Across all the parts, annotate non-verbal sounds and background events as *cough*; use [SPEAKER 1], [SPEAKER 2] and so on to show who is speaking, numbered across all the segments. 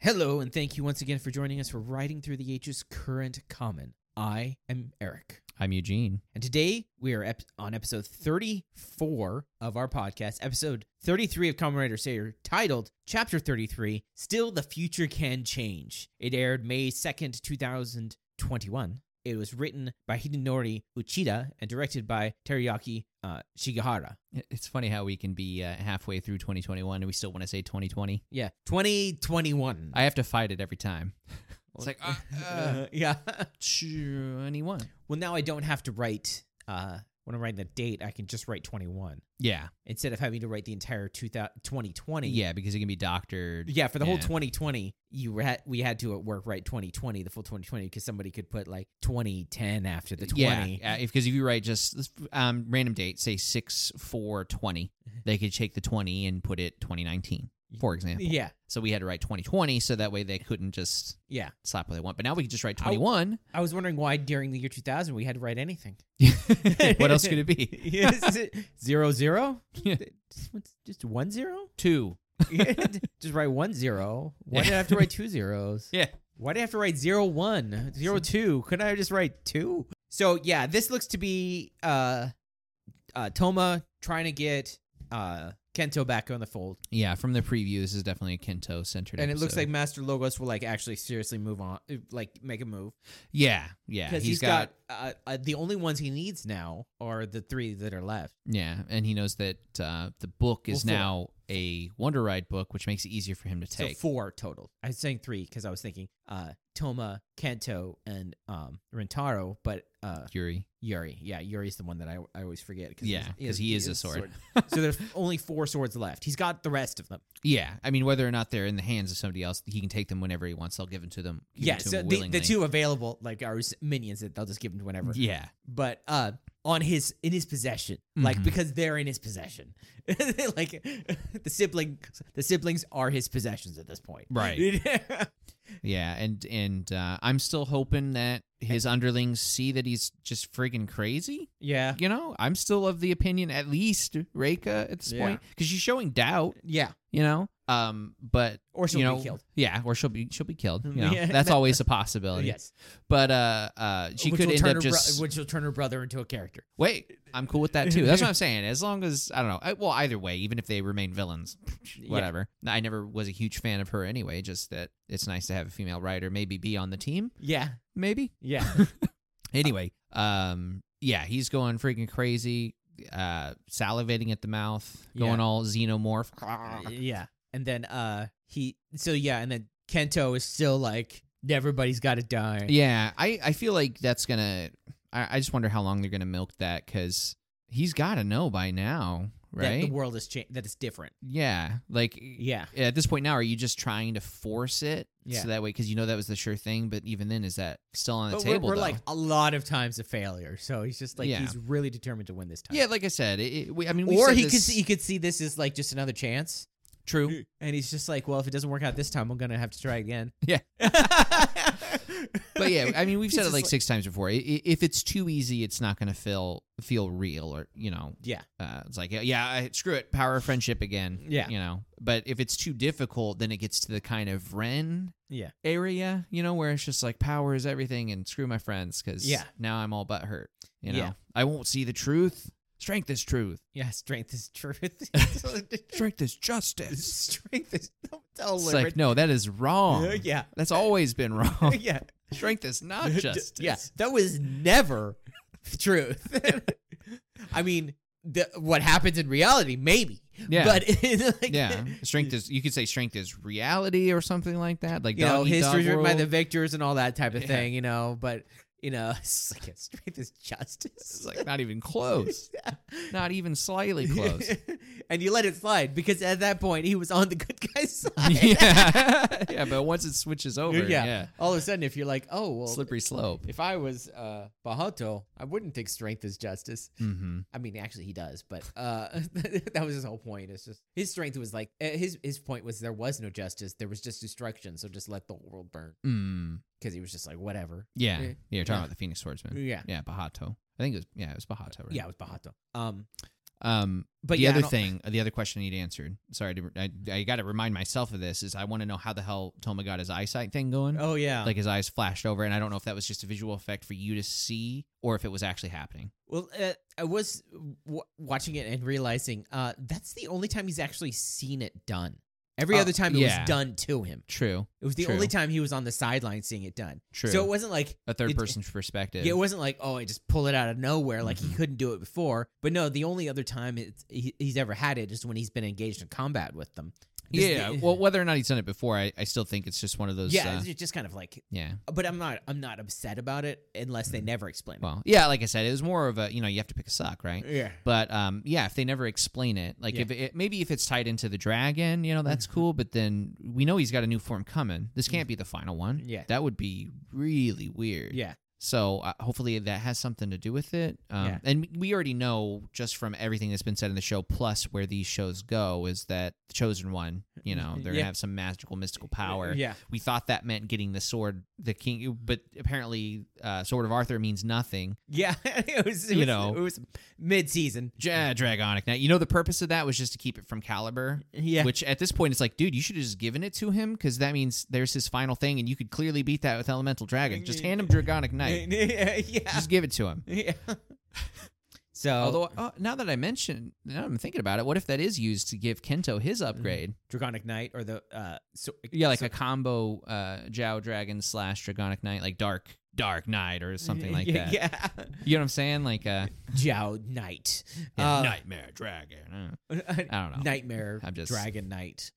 [SPEAKER 1] Hello, and thank you once again for joining us for Riding Through the H's Current Common. I am Eric.
[SPEAKER 2] I'm Eugene.
[SPEAKER 1] And today we are ep- on episode 34 of our podcast, episode 33 of Common Writer Sayer, titled Chapter 33 Still the Future Can Change. It aired May 2nd, 2021. It was written by Hidenori Uchida and directed by Teriyaki uh, Shigehara.
[SPEAKER 2] It- It's funny how we can be uh, halfway through 2021 and we still want to say 2020.
[SPEAKER 1] Yeah, 2021.
[SPEAKER 2] I have to fight it
[SPEAKER 1] *laughs*
[SPEAKER 2] every time. It's like uh, uh,
[SPEAKER 1] yeah.
[SPEAKER 2] 21.
[SPEAKER 1] Well, now I don't have to write uh, when I'm writing the date. I can just write 21
[SPEAKER 2] Yeah,
[SPEAKER 1] instead of having to write the entire 2000 2020.
[SPEAKER 2] yeah, because it can be doctored.
[SPEAKER 1] yeah. For the whole
[SPEAKER 2] Yeah.
[SPEAKER 1] 2020, you were at, we had to at work write 2020, the full 2020, because somebody could put like 2010 after the Uh, 20.
[SPEAKER 2] Yeah, because if you write just let's- um, random date, say six four twenty, they could take the twenty and put it 2019, for example.
[SPEAKER 1] Mm-hmm. yeah,
[SPEAKER 2] So we had to write 2020, so that way they couldn't just
[SPEAKER 1] yeah.
[SPEAKER 2] slap what they want. But now we can just write 21.
[SPEAKER 1] *laughs* I was wondering why during the year 2000 we had to write anything.
[SPEAKER 2] *laughs*
[SPEAKER 1] *laughs*
[SPEAKER 2] what else could it be?
[SPEAKER 1] Is it zero zero?
[SPEAKER 2] Yeah.
[SPEAKER 1] Just- what's- Just one zero?
[SPEAKER 2] Two.
[SPEAKER 1] *laughs* just write one zero. Why did I have to write two zeros?
[SPEAKER 2] Yeah.
[SPEAKER 1] Why do I have to write zero one, zero two? Couldn't I just write two? So yeah, this looks to be uh, uh Toma trying to get uh Kento back on the fold,
[SPEAKER 2] Yeah, from the preview, this is definitely a Kento centered.
[SPEAKER 1] and it looks like Master Logos will like actually seriously move on, uh, like make a move
[SPEAKER 2] yeah, yeah,
[SPEAKER 1] because
[SPEAKER 2] he's got,
[SPEAKER 1] uh, uh, the only ones he needs now are the three that are left.
[SPEAKER 2] yeah, and he knows that uh, the book
[SPEAKER 1] Well,
[SPEAKER 2] is
[SPEAKER 1] four.
[SPEAKER 2] now a Wonder Ride book, which makes it easier for him to take.
[SPEAKER 1] So four total. I was saying three because I was thinking uh Toma, Kento, and um Rentaro, but uh
[SPEAKER 2] Yuri,
[SPEAKER 1] Yuri. Yeah, Yuri's the one that I, I always forget. Cause
[SPEAKER 2] Yeah,
[SPEAKER 1] he's-
[SPEAKER 2] 'cause he is a sword.
[SPEAKER 1] so there's *laughs* only four swords left. He's got the rest of them.
[SPEAKER 2] *laughs* yeah, I mean, whether or not they're in the hands of somebody else, he can take them whenever he wants. They'll give them to them. give
[SPEAKER 1] yeah,
[SPEAKER 2] them to
[SPEAKER 1] so
[SPEAKER 2] him
[SPEAKER 1] uh, the, the
[SPEAKER 2] willingly.
[SPEAKER 1] two available like are his minions that they'll just give him to whenever.
[SPEAKER 2] Yeah,
[SPEAKER 1] But uh, on his in his possession, like
[SPEAKER 2] Mhm.
[SPEAKER 1] because they're in his possession, *laughs* like *laughs* the sibling the siblings are his possessions at this point.
[SPEAKER 2] Right. yeah, and and uh, I'm still hoping that his underlings see that he's just friggin' crazy.
[SPEAKER 1] *laughs* yeah.
[SPEAKER 2] You know, I'm still of the opinion, at least Reika at this
[SPEAKER 1] Yeah.
[SPEAKER 2] point, because she's showing doubt.
[SPEAKER 1] Yeah.
[SPEAKER 2] You know, um, but
[SPEAKER 1] Or she'll
[SPEAKER 2] you know,
[SPEAKER 1] be killed.
[SPEAKER 2] Yeah, or she'll be she'll be killed. You
[SPEAKER 1] *laughs*
[SPEAKER 2] know,
[SPEAKER 1] Yeah.
[SPEAKER 2] that's always a possibility.
[SPEAKER 1] Yes.
[SPEAKER 2] But uh, uh, she
[SPEAKER 1] Which
[SPEAKER 2] could
[SPEAKER 1] will
[SPEAKER 2] end
[SPEAKER 1] turn
[SPEAKER 2] up
[SPEAKER 1] her bro-
[SPEAKER 2] just
[SPEAKER 1] which will turn her brother into a character.
[SPEAKER 2] wait. I'm cool with that too. That's what I'm saying. As long as I don't know. I, well, either way, even if they remain villains,
[SPEAKER 1] Yeah.
[SPEAKER 2] whatever. I never was a huge fan of her anyway. Just that it's nice to have a female writer, maybe be on the team,
[SPEAKER 1] Yeah.
[SPEAKER 2] maybe.
[SPEAKER 1] Yeah.
[SPEAKER 2] Anyway, um, yeah, he's going freaking crazy, uh, salivating at the mouth, going
[SPEAKER 1] Yeah.
[SPEAKER 2] all xenomorph.
[SPEAKER 1] yeah and then uh he so yeah and then kento is still like everybody's gotta die
[SPEAKER 2] Yeah, I, I feel like that's gonna. I, I just wonder how long they're gonna milk that because he's got to know by now,
[SPEAKER 1] that
[SPEAKER 2] right?
[SPEAKER 1] the world is changed that it's different
[SPEAKER 2] yeah, like eh,
[SPEAKER 1] yeah
[SPEAKER 2] at this point now, are you just trying to force it
[SPEAKER 1] Yeah.
[SPEAKER 2] so that way because you know that was the sure thing? But even then, is that still on the
[SPEAKER 1] but we're,
[SPEAKER 2] table?
[SPEAKER 1] we're
[SPEAKER 2] though?
[SPEAKER 1] like a lot of times a failure so he's just like
[SPEAKER 2] Yeah.
[SPEAKER 1] he's really determined to win this time
[SPEAKER 2] yeah, like I said, it, it- we, I mean, we
[SPEAKER 1] or
[SPEAKER 2] said
[SPEAKER 1] he
[SPEAKER 2] this,
[SPEAKER 1] could see, he could see this as like just another chance
[SPEAKER 2] true.
[SPEAKER 1] and he's just like well if it doesn't work out this time i'm gonna have to try again
[SPEAKER 2] *laughs* Yeah.
[SPEAKER 1] *laughs* but
[SPEAKER 2] But yeah, I mean, we've
[SPEAKER 1] He's
[SPEAKER 2] said it
[SPEAKER 1] just
[SPEAKER 2] like
[SPEAKER 1] like-
[SPEAKER 2] six times before. I- i- If it's too easy, it's not gonna feel feel real, or you know,
[SPEAKER 1] yeah
[SPEAKER 2] uh, it's like yeah I, screw it power of friendship again
[SPEAKER 1] Yeah.
[SPEAKER 2] you know but if it's too difficult then it gets to the kind of ren
[SPEAKER 1] Yeah.
[SPEAKER 2] area you know where it's just like power is everything and screw my friends because
[SPEAKER 1] Yeah.
[SPEAKER 2] now i'm all but hurt you know
[SPEAKER 1] Yeah.
[SPEAKER 2] i won't see the truth strength is truth
[SPEAKER 1] *laughs*
[SPEAKER 2] *laughs*
[SPEAKER 1] yeah strength is *laughs* truth
[SPEAKER 2] strength is justice
[SPEAKER 1] strength is don't tell
[SPEAKER 2] *laughs* it's
[SPEAKER 1] Liver-
[SPEAKER 2] like no that is wrong
[SPEAKER 1] *laughs* yeah
[SPEAKER 2] that's always been *laughs* wrong
[SPEAKER 1] *laughs* yeah
[SPEAKER 2] strength is *laughs* not
[SPEAKER 1] *laughs* D-
[SPEAKER 2] justice
[SPEAKER 1] Yeah, that was never the
[SPEAKER 2] *laughs*
[SPEAKER 1] truth. *laughs* I mean, the, what happens in reality, maybe.
[SPEAKER 2] Yeah.
[SPEAKER 1] But *laughs* like,
[SPEAKER 2] yeah strength is you could say strength is reality or something like that like
[SPEAKER 1] you know,
[SPEAKER 2] doggy dog
[SPEAKER 1] history's written by
[SPEAKER 2] world.
[SPEAKER 1] the victors and all that type of
[SPEAKER 2] Yeah.
[SPEAKER 1] thing. You know, but you know, *laughs* it's like, strength is
[SPEAKER 2] it's
[SPEAKER 1] justice. *laughs*
[SPEAKER 2] like not even close
[SPEAKER 1] Yeah.
[SPEAKER 2] Not
[SPEAKER 1] *laughs*
[SPEAKER 2] even slightly close.
[SPEAKER 1] and you let it slide because at that point he was on the good
[SPEAKER 2] *laughs*
[SPEAKER 1] guy's side.
[SPEAKER 2] yeah. *laughs* yeah, but once it switches over, yeah,
[SPEAKER 1] All of a sudden, if you're like, oh well,
[SPEAKER 2] slippery slope.
[SPEAKER 1] if I was uh, Bahato, I wouldn't think strength is justice.
[SPEAKER 2] Mm-hmm.
[SPEAKER 1] I mean, actually, he does, but uh, *laughs* that was his whole point. It's just his strength was like eh, his his point was there was no justice, there was just destruction. So just let the whole world burn
[SPEAKER 2] Mm.
[SPEAKER 1] because he was just like whatever.
[SPEAKER 2] Yeah.
[SPEAKER 1] Yeah.
[SPEAKER 2] yeah, you're talking
[SPEAKER 1] Yeah.
[SPEAKER 2] about the Phoenix Swordsman.
[SPEAKER 1] Yeah,
[SPEAKER 2] Yeah, Bahato. I think it was. Yeah, it was Bahato. Right?
[SPEAKER 1] yeah, it was Bahato. Um,
[SPEAKER 2] Um,
[SPEAKER 1] But
[SPEAKER 2] the
[SPEAKER 1] yeah, I
[SPEAKER 2] other
[SPEAKER 1] don't-
[SPEAKER 2] thing, the other question I need answered. Sorry, to, I, I got to remind myself of this. Is I want to know how the hell Toma got his eyesight thing going.
[SPEAKER 1] Oh yeah.
[SPEAKER 2] Like his eyes flashed over, and I don't know if that was just a visual effect for you to see or if it was actually happening.
[SPEAKER 1] Well, uh, I was w- watching it and realizing uh, that's the only time he's actually seen it done. Every
[SPEAKER 2] Uh,
[SPEAKER 1] other time it
[SPEAKER 2] yeah.
[SPEAKER 1] was done to him.
[SPEAKER 2] True.
[SPEAKER 1] It was the
[SPEAKER 2] True.
[SPEAKER 1] only time he was on the sideline seeing it done.
[SPEAKER 2] True.
[SPEAKER 1] So it wasn't like
[SPEAKER 2] a third
[SPEAKER 1] it-
[SPEAKER 2] person's perspective.
[SPEAKER 1] yeah, it wasn't like oh, I just pull it out of nowhere like he
[SPEAKER 2] Mhm.
[SPEAKER 1] couldn't do it before. But no, the only other time it's, he, he's ever had it is when he's been engaged in combat with them. This-
[SPEAKER 2] yeah.
[SPEAKER 1] the- *laughs*
[SPEAKER 2] well, whether or not he's done it before, I, I still think it's just one of those.
[SPEAKER 1] yeah,
[SPEAKER 2] uh,
[SPEAKER 1] it's just kind of like.
[SPEAKER 2] yeah.
[SPEAKER 1] But I'm not. I'm not upset about it unless
[SPEAKER 2] Mm-hmm.
[SPEAKER 1] they never explain. it.
[SPEAKER 2] Well, yeah. Like I said, it was more of a you know you have to pick a sock, right?
[SPEAKER 1] yeah.
[SPEAKER 2] But um, yeah, if they never explain it, like
[SPEAKER 1] Yeah.
[SPEAKER 2] if it maybe if it's tied into the dragon, you know that's
[SPEAKER 1] Mhm.
[SPEAKER 2] cool. But then we know he's got a new form coming. This can't be the final one.
[SPEAKER 1] Yeah.
[SPEAKER 2] That would be really weird.
[SPEAKER 1] Yeah.
[SPEAKER 2] So uh, hopefully that has something to do with it. Um,
[SPEAKER 1] Yeah.
[SPEAKER 2] And we already know just from everything that's been said in the show, plus where these shows go, is that the chosen one, you know, they're
[SPEAKER 1] Yeah.
[SPEAKER 2] gonna have some magical mystical power.
[SPEAKER 1] Yeah.
[SPEAKER 2] We thought that meant getting the sword, the king, but apparently, uh, sword of Arthur means nothing.
[SPEAKER 1] Yeah. *laughs* it was. It
[SPEAKER 2] You
[SPEAKER 1] was,
[SPEAKER 2] know.
[SPEAKER 1] It was mid season.
[SPEAKER 2] Ja, uh, Dragonic. Now you know the purpose of that was just to keep it from Caliber.
[SPEAKER 1] Yeah. *laughs*
[SPEAKER 2] Which at this point it's like, dude, you should have just given it to him because that means there's his final thing, and you could clearly beat that with Elemental Dragon. Just hand him Dragonic Knight.
[SPEAKER 1] yeah.
[SPEAKER 2] Just give it to him.
[SPEAKER 1] yeah. So,
[SPEAKER 2] Although uh, now that I mentioned, now I'm thinking about it, what if that is used to give Kento his upgrade?
[SPEAKER 1] Dragonic Knight or the uh, so,
[SPEAKER 2] Yeah, like
[SPEAKER 1] Mm-hmm. so-
[SPEAKER 2] a combo uh, Zhao Dragon slash Dragonic Knight, like Dark Dark Knight or
[SPEAKER 1] *laughs*
[SPEAKER 2] something like
[SPEAKER 1] yeah,
[SPEAKER 2] that.
[SPEAKER 1] Yeah,
[SPEAKER 2] You know what I'm saying? Like uh,
[SPEAKER 1] Jiao Knight,
[SPEAKER 2] yeah,
[SPEAKER 1] Uh,
[SPEAKER 2] Nightmare Dragon. uh,
[SPEAKER 1] *laughs*
[SPEAKER 2] I don't know.
[SPEAKER 1] Nightmare.
[SPEAKER 2] I'm just-
[SPEAKER 1] Dragon Knight.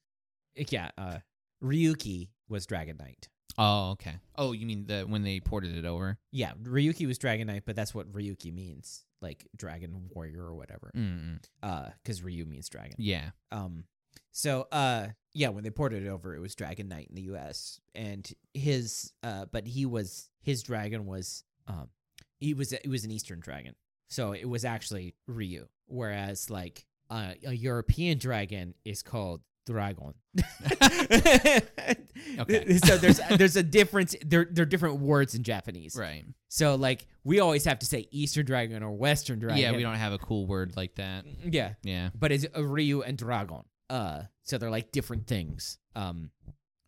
[SPEAKER 1] Yeah, uh, Ryuki was Dragon Knight.
[SPEAKER 2] Oh, okay. Oh, you mean the when they ported it over?
[SPEAKER 1] Yeah, Ryuki was Dragon Knight, but that's what Ryuki means, like Dragon Warrior or whatever,
[SPEAKER 2] Mm-mm.
[SPEAKER 1] because Ryu means dragon.
[SPEAKER 2] Yeah.
[SPEAKER 1] Um, so uh, yeah, when they ported it over, it was Dragon Knight in the U.S. and his uh, but he was his dragon was um, he was it was an Eastern dragon, so it was actually Ryu. Whereas like uh, a European dragon is called dragon.
[SPEAKER 2] *laughs* Okay.
[SPEAKER 1] *laughs* so there's there's a difference. There there are different words in Japanese.
[SPEAKER 2] Right.
[SPEAKER 1] So like we always have to say Eastern dragon or Western dragon.
[SPEAKER 2] Yeah, we don't have a cool word like that.
[SPEAKER 1] Yeah
[SPEAKER 2] Yeah.
[SPEAKER 1] but it's uh, Ryu and Dragon. Uh, so they're like different things. Um,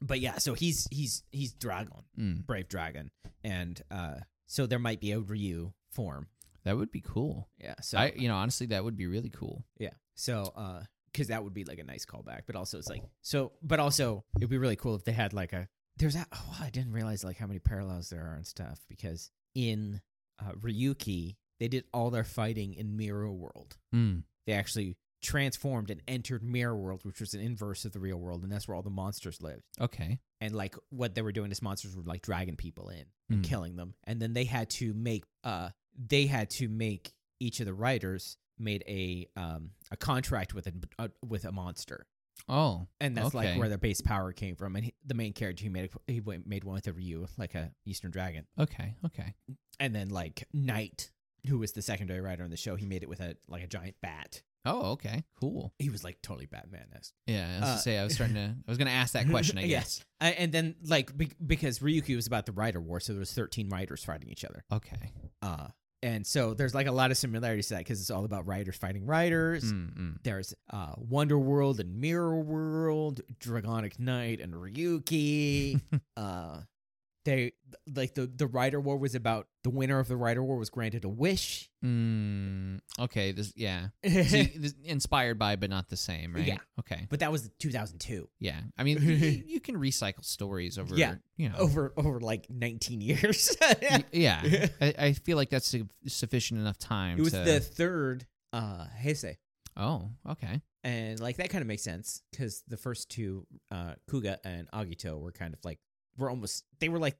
[SPEAKER 1] but yeah, so he's he's he's Dragon,
[SPEAKER 2] Mm.
[SPEAKER 1] Brave Dragon, and uh, so there might be a Ryu form.
[SPEAKER 2] That would be cool.
[SPEAKER 1] Yeah, so
[SPEAKER 2] I you know, honestly that would be really cool.
[SPEAKER 1] yeah, so uh, because that would be like a nice callback, but also it's like so, but also it'd be really cool if they had like a there's that. Oh, I didn't realize like how many parallels there are and stuff because in uh, Ryuki they did all their fighting in Mirror World.
[SPEAKER 2] Mm.
[SPEAKER 1] they actually transformed and entered mirror world which was an inverse of the real world and that's where all the monsters lived
[SPEAKER 2] Okay.
[SPEAKER 1] and like what they were doing is monsters were like dragging people in and
[SPEAKER 2] Mm.
[SPEAKER 1] killing them and then they had to make uh they had to make each of the writers made a um a contract with a, uh, with a monster
[SPEAKER 2] Oh.
[SPEAKER 1] and that's like
[SPEAKER 2] Okay.
[SPEAKER 1] where their base power came from and he, the main character he made he went- made one with a Ryu like a eastern dragon
[SPEAKER 2] Okay. Okay.
[SPEAKER 1] and then like Knight who was the secondary writer on the show he made it with a like a giant bat
[SPEAKER 2] Oh, okay. Cool.
[SPEAKER 1] he was like totally batman esque
[SPEAKER 2] Yeah, I was
[SPEAKER 1] Uh,
[SPEAKER 2] gonna say I was starting to I was gonna
[SPEAKER 1] *laughs*
[SPEAKER 2] ask that question, I
[SPEAKER 1] Yeah.
[SPEAKER 2] guess.
[SPEAKER 1] Uh, and then like be- because Ryuki was about the writer war, so there was thirteen writers fighting each other.
[SPEAKER 2] Okay.
[SPEAKER 1] Uh, and so there's like a lot of similarities to that because it's all about writers fighting writers.
[SPEAKER 2] Mm-mm.
[SPEAKER 1] There's uh, Wonder World and Mirror World, Dragonic Knight and Ryuki. uh, they like the the writer war was about the winner of the writer war was granted a wish.
[SPEAKER 2] Mm. Okay, this yeah. So
[SPEAKER 1] but
[SPEAKER 2] you- this- inspired by but not the same, right?
[SPEAKER 1] Yeah.
[SPEAKER 2] Okay.
[SPEAKER 1] that was 2002
[SPEAKER 2] Yeah. I mean you, you can recycle stories over
[SPEAKER 1] Yeah. Oh,
[SPEAKER 2] you know
[SPEAKER 1] over over like 19 years. *laughs*
[SPEAKER 2] Y- yeah. I, I feel like that's su- sufficient enough time.
[SPEAKER 1] It was
[SPEAKER 2] to,
[SPEAKER 1] the third uh, Heisei.
[SPEAKER 2] oh, okay.
[SPEAKER 1] and like that kind of makes sense because the first two uh kuga and agito were kind of like were almost they were like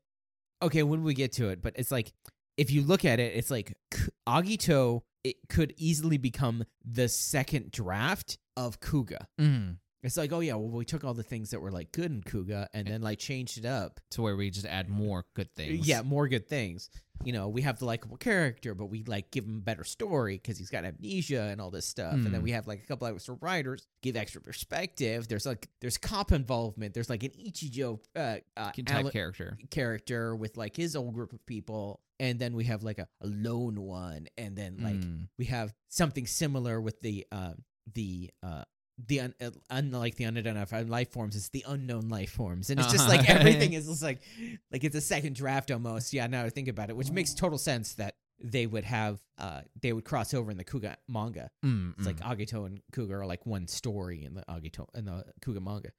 [SPEAKER 1] okay when we get to it but it's like if you look at it it's like K- agito it could easily become the second draft of kuga
[SPEAKER 2] Mm.
[SPEAKER 1] It's like, oh yeah, well we took all the things that were like good in Kuga and then like changed it up.
[SPEAKER 2] to where we just add more good things.
[SPEAKER 1] Yeah, more good things. You know, we have the likable character, but we like give him a better story because he's got amnesia and all this stuff. And then
[SPEAKER 2] Hmm.
[SPEAKER 1] we have like a couple extra writers give extra perspective. There's like there's cop involvement. There's like an Ichijo uh, uh,
[SPEAKER 2] Type
[SPEAKER 1] Alan-
[SPEAKER 2] character.
[SPEAKER 1] character with like his own group of people, and then we have like a, a lone one, and then like
[SPEAKER 2] Mm.
[SPEAKER 1] we have something similar with the uh, the uh, the un- uh, unlike the unidentified life forms, it's the unknown life forms, and it's just like
[SPEAKER 2] Uh-huh. *laughs*
[SPEAKER 1] everything is just like like it's a second draft almost. Yeah, now I think about it, which makes total sense that they would have uh they would cross over in the Kuga manga.
[SPEAKER 2] Mm,
[SPEAKER 1] It's like
[SPEAKER 2] mm.
[SPEAKER 1] Agito and Kuga are like one story in the Agito in the Kuga manga.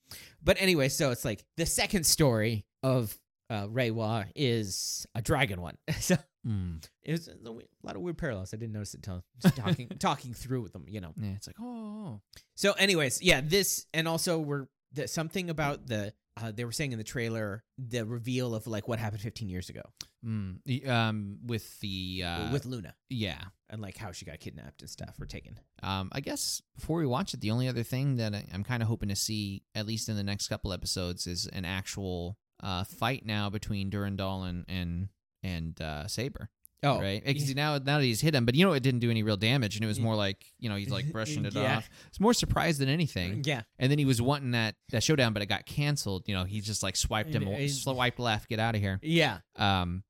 [SPEAKER 1] But anyway, so it's like the second story of uh Reiwa is a dragon one. *laughs* so
[SPEAKER 2] Mm.
[SPEAKER 1] it was a we- a lot of weird parallels. I didn't notice it until just
[SPEAKER 2] *laughs*
[SPEAKER 1] talking talking through with them, you know.
[SPEAKER 2] Yeah, it's like oh,
[SPEAKER 1] So, anyways, yeah, this and also we're the, something about the uh, they were saying in the trailer the reveal of like what happened 15 years ago
[SPEAKER 2] mm. The, um, with the uh,
[SPEAKER 1] with Luna
[SPEAKER 2] yeah.
[SPEAKER 1] and like how she got kidnapped and stuff or taken.
[SPEAKER 2] Um, I guess before we watch it, the only other thing that I, I'm kind of hoping to see, at least in the next couple episodes, is an actual uh fight now between Durandal and and and uh, Saber.
[SPEAKER 1] Oh,
[SPEAKER 2] right? Because now now that he's hit him, but you know it didn't do any real damage, and it was
[SPEAKER 1] Yeah.
[SPEAKER 2] more like you know
[SPEAKER 1] *laughs*
[SPEAKER 2] he's like brushing it
[SPEAKER 1] Yeah.
[SPEAKER 2] off. It's more surprised than anything.
[SPEAKER 1] *laughs* yeah,
[SPEAKER 2] And then he was wanting that that showdown, but it got canceled. You know, he just like swiped him,
[SPEAKER 1] And it-
[SPEAKER 2] swiped left, get out of here.
[SPEAKER 1] yeah,
[SPEAKER 2] Um,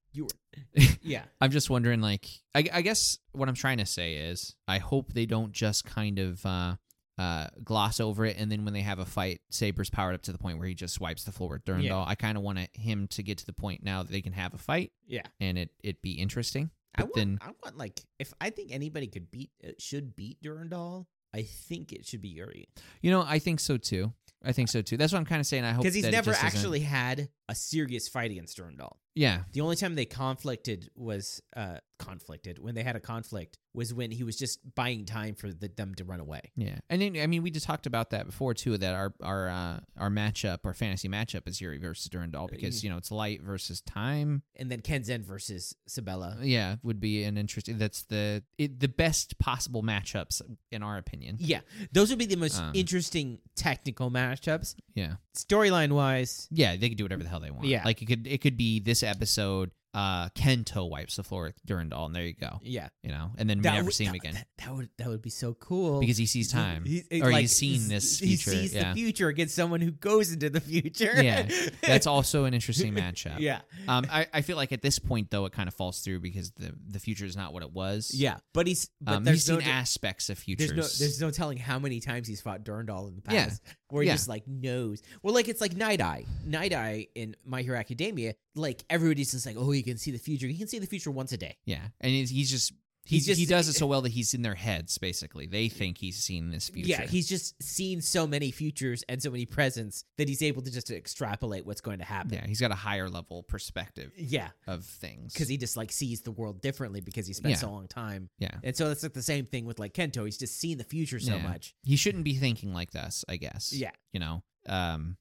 [SPEAKER 1] yeah.
[SPEAKER 2] I'm just wondering, like, I, I guess what I'm trying to say is, I hope they don't just kind of uh, uh, gloss over it, and then when they have a fight, Saber's powered up to the point where he just swipes the floor with Durandal.
[SPEAKER 1] Yeah.
[SPEAKER 2] I kind of want him to get to the point now that they can have a fight,
[SPEAKER 1] Yeah.
[SPEAKER 2] and it it be interesting.
[SPEAKER 1] I
[SPEAKER 2] But
[SPEAKER 1] want,
[SPEAKER 2] then,
[SPEAKER 1] I want like if I think anybody could beat uh, should beat Durandal, I think it should be Yuri
[SPEAKER 2] you know, I think so too. I think so too. That's what I'm kind of saying. I hope
[SPEAKER 1] because he's
[SPEAKER 2] that it
[SPEAKER 1] never
[SPEAKER 2] just isn't-
[SPEAKER 1] actually had a serious fight against Durandal.
[SPEAKER 2] yeah.
[SPEAKER 1] The only time they conflicted was uh conflicted when they had a conflict was when he was just buying time for the, them to run away.
[SPEAKER 2] Yeah, and then I mean, we just talked about that before too. That our our uh, our matchup, our fantasy matchup, is Yuri versus
[SPEAKER 1] Uh,
[SPEAKER 2] Durandal because you know it's light versus time.
[SPEAKER 1] And then Kenzen versus Sabella.
[SPEAKER 2] Yeah, would be an interesting. That's the it, the best possible matchups in our opinion.
[SPEAKER 1] Yeah, those would be the most
[SPEAKER 2] Um,
[SPEAKER 1] interesting technical matchups,
[SPEAKER 2] Yeah,
[SPEAKER 1] storyline wise.
[SPEAKER 2] yeah, they could do whatever the hell they want.
[SPEAKER 1] Yeah.
[SPEAKER 2] like it could it could be this episode. Uh, Kento wipes the floor with Durandal, and there you go.
[SPEAKER 1] Yeah,
[SPEAKER 2] You know, and then we never
[SPEAKER 1] would-
[SPEAKER 2] see him
[SPEAKER 1] that-
[SPEAKER 2] again
[SPEAKER 1] That, that would that would be so cool
[SPEAKER 2] *laughs* because he sees
[SPEAKER 1] *laughs*
[SPEAKER 2] time.
[SPEAKER 1] He- it-
[SPEAKER 2] or he's
[SPEAKER 1] like,
[SPEAKER 2] seen
[SPEAKER 1] he's-
[SPEAKER 2] this
[SPEAKER 1] He
[SPEAKER 2] future,
[SPEAKER 1] sees
[SPEAKER 2] yeah.
[SPEAKER 1] the future against someone who goes into the future.
[SPEAKER 2] Yeah,
[SPEAKER 1] *laughs*
[SPEAKER 2] That's also an interesting matchup.
[SPEAKER 1] yeah,
[SPEAKER 2] Um, I, I feel like at this point though it kind of falls through because the the future is not what it was.
[SPEAKER 1] yeah. But he's but
[SPEAKER 2] um,
[SPEAKER 1] there's
[SPEAKER 2] he's seen
[SPEAKER 1] no,
[SPEAKER 2] aspects of futures.
[SPEAKER 1] There's no, there's no telling how many times he's fought Durndal in the
[SPEAKER 2] Yeah.
[SPEAKER 1] past, where he
[SPEAKER 2] Yeah.
[SPEAKER 1] just like knows. Well, like it's like Night Eye, Night Eye in My Hero Academia. Like everybody's just like, oh, you can see the future. You can see the future once a day.
[SPEAKER 2] yeah, and he's, he's just
[SPEAKER 1] He's
[SPEAKER 2] he's
[SPEAKER 1] just-
[SPEAKER 2] he does it so well that he's in their heads basically. They think he's seen this future.
[SPEAKER 1] Yeah, he's just seen so many futures and so many presents that he's able to just extrapolate what's going to happen.
[SPEAKER 2] yeah, he's got a higher level perspective
[SPEAKER 1] Yeah,
[SPEAKER 2] of things.
[SPEAKER 1] because he just like sees the world differently because he spent
[SPEAKER 2] Yeah.
[SPEAKER 1] so long time.
[SPEAKER 2] yeah,
[SPEAKER 1] And so that's like the same thing with like Kento. He's just seen the future so
[SPEAKER 2] Yeah.
[SPEAKER 1] much.
[SPEAKER 2] *laughs* he shouldn't be thinking like this. I guess.
[SPEAKER 1] Yeah. *laughs*
[SPEAKER 2] you know. Um,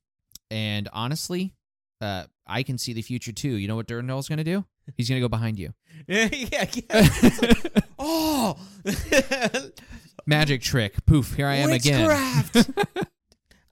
[SPEAKER 2] and honestly, uh, I can see the future too. You know what Durandal's gonna do? He's gonna go behind you.
[SPEAKER 1] yeah, yeah.
[SPEAKER 2] *laughs*
[SPEAKER 1] oh, *laughs*
[SPEAKER 2] Magic trick. Poof. Here I am again. *laughs*
[SPEAKER 1] Witchcraft!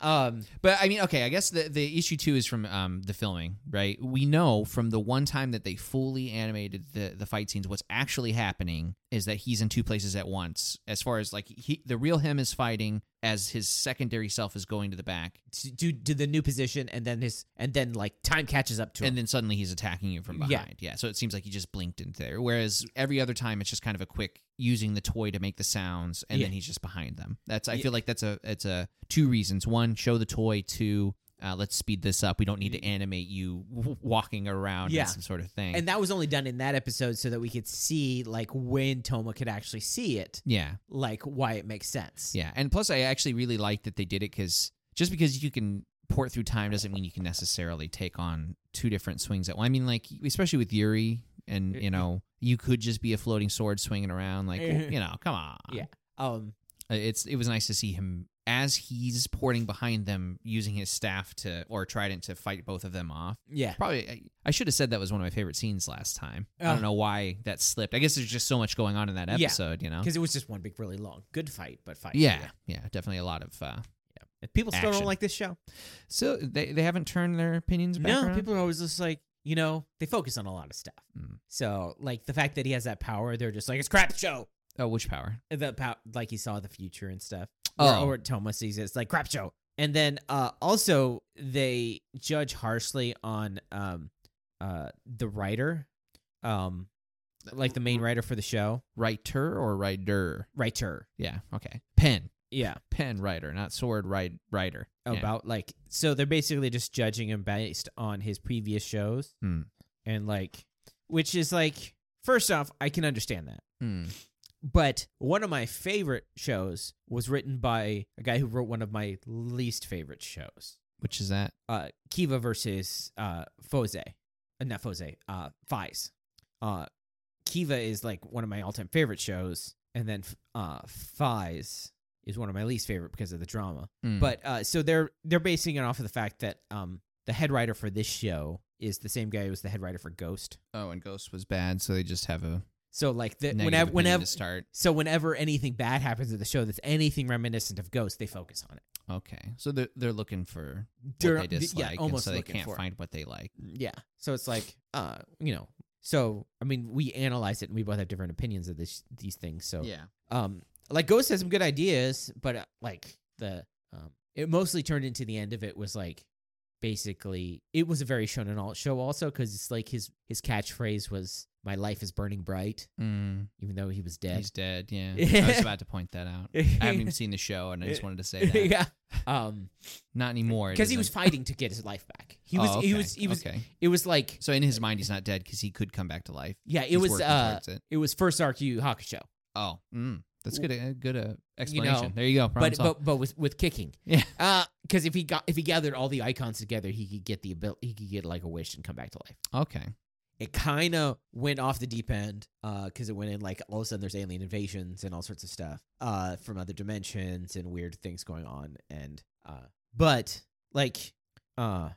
[SPEAKER 1] um,
[SPEAKER 2] But I mean, okay, I guess the, the issue too is from um, the filming, right? We know from the one time that they fully animated the, the fight scenes, what's actually happening is that he's in two places at once. As far as like he, the real him is fighting as his secondary self is going to the back,
[SPEAKER 1] to, to to the new position, and then his and then like time catches up to him.
[SPEAKER 2] and then suddenly he's attacking you from
[SPEAKER 1] Yeah.
[SPEAKER 2] behind. Yeah. So it seems like he just blinked into there. Whereas every other time, it's just kind of a quick using the toy to make the sounds, and
[SPEAKER 1] Yeah.
[SPEAKER 2] then he's just behind them. That's I
[SPEAKER 1] Yeah.
[SPEAKER 2] feel like that's a it's a two reasons. One, show the toy. Two, uh, let's speed this up. We don't need to animate you w- walking around
[SPEAKER 1] Yeah.
[SPEAKER 2] and some sort of thing.
[SPEAKER 1] and that was only done in that episode so that we could see like when Toma could actually see it,
[SPEAKER 2] yeah,
[SPEAKER 1] like why it makes sense.
[SPEAKER 2] yeah. And plus, I actually really like that they did it because just because you can port through time doesn't mean you can necessarily take on two different swings at one. I mean, like especially with Yuri. And you know you could just be a floating sword swinging around,
[SPEAKER 1] *laughs*
[SPEAKER 2] like you know, come on.
[SPEAKER 1] Yeah. Um.
[SPEAKER 2] Uh, it's it was nice to see him as he's porting behind them using his staff to or trident to fight both of them off
[SPEAKER 1] Yeah.
[SPEAKER 2] probably i, I should have said that was one of my favorite scenes last time i
[SPEAKER 1] Uh.
[SPEAKER 2] don't know why that slipped i guess there's just so much going on in that
[SPEAKER 1] Yeah.
[SPEAKER 2] episode you know
[SPEAKER 1] Because it was just one big, really long, good fight, but fight.
[SPEAKER 2] yeah yeah definitely a lot of uh
[SPEAKER 1] If people still
[SPEAKER 2] Action.
[SPEAKER 1] don't like this show.
[SPEAKER 2] So they, they haven't turned their opinions back.
[SPEAKER 1] No,
[SPEAKER 2] around?
[SPEAKER 1] people are always just like, you know, they focus on a lot of stuff.
[SPEAKER 2] Mm.
[SPEAKER 1] So, like the fact that he has that power, they're just like, it's crap show.
[SPEAKER 2] Oh, which power?
[SPEAKER 1] The pow- like he saw the future and stuff. Or-
[SPEAKER 2] Oh.
[SPEAKER 1] Or, Thomas sees it. It's like crap show. And then uh, also they judge harshly on um uh the writer, um like the main writer for the show,
[SPEAKER 2] Writer or writer?
[SPEAKER 1] writer.
[SPEAKER 2] Yeah. Okay. Pen.
[SPEAKER 1] Yeah.
[SPEAKER 2] Pen writer, not sword ride writer. Yeah.
[SPEAKER 1] Oh, about like so they're basically just judging him based on his previous shows
[SPEAKER 2] Hmm.
[SPEAKER 1] and like which is like first off i can understand that
[SPEAKER 2] Hmm.
[SPEAKER 1] but one of my favorite shows was written by a guy who wrote one of my least favorite shows
[SPEAKER 2] Which is that?
[SPEAKER 1] uh kiva versus uh Fose. uh, not Fose, uh Fies. uh kiva is like one of my all-time favorite shows and then uh Fies is one of my least favorite because of the drama
[SPEAKER 2] Hmm.
[SPEAKER 1] but uh, so they're they're basing it off of the fact that um, the head writer for this show is the same guy who was the head writer for Ghost.
[SPEAKER 2] oh, and Ghost was bad, so they just have a
[SPEAKER 1] So like the,
[SPEAKER 2] negative
[SPEAKER 1] whenever
[SPEAKER 2] opinion
[SPEAKER 1] whenever
[SPEAKER 2] to start.
[SPEAKER 1] so whenever anything bad happens at the show that's anything reminiscent of Ghost, they focus on it.
[SPEAKER 2] Okay, so they're they're looking for what
[SPEAKER 1] They're-
[SPEAKER 2] they
[SPEAKER 1] yeah,
[SPEAKER 2] dislike,
[SPEAKER 1] almost
[SPEAKER 2] and so they
[SPEAKER 1] looking
[SPEAKER 2] can't
[SPEAKER 1] for it.
[SPEAKER 2] find what they like.
[SPEAKER 1] Yeah. So it's like uh you know so I mean we analyze it and we both have different opinions of this these things. So
[SPEAKER 2] Yeah,
[SPEAKER 1] um like Ghost has some good ideas, but uh, like the um it mostly turned into the end of it was like basically it was a very shonen all show also because it's like his his catchphrase was my life is burning bright
[SPEAKER 2] mm,
[SPEAKER 1] even though he was dead
[SPEAKER 2] he's dead.
[SPEAKER 1] *laughs*
[SPEAKER 2] Yeah, I was about to point that out. I haven't even seen the show, and I just wanted to say
[SPEAKER 1] *laughs*
[SPEAKER 2] that.
[SPEAKER 1] yeah um
[SPEAKER 2] Not anymore it
[SPEAKER 1] because he was
[SPEAKER 2] isn't.
[SPEAKER 1] fighting to get his life back he was
[SPEAKER 2] Oh,
[SPEAKER 1] he
[SPEAKER 2] okay,
[SPEAKER 1] was he was
[SPEAKER 2] okay.
[SPEAKER 1] it was like
[SPEAKER 2] So in his mind, he's not dead because he could come back to life.
[SPEAKER 1] yeah it
[SPEAKER 2] He's
[SPEAKER 1] was
[SPEAKER 2] working
[SPEAKER 1] uh
[SPEAKER 2] towards it.
[SPEAKER 1] it was first arc you Hakusho
[SPEAKER 2] Oh, mm, that's good. A good uh,
[SPEAKER 1] You know,
[SPEAKER 2] explanation. there you go. Problem
[SPEAKER 1] but but
[SPEAKER 2] solved.
[SPEAKER 1] but with with kicking
[SPEAKER 2] yeah.
[SPEAKER 1] Uh, because if he got if he gathered all the icons together, he could get the ability. He could get like a wish and come back to life.
[SPEAKER 2] Okay.
[SPEAKER 1] It kind of went off the deep end, uh, because it went in like all of a sudden there's alien invasions and all sorts of stuff, uh, from other dimensions and weird things going on, and uh, but like, uh,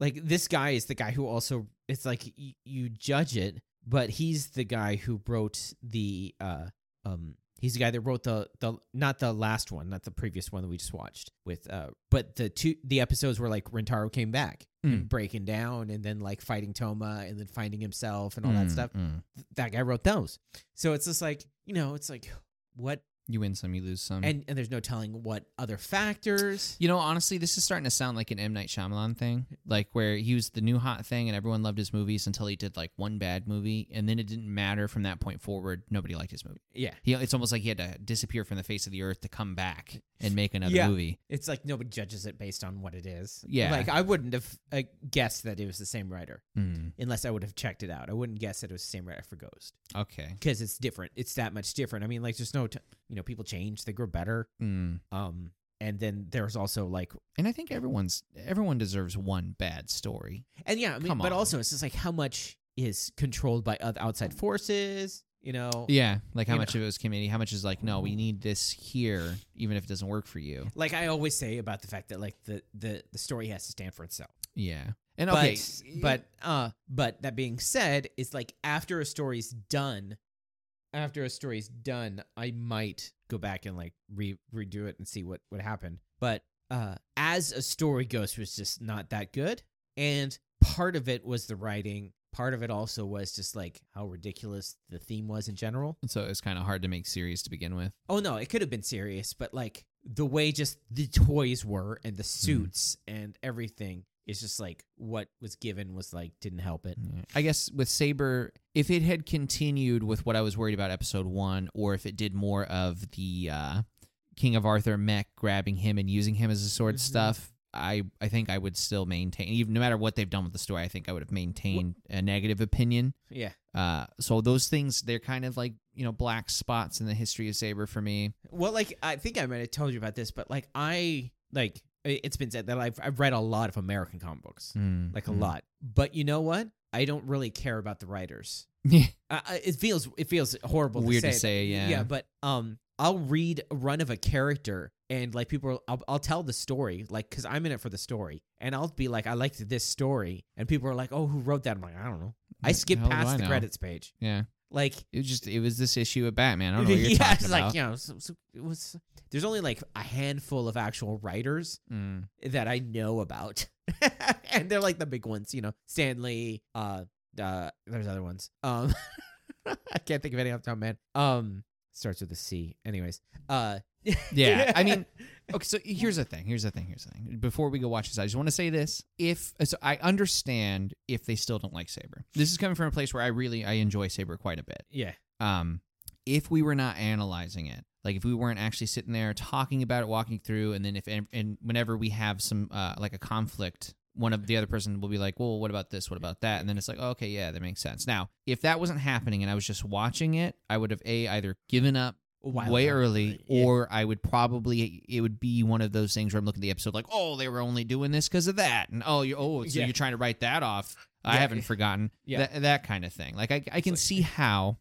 [SPEAKER 1] like this guy is the guy who also it's like y- you judge it, but he's the guy who wrote the uh, um, he's the guy that wrote the the not the last one, not the previous one that we just watched with uh, but the two the episodes where like Rentaro came back and breaking down, and then like fighting Toma, and then finding himself and all that
[SPEAKER 2] Mm,
[SPEAKER 1] stuff.
[SPEAKER 2] mm.
[SPEAKER 1] Th- That guy wrote those, so it's just like you know, it's like what,
[SPEAKER 2] You win some, you lose some.
[SPEAKER 1] and and there's no telling what other factors.
[SPEAKER 2] You know, honestly, this is starting to sound like an M Night Shyamalan thing, like where he was the new hot thing and everyone loved his movies until he did like one bad movie, and then it didn't matter from that point forward. Nobody liked his movie.
[SPEAKER 1] Yeah,
[SPEAKER 2] He, it's almost like he had to disappear from the face of the earth to come back and make another
[SPEAKER 1] Yeah.
[SPEAKER 2] movie.
[SPEAKER 1] it's like nobody judges it based on what it is.
[SPEAKER 2] Yeah.
[SPEAKER 1] like I wouldn't have uh, guessed that it was the same writer
[SPEAKER 2] Mm,
[SPEAKER 1] unless I would have checked it out. I wouldn't guess that it was the same writer for Ghost.
[SPEAKER 2] okay.
[SPEAKER 1] because it's different. It's that much different. I mean, like, just no, t- you know, people change, they grow better.
[SPEAKER 2] Mm.
[SPEAKER 1] Um, and then there's also like,
[SPEAKER 2] And I think everyone's everyone deserves one bad story.
[SPEAKER 1] and yeah, I mean,
[SPEAKER 2] Come
[SPEAKER 1] but
[SPEAKER 2] on.
[SPEAKER 1] also it's just like how much is controlled by oth- outside forces, you know?
[SPEAKER 2] Yeah, like how
[SPEAKER 1] You
[SPEAKER 2] much of it was community, how much is like, no, we need this here, even if it doesn't work for you.
[SPEAKER 1] Like I always say about the fact that like the the the story has to stand for itself.
[SPEAKER 2] Yeah, and okay,
[SPEAKER 1] But but uh, but that being said, it's like after a story's done, after a story's done, I might go back and like re redo it and see what what happened. But uh, as a story goes, it was just not that good, and part of it was the writing. Part of it also was just like how ridiculous the theme was in general.
[SPEAKER 2] so it was kind of hard to make serious to begin with.
[SPEAKER 1] Oh no, it could have been serious, but like the way just the toys were and the suits and everything is just like what was given was like didn't help it.
[SPEAKER 2] I guess with Saber, if it had continued with what I was worried about episode one, or if it did more of the uh, King of Arthur mech grabbing him and using him as a sword
[SPEAKER 1] Mhm.
[SPEAKER 2] stuff, I I think I would still maintain even no matter what they've done with the story. I think I would have maintained a negative opinion.
[SPEAKER 1] Yeah.
[SPEAKER 2] Uh, so those things they're kind of like you know black spots in the history of Saber for me.
[SPEAKER 1] Well, like I think I might have told you about this, but like I like i- it's been said that I've I've read a lot of American comic books, like a
[SPEAKER 2] Mm-hmm. *laughs*
[SPEAKER 1] lot. But you know what? I don't really care about the writers.
[SPEAKER 2] Yeah.
[SPEAKER 1] I, I- it feels it feels horrible.
[SPEAKER 2] Weird
[SPEAKER 1] to
[SPEAKER 2] to
[SPEAKER 1] say,
[SPEAKER 2] say, yeah.
[SPEAKER 1] Yeah, but um, I'll read a run of a character and like people, are, I'll, I'll tell the story, like because I'm in it for the story, and I'll be like, I liked this story, and people are like, oh, who wrote that? I'm like, I don't know. I
[SPEAKER 2] Yeah,
[SPEAKER 1] skip
[SPEAKER 2] how do
[SPEAKER 1] past
[SPEAKER 2] I
[SPEAKER 1] the
[SPEAKER 2] know?
[SPEAKER 1] credits page.
[SPEAKER 2] Yeah.
[SPEAKER 1] Like
[SPEAKER 2] It was just it was this issue of Batman. I don't know what
[SPEAKER 1] *laughs*
[SPEAKER 2] you're
[SPEAKER 1] yeah,
[SPEAKER 2] talking
[SPEAKER 1] it's
[SPEAKER 2] about.
[SPEAKER 1] like you know, so, so it was. There's only like a handful of actual writers
[SPEAKER 2] Mm.
[SPEAKER 1] that I know about, *laughs* and they're like the big ones, you know, Stanley. Uh, uh there's other ones. Um, *laughs* I can't think of any off the top of my head. Um, starts with a C. Anyways, uh, *laughs*
[SPEAKER 2] Yeah, I mean, okay. So here's the thing. Here's the thing. Here's the thing. Before we go watch this, I just want to say this. If so, I understand if they still don't like Saber. This is coming from a place where I really I enjoy Saber quite a bit.
[SPEAKER 1] yeah,
[SPEAKER 2] um, if we were not analyzing it, like if we weren't actually sitting there talking about it, walking through, and then if and, and whenever we have some uh, like a conflict, one of the other person will be like, "Well, what about this? What about that?" And then it's like, oh, "Okay, yeah, that makes sense." Now, if that wasn't happening and I was just watching it, I would have a either given up
[SPEAKER 1] a while
[SPEAKER 2] way
[SPEAKER 1] ago.
[SPEAKER 2] early,
[SPEAKER 1] Yeah.
[SPEAKER 2] or I would probably it would be one of those things where I'm looking at the episode like, oh, they were only doing this because of that, and oh, you oh, so
[SPEAKER 1] Yeah.
[SPEAKER 2] you're trying to write that off. I
[SPEAKER 1] Yeah.
[SPEAKER 2] haven't forgotten
[SPEAKER 1] *laughs* Yeah.
[SPEAKER 2] that that kind of thing. Like I I can
[SPEAKER 1] like-
[SPEAKER 2] see how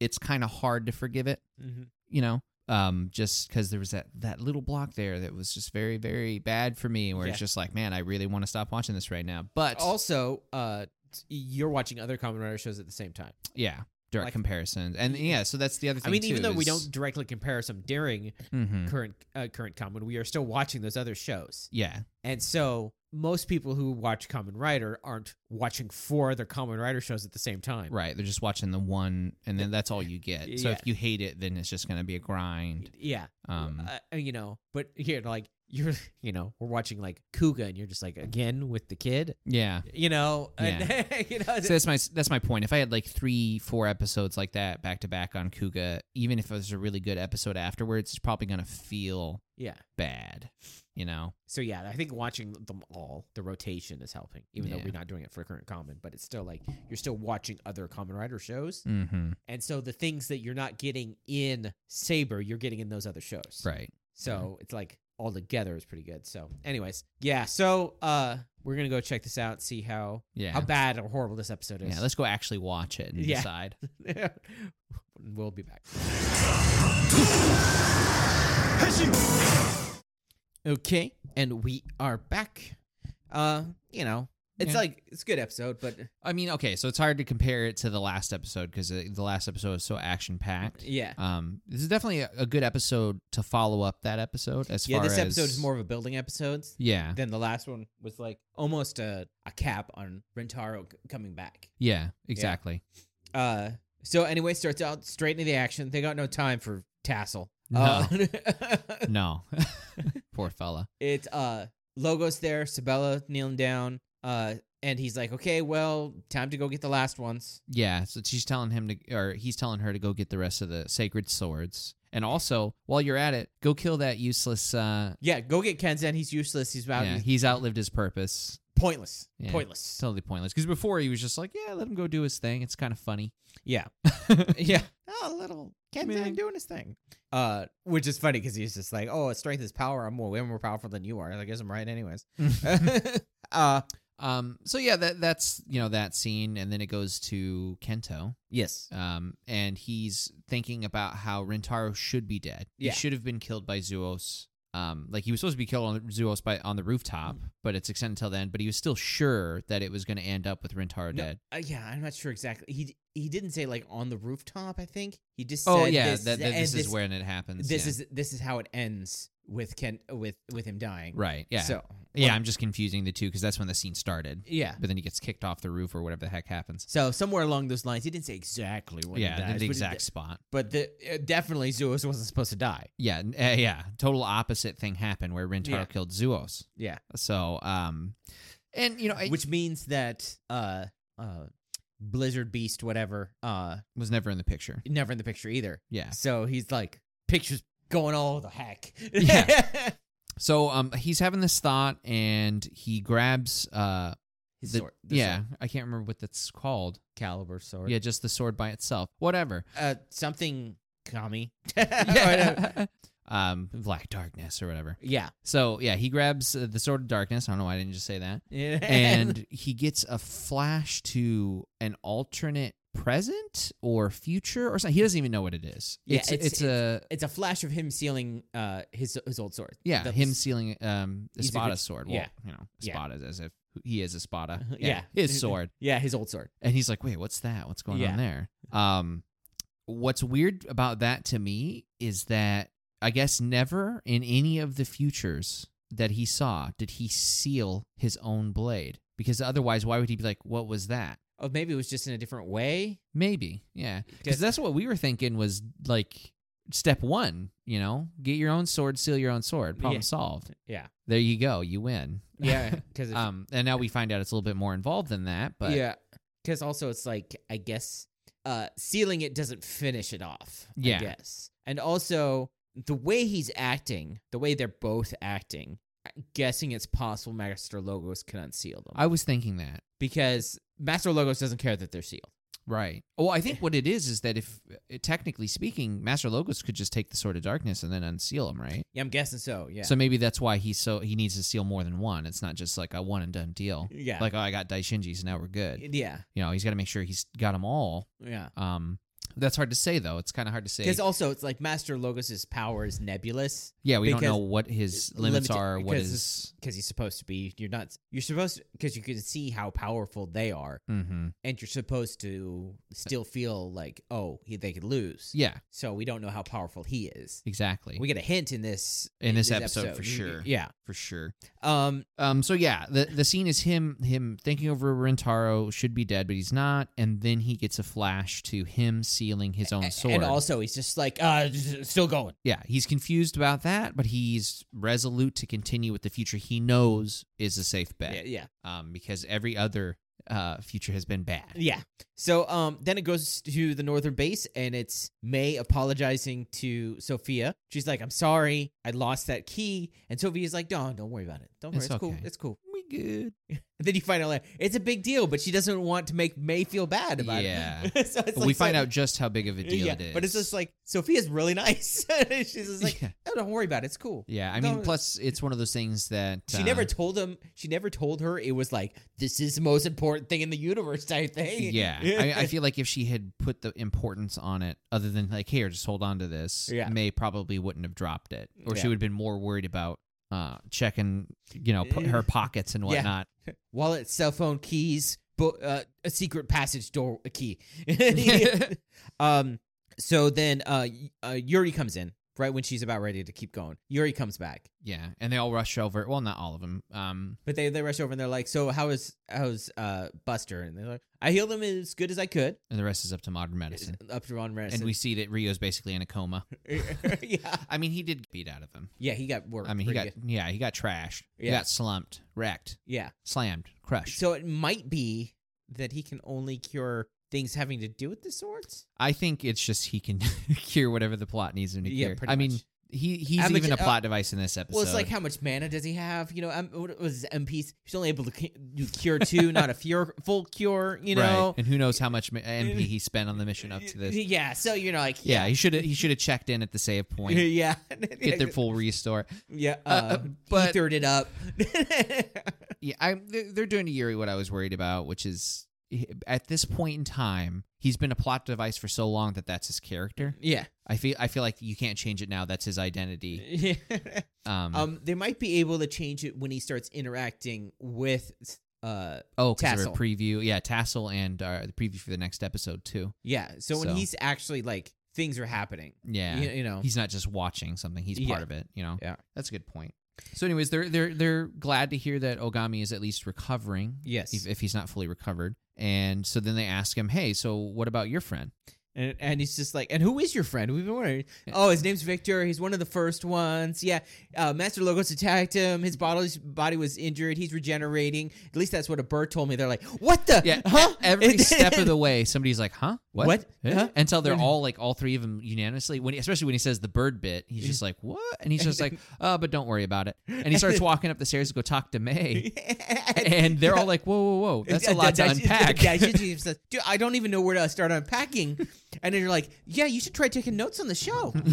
[SPEAKER 2] it's kind of hard to forgive it,
[SPEAKER 1] Mhm.
[SPEAKER 2] you know. Um, just because there was that that little block there that was just very very bad for me, where
[SPEAKER 1] Yeah.
[SPEAKER 2] it's just like, man, I really want to stop watching this right now. But
[SPEAKER 1] Also, uh, t- you're watching other Common Rider shows at the same time.
[SPEAKER 2] yeah, direct
[SPEAKER 1] like-
[SPEAKER 2] comparisons, and yeah, so that's the other thing.
[SPEAKER 1] I mean, even though we don't directly compare some during
[SPEAKER 2] hmm
[SPEAKER 1] current uh, current Common, we are still watching those other shows.
[SPEAKER 2] yeah,
[SPEAKER 1] And so most people who watch Common Rider aren't watching four other Common Rider shows at the same time.
[SPEAKER 2] Right. They're just watching the one, and then that's all you get. So
[SPEAKER 1] Yeah.
[SPEAKER 2] if you hate it, then it's just going to be a grind.
[SPEAKER 1] Yeah.
[SPEAKER 2] Um,
[SPEAKER 1] Uh, you know, but here, like, you're, you know, we're watching like Kuga and you're just like, again with the kid,
[SPEAKER 2] yeah.
[SPEAKER 1] you know? And, *laughs* you know
[SPEAKER 2] So that's my that's my point. If I had like three, four episodes like that back to back on Kuga, even if it was a really good episode afterwards, it's probably going to feel
[SPEAKER 1] yeah.
[SPEAKER 2] bad. You know.
[SPEAKER 1] So yeah, I think watching them all, the rotation is helping, even though
[SPEAKER 2] Yeah.
[SPEAKER 1] we're not doing it for current Common, but it's still like you're still watching other Common Rider shows.
[SPEAKER 2] Mm-hmm.
[SPEAKER 1] And so the things that you're not getting in Saber, you're getting in those other shows.
[SPEAKER 2] Right.
[SPEAKER 1] So
[SPEAKER 2] Mm-hmm.
[SPEAKER 1] it's like all together is pretty good. So, anyways, yeah. So uh, we're gonna go check this out, see how
[SPEAKER 2] Yeah.
[SPEAKER 1] how bad or horrible this episode is.
[SPEAKER 2] yeah. Let's go actually watch it
[SPEAKER 1] *laughs*
[SPEAKER 2] and
[SPEAKER 1] Yeah.
[SPEAKER 2] decide.
[SPEAKER 1] we'll be back. Okay, and we are back. Uh, you know, it's
[SPEAKER 2] Yeah.
[SPEAKER 1] like it's a good episode, but
[SPEAKER 2] I mean, okay. So it's hard to compare it to the last episode because the last episode was so action packed.
[SPEAKER 1] yeah,
[SPEAKER 2] Um, this is definitely a, a good episode to follow up that episode. As
[SPEAKER 1] yeah.
[SPEAKER 2] far
[SPEAKER 1] This
[SPEAKER 2] as,
[SPEAKER 1] episode is more of a building episode.
[SPEAKER 2] Yeah,
[SPEAKER 1] Then the last one was like almost a, a cap on Rentaro c- coming back.
[SPEAKER 2] yeah, exactly.
[SPEAKER 1] Uh, so anyway, starts out straight into the action. They got no time for tassel. *laughs*
[SPEAKER 2] No.
[SPEAKER 1] Uh,
[SPEAKER 2] *laughs*
[SPEAKER 1] *laughs*
[SPEAKER 2] No, poor fella.
[SPEAKER 1] it's uh logos there, Sabella kneeling down. Uh, and he's like, okay, well, time to go get the last ones.
[SPEAKER 2] Yeah, so she's telling him to, or he's telling her to go get the rest of the sacred swords, and also while you're at it, go kill that useless. Uh,
[SPEAKER 1] Yeah, go get Kenzen. He's useless. He's about
[SPEAKER 2] yeah, he's outlived his purpose.
[SPEAKER 1] pointless.
[SPEAKER 2] Yeah. It's
[SPEAKER 1] Pointless.
[SPEAKER 2] totally pointless. Because before he was just like, yeah, let him go do his thing. It's kind of funny.
[SPEAKER 1] Yeah, *laughs* yeah. Oh, little
[SPEAKER 2] Man.
[SPEAKER 1] Kenzen doing his thing. Uh, which is funny because he's just like, oh, strength is power. I'm more, way more powerful than you are. I guess I'm right, *laughs* anyways. uh,
[SPEAKER 2] um. So yeah, that that's you know that scene, and then it goes to Kento.
[SPEAKER 1] yes.
[SPEAKER 2] um, and he's thinking about how Rentaro should be dead.
[SPEAKER 1] Yeah.
[SPEAKER 2] He should have been killed by Zuos. Um, like he was supposed to be killed on Zuos by on the rooftop, but it's extended until then. But he was still sure that it was going to end up with Rentaro
[SPEAKER 1] No,
[SPEAKER 2] dead.
[SPEAKER 1] Uh, yeah, I'm not sure exactly. He he didn't say like on the rooftop. I think he just
[SPEAKER 2] Oh
[SPEAKER 1] said
[SPEAKER 2] yeah,
[SPEAKER 1] this,
[SPEAKER 2] that, that
[SPEAKER 1] and
[SPEAKER 2] this, is when it happens.
[SPEAKER 1] this
[SPEAKER 2] yeah.
[SPEAKER 1] is this is how it ends with Ken with with him dying.
[SPEAKER 2] right. Yeah,
[SPEAKER 1] So
[SPEAKER 2] yeah. I'm just confusing the two because that's when the scene started.
[SPEAKER 1] yeah.
[SPEAKER 2] But then he gets kicked off the roof or whatever the heck happens.
[SPEAKER 1] So somewhere along those lines, he didn't say exactly when. he
[SPEAKER 2] yeah, the-
[SPEAKER 1] dies,
[SPEAKER 2] the
[SPEAKER 1] but he
[SPEAKER 2] exact
[SPEAKER 1] di-
[SPEAKER 2] spot.
[SPEAKER 1] But the, uh, definitely Zeus wasn't supposed to die.
[SPEAKER 2] Yeah, n- uh, yeah. Total opposite thing happened where Rentaro
[SPEAKER 1] Yeah.
[SPEAKER 2] killed Zuos.
[SPEAKER 1] Yeah.
[SPEAKER 2] So, um, and you know, I
[SPEAKER 1] Which means that uh uh Blizzard Beast whatever uh
[SPEAKER 2] was never in the picture.
[SPEAKER 1] never in the picture either.
[SPEAKER 2] Yeah.
[SPEAKER 1] So he's like pictures going all the heck.
[SPEAKER 2] Yeah. So um, he's having this thought, and he grabs uh,
[SPEAKER 1] *laughs* His
[SPEAKER 2] The-
[SPEAKER 1] sword, the
[SPEAKER 2] yeah,
[SPEAKER 1] sword,
[SPEAKER 2] I can't remember what that's called.
[SPEAKER 1] caliber sword.
[SPEAKER 2] Yeah, just the sword by itself,
[SPEAKER 1] *laughs*
[SPEAKER 2] whatever.
[SPEAKER 1] Uh, something *laughs* kami. Oh,
[SPEAKER 2] Yeah, *laughs* um, black darkness or whatever.
[SPEAKER 1] yeah.
[SPEAKER 2] So yeah, he grabs uh, the sword of darkness. I don't know why I didn't just
[SPEAKER 1] *laughs*
[SPEAKER 2] say that. *laughs* And he gets a flash to an alternate present or future or something. He doesn't even know what it is.
[SPEAKER 1] Yeah,
[SPEAKER 2] it's,
[SPEAKER 1] it's-
[SPEAKER 2] it's a
[SPEAKER 1] it's a flash of him sealing uh his his old sword.
[SPEAKER 2] Yeah,
[SPEAKER 1] The-
[SPEAKER 2] him sealing um
[SPEAKER 1] He's a
[SPEAKER 2] Espada
[SPEAKER 1] good-
[SPEAKER 2] sword. Well,
[SPEAKER 1] yeah.
[SPEAKER 2] you know,
[SPEAKER 1] Yeah. Uh-huh.
[SPEAKER 2] Espada as if he is Espada.
[SPEAKER 1] Yeah.
[SPEAKER 2] his sword.
[SPEAKER 1] Yeah, his old sword.
[SPEAKER 2] And he's like, "Wait, what's that? What's going
[SPEAKER 1] Yeah.
[SPEAKER 2] on there?" Um, what's weird about that to me is that I guess never in any of the futures that he saw did he seal his own blade because otherwise, why would he be like, "What was that?"
[SPEAKER 1] Oh, maybe it was just in a different way.
[SPEAKER 2] Maybe, yeah, because
[SPEAKER 1] Guess-
[SPEAKER 2] that's what we were thinking was like step one. You know, get your own sword, seal your own sword. Problem
[SPEAKER 1] Yeah.
[SPEAKER 2] solved.
[SPEAKER 1] Yeah.
[SPEAKER 2] There you go. You win.
[SPEAKER 1] *laughs* Yeah. Because
[SPEAKER 2] um, and now we find out it's a little bit more involved than that, but
[SPEAKER 1] yeah, because also it's like I guess uh sealing it doesn't finish it off.
[SPEAKER 2] Yeah.
[SPEAKER 1] I guess, and also the way he's acting, the way they're both acting, I'm guessing it's possible Master Logos can unseal them
[SPEAKER 2] I was thinking that.
[SPEAKER 1] because Master Logos doesn't care that they're sealed.
[SPEAKER 2] Right. Well,
[SPEAKER 1] *laughs*
[SPEAKER 2] I think what it is is that if eh, technically speaking, Master Logos could just take the Sword of Darkness and then unseal them, right?
[SPEAKER 1] Yeah, I'm guessing so. Yeah.
[SPEAKER 2] So maybe that's why he's so he needs to seal more than one. It's not just like a one and done deal.
[SPEAKER 1] yeah.
[SPEAKER 2] Like oh, I got Daishinji, so now we're good.
[SPEAKER 1] yeah.
[SPEAKER 2] You know, he's got to make sure he's got them all.
[SPEAKER 1] Yeah.
[SPEAKER 2] Um, that's hard to say though. It's kind of hard to say.
[SPEAKER 1] Because also it's like Master Logos's power is nebulous
[SPEAKER 2] Yeah, we don't
[SPEAKER 1] because-
[SPEAKER 2] know what his limits
[SPEAKER 1] Limited-
[SPEAKER 2] are. What
[SPEAKER 1] because
[SPEAKER 2] is?
[SPEAKER 1] because he's supposed to be. You're not. You're supposed because you can see how powerful they are.
[SPEAKER 2] Mm-hmm.
[SPEAKER 1] and you're supposed to still feel like oh he, they could lose
[SPEAKER 2] Yeah,
[SPEAKER 1] so we don't know how powerful he is
[SPEAKER 2] exactly.
[SPEAKER 1] we get a hint in this
[SPEAKER 2] In this episode, for sure.
[SPEAKER 1] yeah
[SPEAKER 2] For sure.
[SPEAKER 1] um
[SPEAKER 2] Um, so yeah, the the scene is him him thinking over Rentaro should be dead, but he's not, and then he gets a flash to him sealing his own sword.
[SPEAKER 1] and also he's just like uh still going
[SPEAKER 2] yeah, he's confused about that, but he's resolute to continue with the future he knows is a safe
[SPEAKER 1] yeah
[SPEAKER 2] bet.
[SPEAKER 1] yeah
[SPEAKER 2] Um, because every other uh future has been bad.
[SPEAKER 1] yeah so um then it goes to the northern base and it's may apologizing to sophia she's like i'm sorry i lost that key and sophia's like no don't worry about it don't worry
[SPEAKER 2] It's
[SPEAKER 1] it's, cool
[SPEAKER 2] okay."
[SPEAKER 1] it's cool
[SPEAKER 2] We good.
[SPEAKER 1] and then you find out like, it's a big deal but she doesn't want to make may feel bad about
[SPEAKER 2] Yeah.
[SPEAKER 1] it *laughs* so it's
[SPEAKER 2] we
[SPEAKER 1] like-
[SPEAKER 2] find
[SPEAKER 1] so-
[SPEAKER 2] out just how big of a deal it is.
[SPEAKER 1] But it's just like Sophia's really nice. *laughs* She's
[SPEAKER 2] *laughs*
[SPEAKER 1] just like,
[SPEAKER 2] yeah.
[SPEAKER 1] oh, don't worry about it. It's cool.
[SPEAKER 2] Yeah, I mean,
[SPEAKER 1] No.
[SPEAKER 2] plus it's one of those things that
[SPEAKER 1] She
[SPEAKER 2] uh,
[SPEAKER 1] never told him. She never told her it was like this is the most important thing in the universe type thing. *laughs*
[SPEAKER 2] Yeah, I, I feel like if she had put the importance on it, other than like here, just hold on to this,
[SPEAKER 1] Yeah.
[SPEAKER 2] May probably wouldn't have dropped it, or she
[SPEAKER 1] Yeah.
[SPEAKER 2] would have been more worried about uh, checking, you know,
[SPEAKER 1] *laughs*
[SPEAKER 2] po- her pockets and
[SPEAKER 1] Yeah.
[SPEAKER 2] whatnot.
[SPEAKER 1] Wallet, cell phone, keys, bo- uh, a secret passage door a
[SPEAKER 2] *laughs*
[SPEAKER 1] key. *laughs* um. So then, uh, y- uh, Yuri comes in right when she's about ready to keep going. Yuri comes back,
[SPEAKER 2] Yeah. and they all rush over. Well, not all of them. Um,
[SPEAKER 1] but they they rush over and they're like, "So how is how's uh Buster?" And they're like, "I healed him as good as I could." Uh,
[SPEAKER 2] and the rest is up to modern medicine.
[SPEAKER 1] Up to Ron
[SPEAKER 2] And we see that Rio's basically in a coma.
[SPEAKER 1] *laughs* yeah.
[SPEAKER 2] I mean, he did get beat out of him.
[SPEAKER 1] Yeah, he got worked.
[SPEAKER 2] I mean, he
[SPEAKER 1] pretty
[SPEAKER 2] got
[SPEAKER 1] good.
[SPEAKER 2] yeah, he got trashed. He
[SPEAKER 1] Yeah.
[SPEAKER 2] got slumped, wrecked,
[SPEAKER 1] yeah.
[SPEAKER 2] slammed, crushed.
[SPEAKER 1] So it might be that he can only cure things having to do with the swords.
[SPEAKER 2] I think it's just he can *laughs* cure whatever the plot needs him to
[SPEAKER 1] Yeah,
[SPEAKER 2] cure.
[SPEAKER 1] pretty
[SPEAKER 2] I mean,
[SPEAKER 1] much.
[SPEAKER 2] he he's
[SPEAKER 1] I'm
[SPEAKER 2] even a
[SPEAKER 1] ex- uh,
[SPEAKER 2] plot device in this episode.
[SPEAKER 1] Well, it's like how much mana does he have? You know, um, what was his MP? He's only able to cu- do cure two, *laughs* not a fear, full cure. You know.
[SPEAKER 2] and who knows
[SPEAKER 1] *laughs*
[SPEAKER 2] how much ma- MP he spent on the mission up to this.
[SPEAKER 1] Yeah. So you're like.
[SPEAKER 2] Yeah, he should have he should have checked in at the save
[SPEAKER 1] *laughs*
[SPEAKER 2] point,
[SPEAKER 1] Yeah. *laughs*
[SPEAKER 2] get their full restore.
[SPEAKER 1] Yeah. Uh,
[SPEAKER 2] uh, but-
[SPEAKER 1] ethered it up. *laughs*
[SPEAKER 2] Yeah, I they're they're doing to Yuri what I was worried about, which is at this point in time, he's been a plot device for so long that that's his character.
[SPEAKER 1] yeah.
[SPEAKER 2] I feel I feel like you can't change it now. That's his identity.
[SPEAKER 1] *laughs*
[SPEAKER 2] Um,
[SPEAKER 1] um, they might be able to change it when he starts interacting with. Uh,
[SPEAKER 2] oh, because of a
[SPEAKER 1] Tassel.
[SPEAKER 2] preview, yeah, Tassel and uh, the preview for the next episode too.
[SPEAKER 1] yeah. So when
[SPEAKER 2] So-
[SPEAKER 1] he's actually like things are happening.
[SPEAKER 2] Yeah,
[SPEAKER 1] You, you know.
[SPEAKER 2] he's not just watching something he's part
[SPEAKER 1] Yeah.
[SPEAKER 2] of it you know
[SPEAKER 1] Yeah.
[SPEAKER 2] that's a good point so anyways they're they're they're glad to hear that ogami is at least recovering
[SPEAKER 1] Yes.
[SPEAKER 2] if, if he's not fully recovered and so then they ask him hey so what about
[SPEAKER 1] *laughs*
[SPEAKER 2] your friend
[SPEAKER 1] And, and he's just like, and who is your friend? We've been wondering.
[SPEAKER 2] Yeah.
[SPEAKER 1] Oh, his name's Victor. He's one of the first ones. Yeah. Uh, Master Logos attacked him. His body, his body was injured. He's regenerating. At least that's what a bird told me. They're like, what the?
[SPEAKER 2] yeah e-,
[SPEAKER 1] Huh? *laughs*
[SPEAKER 2] every step of the way somebody's like huh what,
[SPEAKER 1] What?
[SPEAKER 2] Huh?
[SPEAKER 1] Huh?
[SPEAKER 2] until they're all like all three of them unanimously when he- especially when he says the bird bit he's just like what and he's just like
[SPEAKER 1] *laughs*
[SPEAKER 2] uh but don't worry about it and he starts walking up the stairs to go talk to
[SPEAKER 1] *laughs*
[SPEAKER 2] may and they're all like whoa whoa whole that's a lot to unpack
[SPEAKER 1] Yeah,
[SPEAKER 2] *laughs*
[SPEAKER 1] she- she says, Dude, I don't even know where to start unpacking. And then you're like, yeah, you should try taking notes on the
[SPEAKER 2] *laughs*
[SPEAKER 1] show. *laughs*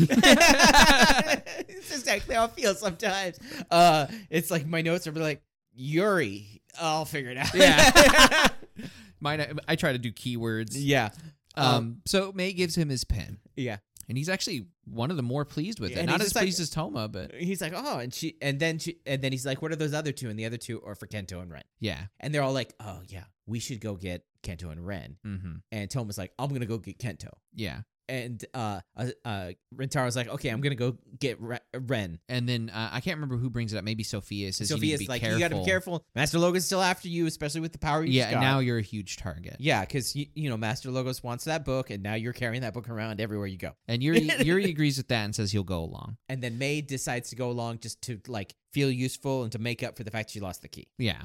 [SPEAKER 1] it's exactly how I feel sometimes. Uh, it's like my notes are like, Yuri, I'll figure it out. *laughs*
[SPEAKER 2] Yeah. *laughs* Mine, I, I try to do keywords.
[SPEAKER 1] yeah.
[SPEAKER 2] Um,
[SPEAKER 1] Um,
[SPEAKER 2] so May gives him his pen,
[SPEAKER 1] Yeah.
[SPEAKER 2] and he's actually one of the more pleased with
[SPEAKER 1] Yeah,
[SPEAKER 2] it.
[SPEAKER 1] and
[SPEAKER 2] Not
[SPEAKER 1] he's
[SPEAKER 2] as
[SPEAKER 1] just like-
[SPEAKER 2] pleased as Toma, but
[SPEAKER 1] He's like, oh, and she, and then she, and then he's like, what are those other two? And the other two are for Kento and Ren.
[SPEAKER 2] yeah.
[SPEAKER 1] And they're all like, oh yeah, we should go get Kento and Ren.
[SPEAKER 2] hmm
[SPEAKER 1] And Toma's like, I'm gonna go get Kento.
[SPEAKER 2] Yeah.
[SPEAKER 1] And uh, uh, uh Rentaro's like, okay, I'm gonna go get Re- Ren.
[SPEAKER 2] And then uh, I can't remember who brings it up. Maybe Sophia says you need to
[SPEAKER 1] Sophia's
[SPEAKER 2] be
[SPEAKER 1] like,
[SPEAKER 2] careful.
[SPEAKER 1] you gotta be careful. Master Logo's still after you, especially with the power you
[SPEAKER 2] Yeah,
[SPEAKER 1] just
[SPEAKER 2] and
[SPEAKER 1] got.
[SPEAKER 2] now you're a huge target.
[SPEAKER 1] yeah, because you, you know Master Logos wants that book, and now you're carrying that book around everywhere you go. *laughs*
[SPEAKER 2] And Yuri Yuri agrees with that and says he'll go along.
[SPEAKER 1] And then May decides to go along just to like feel useful and to make up for the fact she lost the key.
[SPEAKER 2] Yeah.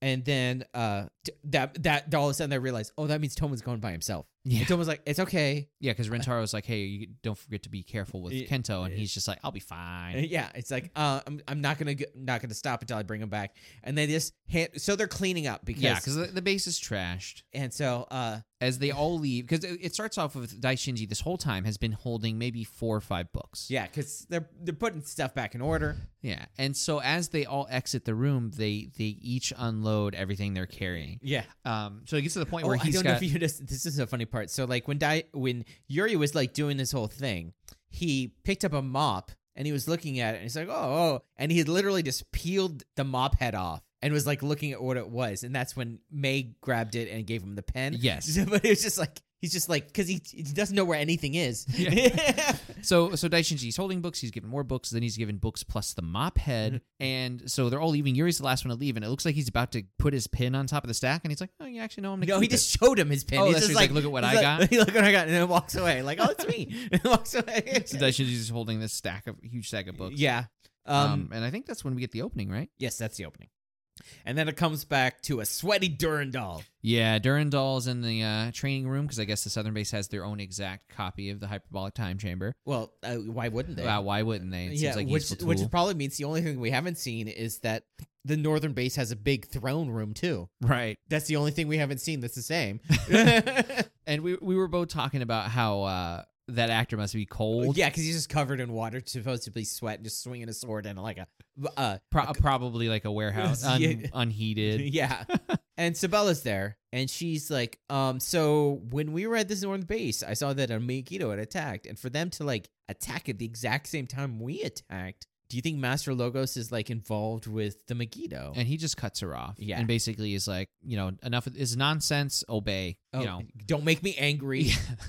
[SPEAKER 1] And then uh t- that that all of a sudden I realized, oh, that means Toma's going by himself.
[SPEAKER 2] Yeah.
[SPEAKER 1] And Toma's like, it's okay.
[SPEAKER 2] Yeah, because Rentaro's like, hey, you don't forget to be careful with
[SPEAKER 1] Yeah.
[SPEAKER 2] Kento. And he's just like, I'll be fine.
[SPEAKER 1] Yeah, it's like uh, I'm I'm not gonna go, not gonna stop until I bring him back. And they just hand, so they're cleaning up because
[SPEAKER 2] Yeah, because the, the base is trashed.
[SPEAKER 1] and so uh
[SPEAKER 2] As they all leave, because it, it starts off with Daishinji this whole time has been holding maybe four or five books.
[SPEAKER 1] yeah, because they're they're putting stuff back in order.
[SPEAKER 2] Yeah. And so as they all exit the room, they they each unload everything they're carrying.
[SPEAKER 1] Yeah.
[SPEAKER 2] Um, so it gets to the point
[SPEAKER 1] Oh,
[SPEAKER 2] where
[SPEAKER 1] I
[SPEAKER 2] he's
[SPEAKER 1] don't know
[SPEAKER 2] got
[SPEAKER 1] if you noticed. This is a funny part. So like when Di- when Yuri was like doing this whole thing, he picked up a mop and he was looking at it and he's like, oh, oh, and he had literally just peeled the mop head off. And was like looking at what it was, and that's when May grabbed it and gave him the pen.
[SPEAKER 2] Yes.
[SPEAKER 1] *laughs* but it was just like he's just like because he, he doesn't know where anything is. *laughs*
[SPEAKER 2] so so Daishinji's holding books. He's given more books. Then he's given books plus the mop head.
[SPEAKER 1] Mm-hmm.
[SPEAKER 2] and so they're all leaving. Yuri's the last one to leave, and it looks like he's about to put his pin on top of the stack. And he's like, "Oh, you actually know I'm gonna."
[SPEAKER 1] No, he
[SPEAKER 2] keep it."
[SPEAKER 1] just showed him his pen.
[SPEAKER 2] Oh,
[SPEAKER 1] he's
[SPEAKER 2] that's
[SPEAKER 1] just
[SPEAKER 2] what he's like, "Look at what
[SPEAKER 1] he's *laughs*
[SPEAKER 2] I
[SPEAKER 1] like-
[SPEAKER 2] got."
[SPEAKER 1] Look what I got, and then walks away. Like, oh, it's
[SPEAKER 2] *laughs*
[SPEAKER 1] me. and walks away.
[SPEAKER 2] So Daishinji's just holding this stack of huge stack of books.
[SPEAKER 1] yeah.
[SPEAKER 2] Um,
[SPEAKER 1] Um,
[SPEAKER 2] and I think that's when we get the opening, right?
[SPEAKER 1] Yes, that's the opening. And then it comes back to a sweaty Durandal.
[SPEAKER 2] Yeah, Durandal's in the uh, training room because I guess the Southern Base has their own exact copy of the hyperbolic time chamber.
[SPEAKER 1] Well, uh, why wouldn't they?
[SPEAKER 2] Wow, why wouldn't they? It
[SPEAKER 1] yeah,
[SPEAKER 2] seems like a
[SPEAKER 1] which
[SPEAKER 2] useful
[SPEAKER 1] which
[SPEAKER 2] tool.
[SPEAKER 1] probably means the only thing we haven't seen is that the northern base has a big throne room too.
[SPEAKER 2] right.
[SPEAKER 1] That's the only thing we haven't seen that's the
[SPEAKER 2] *laughs*
[SPEAKER 1] same. *laughs*
[SPEAKER 2] And we we were both talking about how uh, that actor must be cold.
[SPEAKER 1] yeah, because he's just covered in water, supposedly sweat, and just swinging a sword and like a uh,
[SPEAKER 2] Pro- probably like a warehouse,
[SPEAKER 1] *laughs*
[SPEAKER 2] un-
[SPEAKER 1] Yeah.
[SPEAKER 2] unheated.
[SPEAKER 1] *laughs* Yeah. and Sabella's there, and she's like, um, so when we were at this northern base, I saw that a Megiddo had attacked, and for them to like attack at the exact same time we attacked, do you think Master Logos is like involved with the Megiddo?
[SPEAKER 2] And he just cuts her off.
[SPEAKER 1] Yeah.
[SPEAKER 2] And basically is like, you know, enough of is nonsense, obey.
[SPEAKER 1] Oh,
[SPEAKER 2] You know.
[SPEAKER 1] don't make me angry.
[SPEAKER 2] Yeah. *laughs*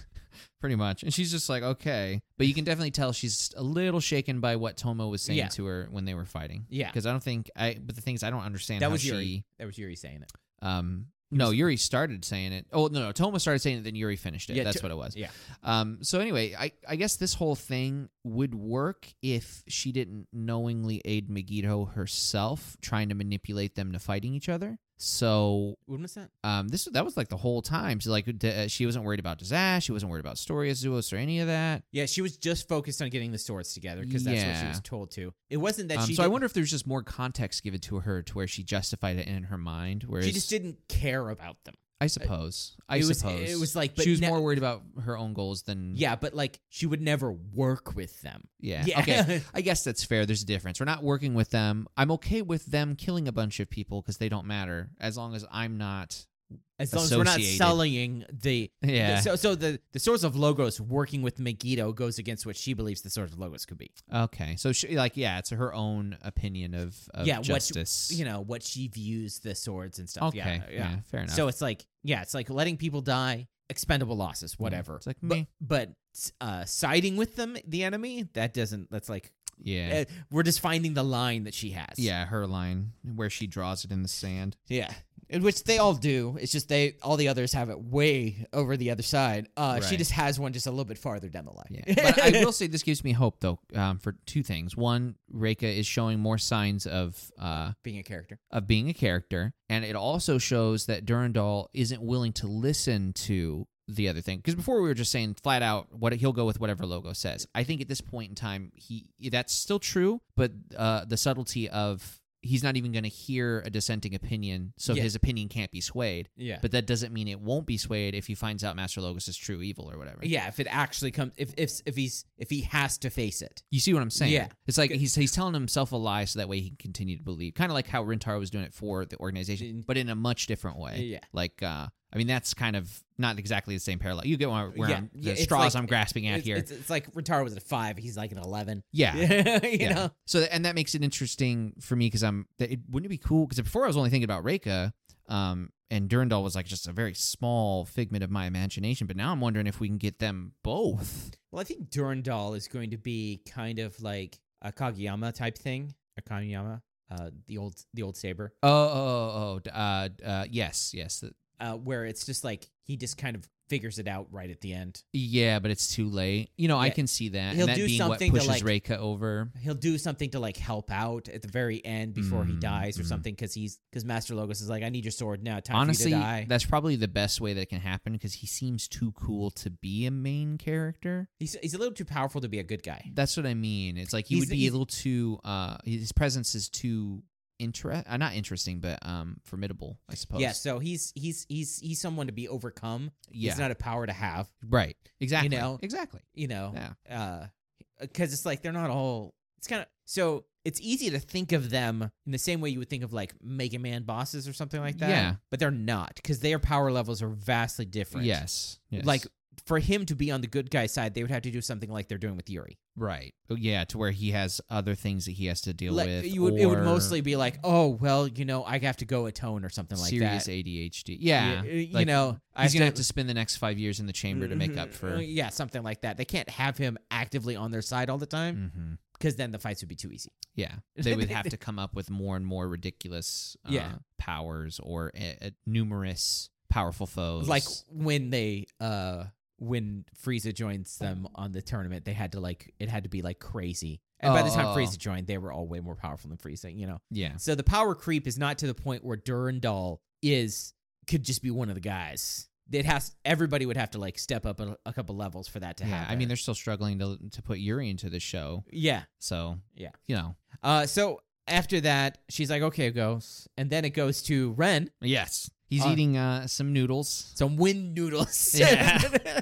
[SPEAKER 2] Pretty much. And she's just like, okay. But you can definitely tell she's a little shaken by what Tomo was saying
[SPEAKER 1] Yeah.
[SPEAKER 2] to her when they were fighting.
[SPEAKER 1] Yeah,
[SPEAKER 2] Because I don't think I but the thing is I don't understand
[SPEAKER 1] That
[SPEAKER 2] how
[SPEAKER 1] was
[SPEAKER 2] she
[SPEAKER 1] Yuri. that was Yuri saying it.
[SPEAKER 2] um no, Yuri started saying it. Oh no, no, Toma started saying it, then Yuri finished it.
[SPEAKER 1] Yeah,
[SPEAKER 2] That's
[SPEAKER 1] to-
[SPEAKER 2] what it was.
[SPEAKER 1] yeah.
[SPEAKER 2] Um. So anyway, I I guess this whole thing would work if she didn't knowingly aid Megiddo herself, trying to manipulate them to fighting each other. So
[SPEAKER 1] When was that?
[SPEAKER 2] um, this that was like the whole time. So like d- uh, she wasn't worried about Disash, she wasn't worried about Storia Zuos or any of that.
[SPEAKER 1] Yeah, she was just focused on getting the swords together because that's what she
[SPEAKER 2] Yeah.
[SPEAKER 1] was told to. It wasn't that
[SPEAKER 2] Um,
[SPEAKER 1] she.
[SPEAKER 2] so I
[SPEAKER 1] didn't-
[SPEAKER 2] wonder if there's just more context given to her to where she justified it in her mind. Whereas
[SPEAKER 1] She just didn't care about them.
[SPEAKER 2] I suppose, I
[SPEAKER 1] it was,
[SPEAKER 2] suppose
[SPEAKER 1] It was like, but
[SPEAKER 2] she was
[SPEAKER 1] ne-
[SPEAKER 2] more worried about her own goals than
[SPEAKER 1] Yeah, but like she would never work with them.
[SPEAKER 2] yeah.
[SPEAKER 1] Yeah. *laughs*
[SPEAKER 2] Okay, I guess that's fair. There's a difference. We're not working with them. I'm okay with them killing a bunch of people because they don't matter as long as I'm not. *laughs*
[SPEAKER 1] as long as we're not
[SPEAKER 2] associated.
[SPEAKER 1] sullying the
[SPEAKER 2] Yeah.
[SPEAKER 1] So, so the the source of logos working with Megiddo goes against what she believes the source of logos could be.
[SPEAKER 2] Okay. So she like yeah, it's her own opinion of, of
[SPEAKER 1] Yeah, what-
[SPEAKER 2] justice.
[SPEAKER 1] You know what she views the swords and stuff.
[SPEAKER 2] Okay.
[SPEAKER 1] Yeah,
[SPEAKER 2] Yeah, Fair enough.
[SPEAKER 1] So it's like yeah, it's like letting people die, expendable losses, whatever.
[SPEAKER 2] It's like
[SPEAKER 1] but
[SPEAKER 2] meh.
[SPEAKER 1] but uh, siding with them, the enemy, that doesn't. That's like
[SPEAKER 2] yeah.
[SPEAKER 1] eh, we're just finding the line that she has.
[SPEAKER 2] Yeah, her line where she draws it in the sand.
[SPEAKER 1] Yeah. In which they all do. It's just they all the others have it way over the other side. Uh, She
[SPEAKER 2] Right.
[SPEAKER 1] just has one just a little bit farther down the line. *laughs*
[SPEAKER 2] Yeah, but I will say this gives me hope though um, for two things. One, Reika is showing more signs of uh,
[SPEAKER 1] being a character.
[SPEAKER 2] of being a character, and it also shows that Durandal isn't willing to listen to the other thing. Because before we were just saying flat out what he'll go with whatever logo says. I think at this point in time, he that's still true, but uh, the subtlety of he's not even going to hear a dissenting opinion, so
[SPEAKER 1] Yeah.
[SPEAKER 2] his opinion can't be swayed.
[SPEAKER 1] Yeah.
[SPEAKER 2] But that doesn't mean it won't be swayed if he finds out Master Logos is true evil or whatever.
[SPEAKER 1] Yeah, if it actually comes, if if if he's if he has to face it.
[SPEAKER 2] You see what I'm saying?
[SPEAKER 1] Yeah.
[SPEAKER 2] It's like he's he's telling himself a lie so that way he can continue to believe. Kind of like how Rentaro was doing it for the organization,
[SPEAKER 1] Mm.
[SPEAKER 2] but in a much different way.
[SPEAKER 1] Yeah.
[SPEAKER 2] Like uh I mean, that's kind of not exactly the same parallel. You get where, where
[SPEAKER 1] Yeah,
[SPEAKER 2] I'm,
[SPEAKER 1] yeah,
[SPEAKER 2] the
[SPEAKER 1] it's
[SPEAKER 2] straws
[SPEAKER 1] like-
[SPEAKER 2] I'm grasping at
[SPEAKER 1] it's,
[SPEAKER 2] here.
[SPEAKER 1] It's, it's like Retard was at a five. He's like an 11.
[SPEAKER 2] yeah. *laughs*
[SPEAKER 1] *laughs* you
[SPEAKER 2] yeah.
[SPEAKER 1] know?
[SPEAKER 2] So th- and that makes it interesting for me because I'm. That it, wouldn't it be cool? Because before I was only thinking about Reika, um, and Durandal was like just a very small figment of my imagination. But now I'm wondering if we can get them both.
[SPEAKER 1] Well, I think Durandal is going to be kind of like a Kageyama type thing. A Kageyama, uh, the old the old saber,
[SPEAKER 2] Oh, oh, oh, d- uh, d- uh, yes, yes. th-
[SPEAKER 1] uh, where it's just like he just kind of figures it out right at the end.
[SPEAKER 2] Yeah, but it's too late. You know, I
[SPEAKER 1] Yeah.
[SPEAKER 2] can see that.
[SPEAKER 1] He'll
[SPEAKER 2] and that
[SPEAKER 1] do
[SPEAKER 2] being what
[SPEAKER 1] something to, like-
[SPEAKER 2] pushes Reika over.
[SPEAKER 1] he'll do something to like help out at the very end before he
[SPEAKER 2] Mm,
[SPEAKER 1] dies or
[SPEAKER 2] mm.
[SPEAKER 1] something because he's because Master Logos is like, I need your sword now. Time
[SPEAKER 2] Honestly,
[SPEAKER 1] for you to die.
[SPEAKER 2] that's probably the best way that it can happen because he seems too cool to be a main character.
[SPEAKER 1] he's he's a little too powerful to be a good guy.
[SPEAKER 2] That's what I mean. It's like he
[SPEAKER 1] He's-
[SPEAKER 2] would be
[SPEAKER 1] he's-
[SPEAKER 2] a little too. Uh, his presence is too inter uh, not interesting, but um, formidable. I suppose.
[SPEAKER 1] Yeah, so he's he's he's he's someone to be overcome.
[SPEAKER 2] Yeah.
[SPEAKER 1] He's not a power to have.
[SPEAKER 2] right. Exactly.
[SPEAKER 1] know?
[SPEAKER 2] Exactly.
[SPEAKER 1] You know,
[SPEAKER 2] Yeah.
[SPEAKER 1] because it's like they're not all. It's kind of so it's easy to think of them in the same way you would think of like Mega Man bosses or something like that.
[SPEAKER 2] Yeah.
[SPEAKER 1] but they're not because their power levels are vastly different.
[SPEAKER 2] Yes. Yes.
[SPEAKER 1] like for him to be on the good guy side, they would have to do something like they're doing with Yuri.
[SPEAKER 2] right. Oh, Yeah. To where he has other things that he has to deal
[SPEAKER 1] like,
[SPEAKER 2] with.
[SPEAKER 1] You would, it would
[SPEAKER 2] or-
[SPEAKER 1] mostly be like, oh well, you know, I have to go atone or something like
[SPEAKER 2] serious
[SPEAKER 1] that.
[SPEAKER 2] ADHD. Yeah,
[SPEAKER 1] Y- you
[SPEAKER 2] like,
[SPEAKER 1] know, I Oh,
[SPEAKER 2] he's gonna have to spend the next five years in the chamber to make up for.
[SPEAKER 1] Mm-hmm. Uh, yeah, something like that. They can't have him actively on their side all the time
[SPEAKER 2] hmm
[SPEAKER 1] because then the fights would be too easy. *laughs*
[SPEAKER 2] Yeah, they would have to come up with more and more ridiculous uh,
[SPEAKER 1] Yeah.
[SPEAKER 2] powers or uh, uh, numerous powerful foes.
[SPEAKER 1] Like when they, uh, when Frieza joins them on the tournament, they had to like it had to be like crazy. And by the time
[SPEAKER 2] Oh.
[SPEAKER 1] Frieza joined, they were all way more powerful than Frieza. You know,
[SPEAKER 2] yeah,
[SPEAKER 1] so the power creep is not to the point where Durandal is could just be one of the guys. It has everybody would have to like step up a, a couple levels for that to
[SPEAKER 2] yeah.
[SPEAKER 1] happen.
[SPEAKER 2] I mean, they're still struggling to to put Yuri into the show,
[SPEAKER 1] yeah,
[SPEAKER 2] so
[SPEAKER 1] Yeah.
[SPEAKER 2] you know,
[SPEAKER 1] Uh, so after that, she's like, okay, goes. And then it goes to Ren,
[SPEAKER 2] yes, he's
[SPEAKER 1] Uh,
[SPEAKER 2] eating uh, some noodles,
[SPEAKER 1] some wind noodles.
[SPEAKER 2] *laughs* Yeah.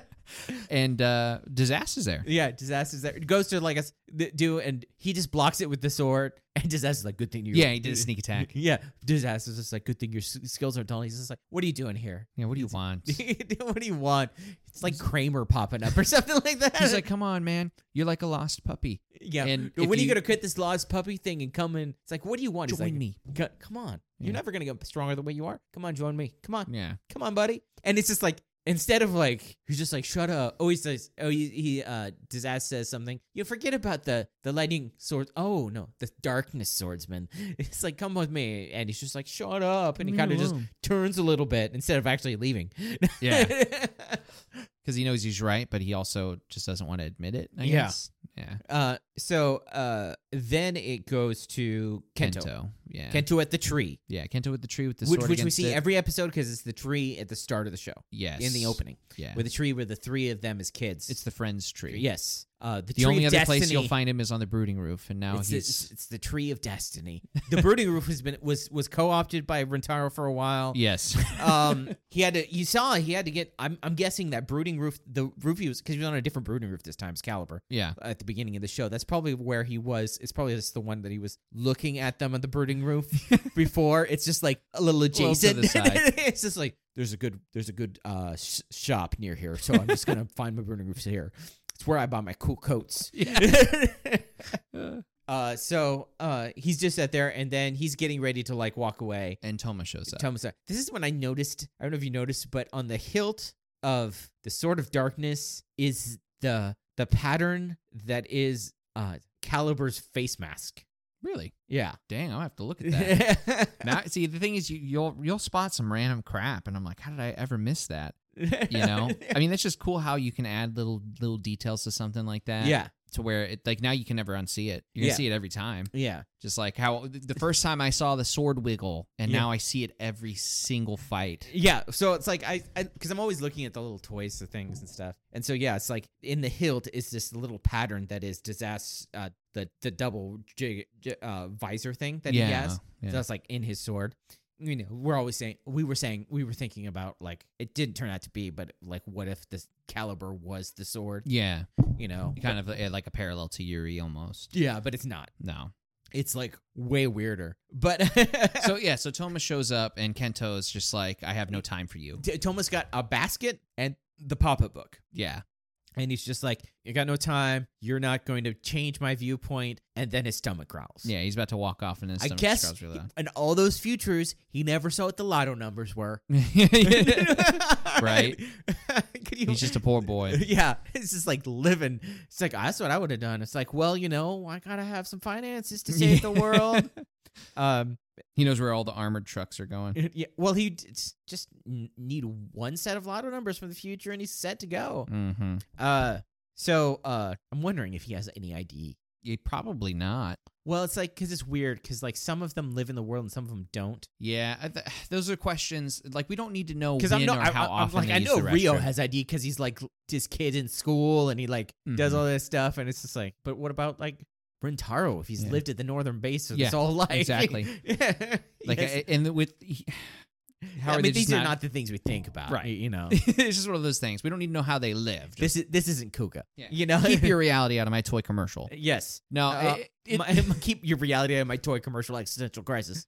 [SPEAKER 2] and uh, disaster's there.
[SPEAKER 1] yeah, disaster's there. It goes to like a s- th- do, and he just blocks it with the sword. And disaster's like, good thing you.
[SPEAKER 2] Yeah, he did a
[SPEAKER 1] *laughs*
[SPEAKER 2] sneak attack.
[SPEAKER 1] Yeah, disaster's just like, good thing your s- skills are dull. He's just like, what are you doing here? *laughs*
[SPEAKER 2] Yeah, what do you want?
[SPEAKER 1] what do you want? It's like Kramer popping up or *laughs* something like that.
[SPEAKER 2] He's like, come on, man, you're like a lost puppy.
[SPEAKER 1] yeah.
[SPEAKER 2] and
[SPEAKER 1] when
[SPEAKER 2] if
[SPEAKER 1] are you
[SPEAKER 2] you-
[SPEAKER 1] gonna quit this lost puppy thing and come in? It's like, what do you want? He's
[SPEAKER 2] Join
[SPEAKER 1] like, *laughs*
[SPEAKER 2] me.
[SPEAKER 1] "C- Come on, you're
[SPEAKER 2] Yeah.
[SPEAKER 1] never gonna get stronger the way you are. Come on, join me. Come on.
[SPEAKER 2] Yeah,
[SPEAKER 1] come on, buddy. And it's just like instead of like he's just like shut up. Oh, he says oh he, he uh disaster says something. You forget about the the lightning sword. Oh no, the darkness swordsman. *laughs* It's like come with me, and he's just like shut up, and he
[SPEAKER 2] Leave
[SPEAKER 1] kind
[SPEAKER 2] me
[SPEAKER 1] of just
[SPEAKER 2] alone.
[SPEAKER 1] turns a little bit instead of actually leaving. *laughs*
[SPEAKER 2] yeah. because he knows he's right, but he also just doesn't want to admit it. I
[SPEAKER 1] Yeah.
[SPEAKER 2] guess. yeah.
[SPEAKER 1] uh, so uh, then it goes to Kento. Kento.
[SPEAKER 2] yeah,
[SPEAKER 1] at the tree,
[SPEAKER 2] yeah. Kento with the tree with the
[SPEAKER 1] which,
[SPEAKER 2] sword
[SPEAKER 1] which we
[SPEAKER 2] against
[SPEAKER 1] see
[SPEAKER 2] it.
[SPEAKER 1] every episode because it's the tree at the start of the show
[SPEAKER 2] yes
[SPEAKER 1] in the opening,
[SPEAKER 2] Yeah,
[SPEAKER 1] with the tree where the three of them as kids.
[SPEAKER 2] it's the friend's tree.
[SPEAKER 1] Yes. Uh, the
[SPEAKER 2] the
[SPEAKER 1] tree
[SPEAKER 2] only
[SPEAKER 1] of
[SPEAKER 2] other
[SPEAKER 1] destiny.
[SPEAKER 2] place you'll find him is on the brooding roof, and now
[SPEAKER 1] it's, the,
[SPEAKER 2] he's
[SPEAKER 1] it's the tree of destiny. The brooding roof has been was was co opted by Rentaro for a while. *laughs*
[SPEAKER 2] yes, *laughs*
[SPEAKER 1] Um, he had to. You saw he had to get. I'm I'm guessing that brooding roof. The roof he was because he was on a different brooding roof this time, Excalibur.
[SPEAKER 2] yeah,
[SPEAKER 1] At the beginning of the show, that's probably where he was. It's probably just the one that he was looking at them on the brooding
[SPEAKER 2] *laughs*
[SPEAKER 1] roof before. It's just like a little
[SPEAKER 2] to the
[SPEAKER 1] adjacent.
[SPEAKER 2] side.
[SPEAKER 1] *laughs* it's just like there's a good there's a good uh sh- shop near here, so I'm just
[SPEAKER 2] *laughs*
[SPEAKER 1] gonna find my brooding roofs here. It's where I buy my cool coats. *laughs* Uh, so uh, he's just out there, and then he's getting ready to like walk away.
[SPEAKER 2] and Toma shows up.
[SPEAKER 1] Thomas, this is when I noticed. I don't know if you noticed, but on the hilt of the sword of darkness is the the pattern that is uh Calibur's face mask.
[SPEAKER 2] really?
[SPEAKER 1] Yeah.
[SPEAKER 2] Dang, I'll have to look
[SPEAKER 1] *laughs*
[SPEAKER 2] at that.
[SPEAKER 1] you
[SPEAKER 2] now, see, the thing is, you, you'll you'll spot some random crap, and I'm like, how did I ever miss that?
[SPEAKER 1] *laughs*
[SPEAKER 2] You *laughs* know, I mean, that's just cool how you can add little little details to something like that.
[SPEAKER 1] Yeah.
[SPEAKER 2] to where it like now you can never unsee it. You're gonna
[SPEAKER 1] Yeah.
[SPEAKER 2] see it every time.
[SPEAKER 1] Yeah.
[SPEAKER 2] Just like how th- the first time I saw the sword wiggle, and
[SPEAKER 1] Yeah.
[SPEAKER 2] now I see it every single fight.
[SPEAKER 1] Yeah, so it's like I, I cuz I'm always looking at the little toys, the things and stuff. And so yeah, it's like in the hilt is this little pattern that is disaster uh the the double jig, j- uh visor thing that he has.
[SPEAKER 2] yeah.
[SPEAKER 1] That's like in his sword. You know, we're always saying we were saying we were thinking about like it didn't turn out to be, but like what if this caliber was the sword,
[SPEAKER 2] yeah,
[SPEAKER 1] you know?
[SPEAKER 2] eh, kind of uh, like a parallel to Yuri almost.
[SPEAKER 1] Yeah, but it's not.
[SPEAKER 2] No,
[SPEAKER 1] It's like way weirder. But *laughs*
[SPEAKER 2] so yeah, so Toma shows up and Kento is just like, I have no time for you.
[SPEAKER 1] T- Thomas got a basket and the pop up book.
[SPEAKER 2] Yeah.
[SPEAKER 1] And he's just like, You got no time. You're not going to change my viewpoint. And then his stomach growls.
[SPEAKER 2] Yeah, he's about to walk off and his
[SPEAKER 1] I
[SPEAKER 2] stomach
[SPEAKER 1] guess-
[SPEAKER 2] growls really
[SPEAKER 1] And all those futures, he never saw what the lotto numbers were.
[SPEAKER 2] loud.
[SPEAKER 1] *laughs*
[SPEAKER 2] *laughs* Right.
[SPEAKER 1] Could you,
[SPEAKER 2] he's just
[SPEAKER 1] *laughs*
[SPEAKER 2] a poor boy.
[SPEAKER 1] Yeah, it's just like living. It's like that's what I would have done. It's like, well, you know, I gotta have some finances to save the world. Um,
[SPEAKER 2] *laughs* He knows where all the armored trucks are going.
[SPEAKER 1] yeah. Well, he d- s- just n- need one set of lotto numbers from the future, and he's set to go.
[SPEAKER 2] Mm-hmm.
[SPEAKER 1] Uh, so uh, I'm wondering if he has any ID.
[SPEAKER 2] Yeah, probably not.
[SPEAKER 1] Well, it's like because it's weird because like some of them live in the world and some of them don't.
[SPEAKER 2] Yeah, I th- *sighs* those are questions. Like we don't need to know
[SPEAKER 1] Because
[SPEAKER 2] when
[SPEAKER 1] I'm not.
[SPEAKER 2] or
[SPEAKER 1] I,
[SPEAKER 2] how
[SPEAKER 1] I- I'm
[SPEAKER 2] often.
[SPEAKER 1] like
[SPEAKER 2] they
[SPEAKER 1] I
[SPEAKER 2] use
[SPEAKER 1] know
[SPEAKER 2] the
[SPEAKER 1] Rio
[SPEAKER 2] restroom.
[SPEAKER 1] has ID because he's like l- his kid in school and he like does
[SPEAKER 2] Mhm.
[SPEAKER 1] all this stuff and it's just like. But what about like Rentaro if he's
[SPEAKER 2] Yeah.
[SPEAKER 1] lived at the northern base of his
[SPEAKER 2] Yeah,
[SPEAKER 1] whole life?
[SPEAKER 2] exactly.
[SPEAKER 1] *laughs* yeah.
[SPEAKER 2] *laughs* *laughs*
[SPEAKER 1] *laughs*
[SPEAKER 2] like
[SPEAKER 1] Yes.
[SPEAKER 2] I- and with *sighs* he- how
[SPEAKER 1] I
[SPEAKER 2] are
[SPEAKER 1] mean,
[SPEAKER 2] they
[SPEAKER 1] these
[SPEAKER 2] just
[SPEAKER 1] are not the things we think about,
[SPEAKER 2] Right.
[SPEAKER 1] y- You know,
[SPEAKER 2] *laughs* it's just one of those things. We don't need to know how they live. Just
[SPEAKER 1] this is this isn't Kuka.
[SPEAKER 2] Yeah.
[SPEAKER 1] You know,
[SPEAKER 2] keep your reality out of my toy commercial.
[SPEAKER 1] *laughs* yes.
[SPEAKER 2] No,
[SPEAKER 1] Uh,
[SPEAKER 2] it- it- *laughs*
[SPEAKER 1] my, *laughs* keep your reality out of my toy commercial existential crisis.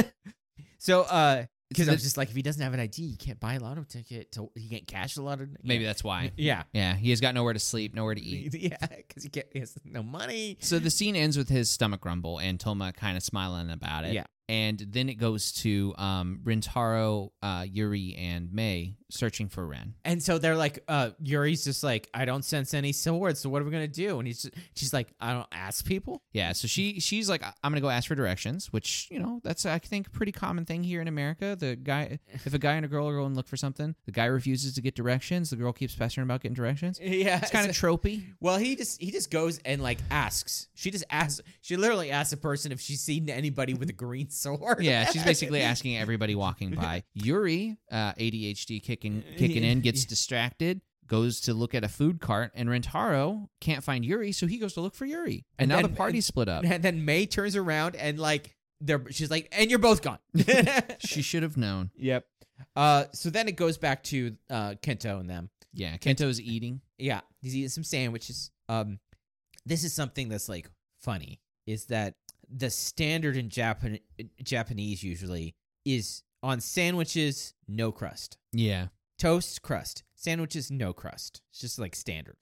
[SPEAKER 1] *laughs* so, uh, because I
[SPEAKER 2] the-
[SPEAKER 1] was just like, if he doesn't have an ID, he can't buy a lotto ticket. So he can't cash a lotto.
[SPEAKER 2] maybe that's why.
[SPEAKER 1] Yeah.
[SPEAKER 2] Yeah, he has got nowhere to sleep, nowhere to
[SPEAKER 1] Yeah, *laughs*
[SPEAKER 2] eat. *laughs*
[SPEAKER 1] because he can't. He has no money.
[SPEAKER 2] So the scene ends with his stomach rumble and Toma kind of smiling about it.
[SPEAKER 1] Yeah.
[SPEAKER 2] And then it goes to um, Rintaro, uh, Yuri, and May searching for Ren.
[SPEAKER 1] And so they're like, uh, Yuri's just like, I don't sense any sword. So what are we gonna do? And he's just, she's like, I don't ask
[SPEAKER 2] *laughs*
[SPEAKER 1] people.
[SPEAKER 2] Yeah, so she she's like, "I- I'm gonna go ask for directions, which you know that's I think a pretty common thing here in America. The guy, if a guy and a girl are going to look for something, the guy refuses to get directions. The girl keeps pestering about getting directions.
[SPEAKER 1] Yeah,
[SPEAKER 2] It's kind of tropey.
[SPEAKER 1] Well, he just he just goes and like asks. She just asks. She literally asks a person if she's seen anybody with a green *laughs* sword.
[SPEAKER 2] Yeah, she's
[SPEAKER 1] *laughs*
[SPEAKER 2] basically asking everybody walking by. Yuri, uh, ADHD kicking kicking
[SPEAKER 1] *laughs*
[SPEAKER 2] in, gets distracted, goes to look at a food cart, and Rentaro can't find Yuri, so he goes to look for Yuri.
[SPEAKER 1] And
[SPEAKER 2] And, now
[SPEAKER 1] then-
[SPEAKER 2] the party's
[SPEAKER 1] *laughs*
[SPEAKER 2] split up.
[SPEAKER 1] And then May turns around and like they're she's like, and you're both
[SPEAKER 2] *laughs*
[SPEAKER 1] gone. *laughs*
[SPEAKER 2] she should have known.
[SPEAKER 1] yep. Uh, so then it goes back to uh Kento and them.
[SPEAKER 2] Yeah, Kento's eating.
[SPEAKER 1] Yeah, he's eating some sandwiches. Um, this is something that's like funny is that the standard in Japan Japanese usually is on sandwiches no crust,
[SPEAKER 2] Yeah,
[SPEAKER 1] toast crust, sandwiches no crust. It's just like standard,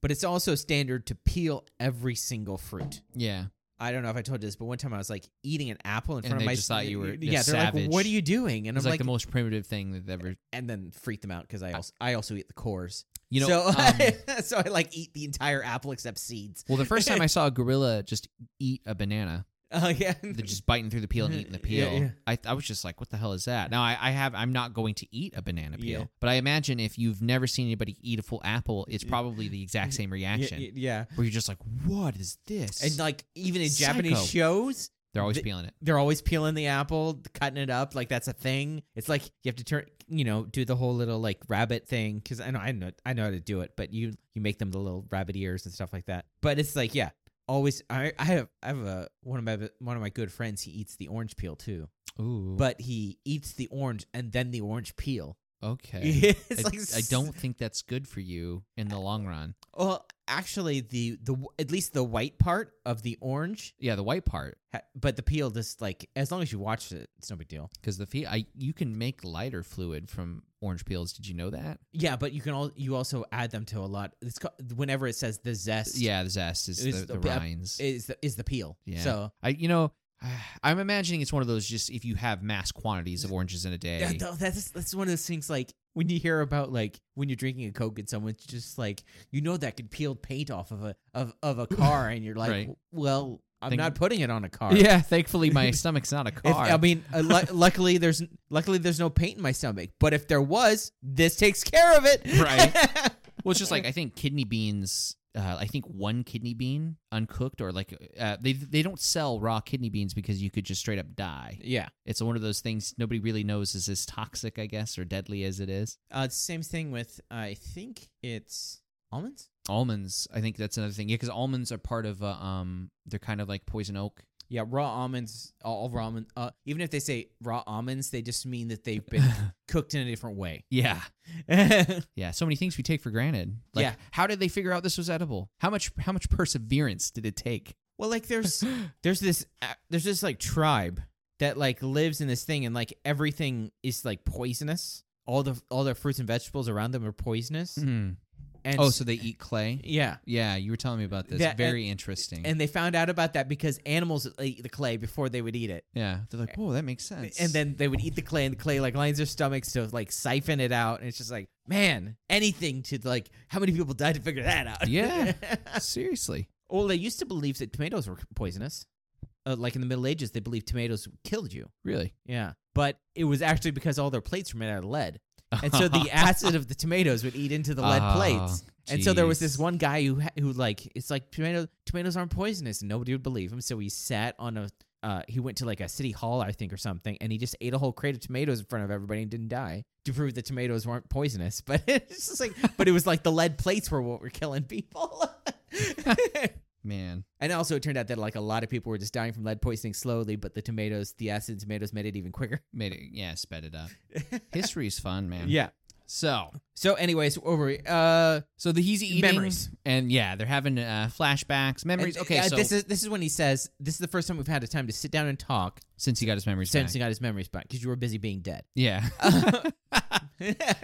[SPEAKER 1] but it's also standard to peel every single fruit.
[SPEAKER 2] yeah.
[SPEAKER 1] I don't know if I told you this, but one time I was like eating an apple in
[SPEAKER 2] And
[SPEAKER 1] front
[SPEAKER 2] they
[SPEAKER 1] of my.
[SPEAKER 2] just thought you were
[SPEAKER 1] yeah.
[SPEAKER 2] just
[SPEAKER 1] They're
[SPEAKER 2] savage.
[SPEAKER 1] like, "What are you doing?" And
[SPEAKER 2] It's
[SPEAKER 1] I'm
[SPEAKER 2] like,
[SPEAKER 1] like,
[SPEAKER 2] the most primitive thing that ever.
[SPEAKER 1] and then freaked them out because I also I also eat the cores.
[SPEAKER 2] You know.
[SPEAKER 1] so *laughs*
[SPEAKER 2] um,
[SPEAKER 1] so I like eat the entire apple except seeds. *laughs*
[SPEAKER 2] well, the first time I saw a gorilla just eat a banana,
[SPEAKER 1] Oh yeah,
[SPEAKER 2] they're just biting through the peel and eating the
[SPEAKER 1] Yeah,
[SPEAKER 2] peel.
[SPEAKER 1] yeah.
[SPEAKER 2] I, I was just like, what the hell is that? Now I, I have I'm not going to eat a banana peel,
[SPEAKER 1] Yeah.
[SPEAKER 2] but I imagine if you've never seen anybody eat a full apple, it's probably the exact same reaction
[SPEAKER 1] Yeah, yeah.
[SPEAKER 2] where you're just like, what is this?
[SPEAKER 1] and like even in
[SPEAKER 2] Psycho.
[SPEAKER 1] Japanese shows,
[SPEAKER 2] They're always
[SPEAKER 1] the-
[SPEAKER 2] peeling it.
[SPEAKER 1] they're always peeling the apple, cutting it up. Like that's a thing. It's like you have to turn, you know, do the whole little like rabbit thing. Because I know I know I know how to do it, but you you make them the little rabbit ears and stuff like that. But it's like yeah, always. I I have I have a one of my one of my good friends. He eats the orange peel too,
[SPEAKER 2] Ooh,
[SPEAKER 1] but he eats the orange and then the orange peel.
[SPEAKER 2] okay.
[SPEAKER 1] *laughs* It's
[SPEAKER 2] I,
[SPEAKER 1] like
[SPEAKER 2] I don't think that's good for you in the long run.
[SPEAKER 1] Well, actually, the the at least the white part of the orange,
[SPEAKER 2] Yeah, the white part
[SPEAKER 1] ha- but the peel just like as long as you watch it, it's no big deal.
[SPEAKER 2] because the fe- I you can make lighter fluid from orange peels. Did you know that?
[SPEAKER 1] Yeah, but you can all you also add them to a lot. It's ca- whenever it says the zest.
[SPEAKER 2] Yeah, the zest is
[SPEAKER 1] It's
[SPEAKER 2] the, the
[SPEAKER 1] the- yeah,
[SPEAKER 2] rinds.
[SPEAKER 1] is the, is the peel.
[SPEAKER 2] Yeah.
[SPEAKER 1] So
[SPEAKER 2] I you know *sighs* I'm imagining it's one of those just if you have mass quantities of oranges in a day.
[SPEAKER 1] yeah, th- that's that's one of those things like when you hear about like when you're drinking a coke and someone's just like you know that could peel paint off of a of of a car and you're like
[SPEAKER 2] Right.
[SPEAKER 1] well I'm
[SPEAKER 2] Think-
[SPEAKER 1] not putting it on a car.
[SPEAKER 2] Yeah, thankfully *laughs* my stomach's not a
[SPEAKER 1] If-
[SPEAKER 2] car.
[SPEAKER 1] I mean, uh,
[SPEAKER 2] *laughs*
[SPEAKER 1] lu- luckily there's luckily there's no paint in my stomach. But if there was, this takes care of it. *laughs*
[SPEAKER 2] Right. well, it's just *laughs* like I think kidney beans. Uh, I think one kidney bean uncooked or like uh, they they don't sell raw kidney beans because you could just straight up die.
[SPEAKER 1] yeah.
[SPEAKER 2] It's one of those things nobody really knows is as toxic, I guess, or deadly as it is.
[SPEAKER 1] Uh, it's the same thing with I think it's almonds.
[SPEAKER 2] Almonds, I think that's another thing. Yeah, because almonds are part of uh, um, they're kind of like poison oak.
[SPEAKER 1] Yeah, raw almonds. All raw almond. Uh, even if they say raw almonds, they just mean that they've
[SPEAKER 2] *laughs*
[SPEAKER 1] been cooked in a different way.
[SPEAKER 2] yeah,
[SPEAKER 1] yeah,
[SPEAKER 2] Yeah, so many things we take for granted. Like,
[SPEAKER 1] Yeah.
[SPEAKER 2] how did they figure out this was edible? How much how much perseverance did it take?
[SPEAKER 1] Well, like there's there's this uh, there's this like tribe that like lives in this thing, and like everything is like poisonous. All the all their fruits and vegetables around them are poisonous.
[SPEAKER 2] Mhm.
[SPEAKER 1] And
[SPEAKER 2] Oh,
[SPEAKER 1] s-
[SPEAKER 2] so they eat clay?
[SPEAKER 1] yeah.
[SPEAKER 2] Yeah, you were telling me about this.
[SPEAKER 1] That-
[SPEAKER 2] Very interesting.
[SPEAKER 1] And they found out about that because animals ate the clay before they would eat it,
[SPEAKER 2] yeah, they're like, whoa, that makes sense.
[SPEAKER 1] and then they would eat the clay, and the clay like lines their stomachs to like siphon it out. And it's just like, man, anything to like, how many people died to figure that out?
[SPEAKER 2] Yeah. Ah, seriously,
[SPEAKER 1] *laughs* well, they used to believe that tomatoes were poisonous. Uh, like in the Middle Ages, they believed tomatoes killed you.
[SPEAKER 2] really?
[SPEAKER 1] Yeah. But it was actually because all their plates were made out of lead. And so the acid of the tomatoes would eat into the lead
[SPEAKER 2] Oh,
[SPEAKER 1] plates. And so there was this
[SPEAKER 2] jeez.
[SPEAKER 1] one guy who ha- who like it's like tomato tomatoes aren't poisonous and nobody would believe him. So he sat on a uh, he went to like a city hall I think or something and he just ate a whole crate of tomatoes in front of everybody and didn't die to prove that tomatoes weren't poisonous. *laughs* But it's just like but it was like the lead plates were what were killing people. *laughs*
[SPEAKER 2] man.
[SPEAKER 1] and also it turned out that like a lot of people were just dying from lead poisoning slowly, but the tomatoes the acid in tomatoes made it even quicker.
[SPEAKER 2] Made it, yeah,
[SPEAKER 1] *laughs*
[SPEAKER 2] sped it up. History's fun, man.
[SPEAKER 1] yeah.
[SPEAKER 2] So,
[SPEAKER 1] So, anyways, over. Uh,
[SPEAKER 2] so the he's eating
[SPEAKER 1] Memories.
[SPEAKER 2] and yeah, they're having uh, flashbacks, memories.
[SPEAKER 1] and,
[SPEAKER 2] okay,
[SPEAKER 1] uh,
[SPEAKER 2] so
[SPEAKER 1] this is this is when he says, "This is the first time we've had a time to sit down and talk
[SPEAKER 2] since he got his memories
[SPEAKER 1] since
[SPEAKER 2] back.
[SPEAKER 1] he got his memories back because you were busy being *laughs* dead."
[SPEAKER 2] yeah,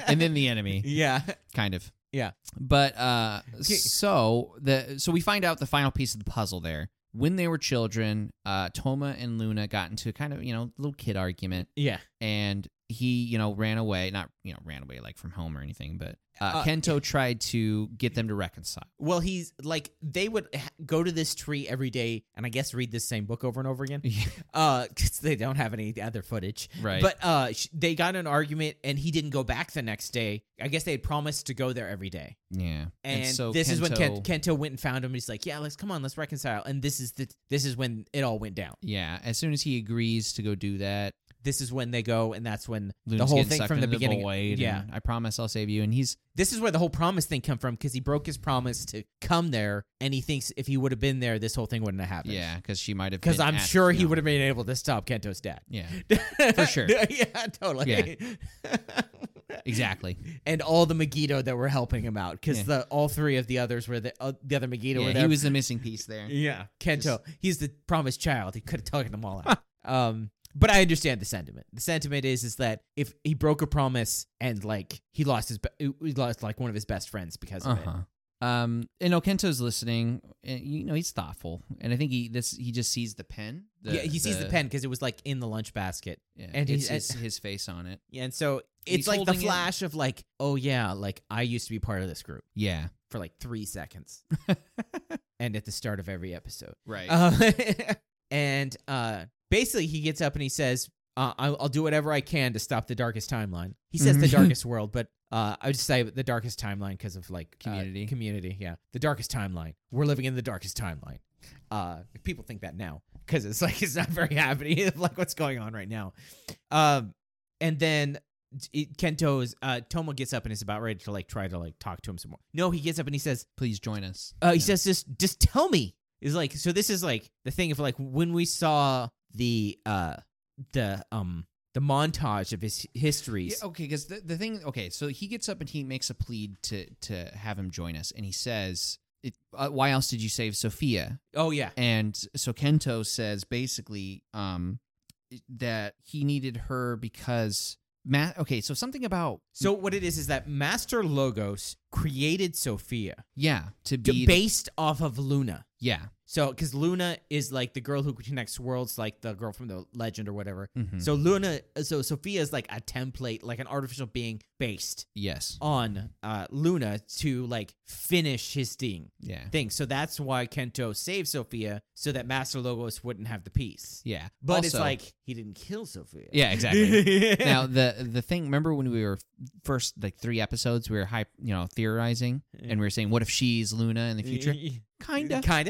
[SPEAKER 2] and then the enemy,
[SPEAKER 1] yeah,
[SPEAKER 2] kind of.
[SPEAKER 1] Yeah.
[SPEAKER 2] But uh,
[SPEAKER 1] Okay.
[SPEAKER 2] so the so we find out the final piece of the puzzle there. When they were children, uh, Toma and Luna got into kind of you know little kid argument,
[SPEAKER 1] yeah.
[SPEAKER 2] and he you know ran away. Not you know ran away like from home or anything, but uh,
[SPEAKER 1] Uh,
[SPEAKER 2] Kento tried to get them
[SPEAKER 1] *laughs*
[SPEAKER 2] to reconcile.
[SPEAKER 1] Well, he's like they would ha- go to this tree every day, and I guess read this same book over and over again. Uh, because they don't have any other footage.
[SPEAKER 2] *laughs* right.
[SPEAKER 1] But uh, sh- they got in an argument, and he didn't go back the next day. I guess they had promised to go there every day.
[SPEAKER 2] yeah,
[SPEAKER 1] And, this is when Ken- Kento went and found him. He's like, "Yeah, let's come on, let's reconcile." And this is the this is when it all went down.
[SPEAKER 2] Yeah, as soon as he agrees to go do that,
[SPEAKER 1] this is when they go and that's when
[SPEAKER 2] Luna's
[SPEAKER 1] the whole
[SPEAKER 2] getting
[SPEAKER 1] thing
[SPEAKER 2] sucked
[SPEAKER 1] from the
[SPEAKER 2] into
[SPEAKER 1] beginning
[SPEAKER 2] void,
[SPEAKER 1] yeah
[SPEAKER 2] and I promise I'll save you. And he's
[SPEAKER 1] this is where the whole promise thing come from because he broke his promise to come there and he thinks if he would have been there this whole thing wouldn't have happened
[SPEAKER 2] yeah, because she might have
[SPEAKER 1] because
[SPEAKER 2] been
[SPEAKER 1] i'm
[SPEAKER 2] at-
[SPEAKER 1] sure he
[SPEAKER 2] yeah.
[SPEAKER 1] would have been able to stop kento's dad
[SPEAKER 2] Yeah,
[SPEAKER 1] *laughs* for
[SPEAKER 2] sure.
[SPEAKER 1] yeah totally
[SPEAKER 2] exactly.
[SPEAKER 1] *laughs* and all the megiddo that were helping him out because
[SPEAKER 2] Yeah.
[SPEAKER 1] the all three of the others were the, uh, the other megiddo were
[SPEAKER 2] yeah,
[SPEAKER 1] there
[SPEAKER 2] he was the missing piece there.
[SPEAKER 1] yeah kento he's the promised child he could have taken them all
[SPEAKER 2] *laughs*
[SPEAKER 1] out um but i understand the sentiment the sentiment is is that if he broke a promise and like he lost his be- he lost like one of his best friends because of it
[SPEAKER 2] Uh-huh. Um, and Okento's listening. And, you know, he's thoughtful, and I think he this he just sees the pen. The,
[SPEAKER 1] yeah he sees the, pen because it was like in the lunch basket
[SPEAKER 2] yeah,
[SPEAKER 1] and
[SPEAKER 2] and
[SPEAKER 1] he's-
[SPEAKER 2] it's his, his face on it.
[SPEAKER 1] yeah and so
[SPEAKER 2] He's
[SPEAKER 1] it's like the
[SPEAKER 2] holding it.
[SPEAKER 1] flash of like oh yeah like i used to be part of this group
[SPEAKER 2] Yeah,
[SPEAKER 1] for like three
[SPEAKER 2] *laughs*
[SPEAKER 1] seconds and at the start of every episode
[SPEAKER 2] right.
[SPEAKER 1] Uh, *laughs* and uh, basically, he gets up and he says, uh, I'll, "I'll do whatever I can to stop the darkest timeline." He says the
[SPEAKER 2] Mhm. *laughs*
[SPEAKER 1] darkest world, but uh, I would just say the darkest timeline because of like uh,
[SPEAKER 2] Community.
[SPEAKER 1] community, yeah, the darkest timeline. We're living in the darkest timeline. Uh, people think that now because it's like it's not very *laughs* happening. of, like what's going on right now. Um, and then it, Kento's uh, Tomo gets up and is about ready to like try to like talk to him some more. No, he gets up and he says,
[SPEAKER 2] Please join us.
[SPEAKER 1] uh, he
[SPEAKER 2] Yeah.
[SPEAKER 1] says, "Just, just tell me." Is like, so this is like the thing of like when we saw the uh the um the montage of his histories.
[SPEAKER 2] Yeah, oh. okay, because the, the thing, okay, so he gets up and he makes a plea to to have him join us, and he says, it, uh, "Why else did you save Sophia?"
[SPEAKER 1] Oh yeah,
[SPEAKER 2] And so Kento says basically um, that he needed her because Ma- Okay, so something about
[SPEAKER 1] so what it is is that Master Logos created Sophia
[SPEAKER 2] yeah to
[SPEAKER 1] to-
[SPEAKER 2] be
[SPEAKER 1] based off of Luna.
[SPEAKER 2] yeah
[SPEAKER 1] So because Luna is like the girl who connects worlds, like the girl from the legend or whatever.
[SPEAKER 2] mhm,
[SPEAKER 1] So Luna, so Sophia is like a template, like an artificial being based
[SPEAKER 2] yes
[SPEAKER 1] on uh, Luna to like finish his thing.
[SPEAKER 2] yeah
[SPEAKER 1] thing. So that's why Kento saved Sophia so that Master Logos wouldn't have the piece.
[SPEAKER 2] yeah,
[SPEAKER 1] But it's
[SPEAKER 2] Also-
[SPEAKER 1] like *laughs* he didn't kill Sophia.
[SPEAKER 2] yeah exactly.
[SPEAKER 1] *laughs*
[SPEAKER 2] now the the thing remember when we were first like three episodes we were hype you know theorizing and we were saying what if she's Luna in the
[SPEAKER 1] *laughs*
[SPEAKER 2] future kinda
[SPEAKER 1] Kinda.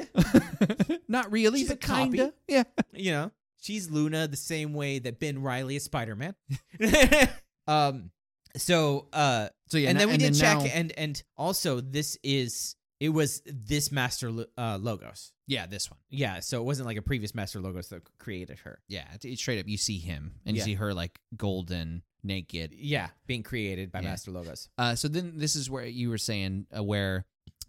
[SPEAKER 2] *laughs* Not really,
[SPEAKER 1] She's a
[SPEAKER 2] but kinda.
[SPEAKER 1] copy.
[SPEAKER 2] Yeah.
[SPEAKER 1] You know, she's Luna the same way that Ben Riley is Spider
[SPEAKER 2] *laughs*
[SPEAKER 1] Man. *laughs* um, so, uh,
[SPEAKER 2] So yeah,
[SPEAKER 1] and
[SPEAKER 2] no-
[SPEAKER 1] then we did check,
[SPEAKER 2] now-
[SPEAKER 1] and and also this is it was this Master Lo- uh, Logos.
[SPEAKER 2] yeah, this one.
[SPEAKER 1] Yeah, so it wasn't like a previous Master Logos that created her.
[SPEAKER 2] Yeah, it- it's straight up. You see him, and
[SPEAKER 1] Yeah.
[SPEAKER 2] you see her like golden, naked.
[SPEAKER 1] Yeah, being created by
[SPEAKER 2] Yeah.
[SPEAKER 1] Master Logos.
[SPEAKER 2] Uh, so then this is where you were saying uh, where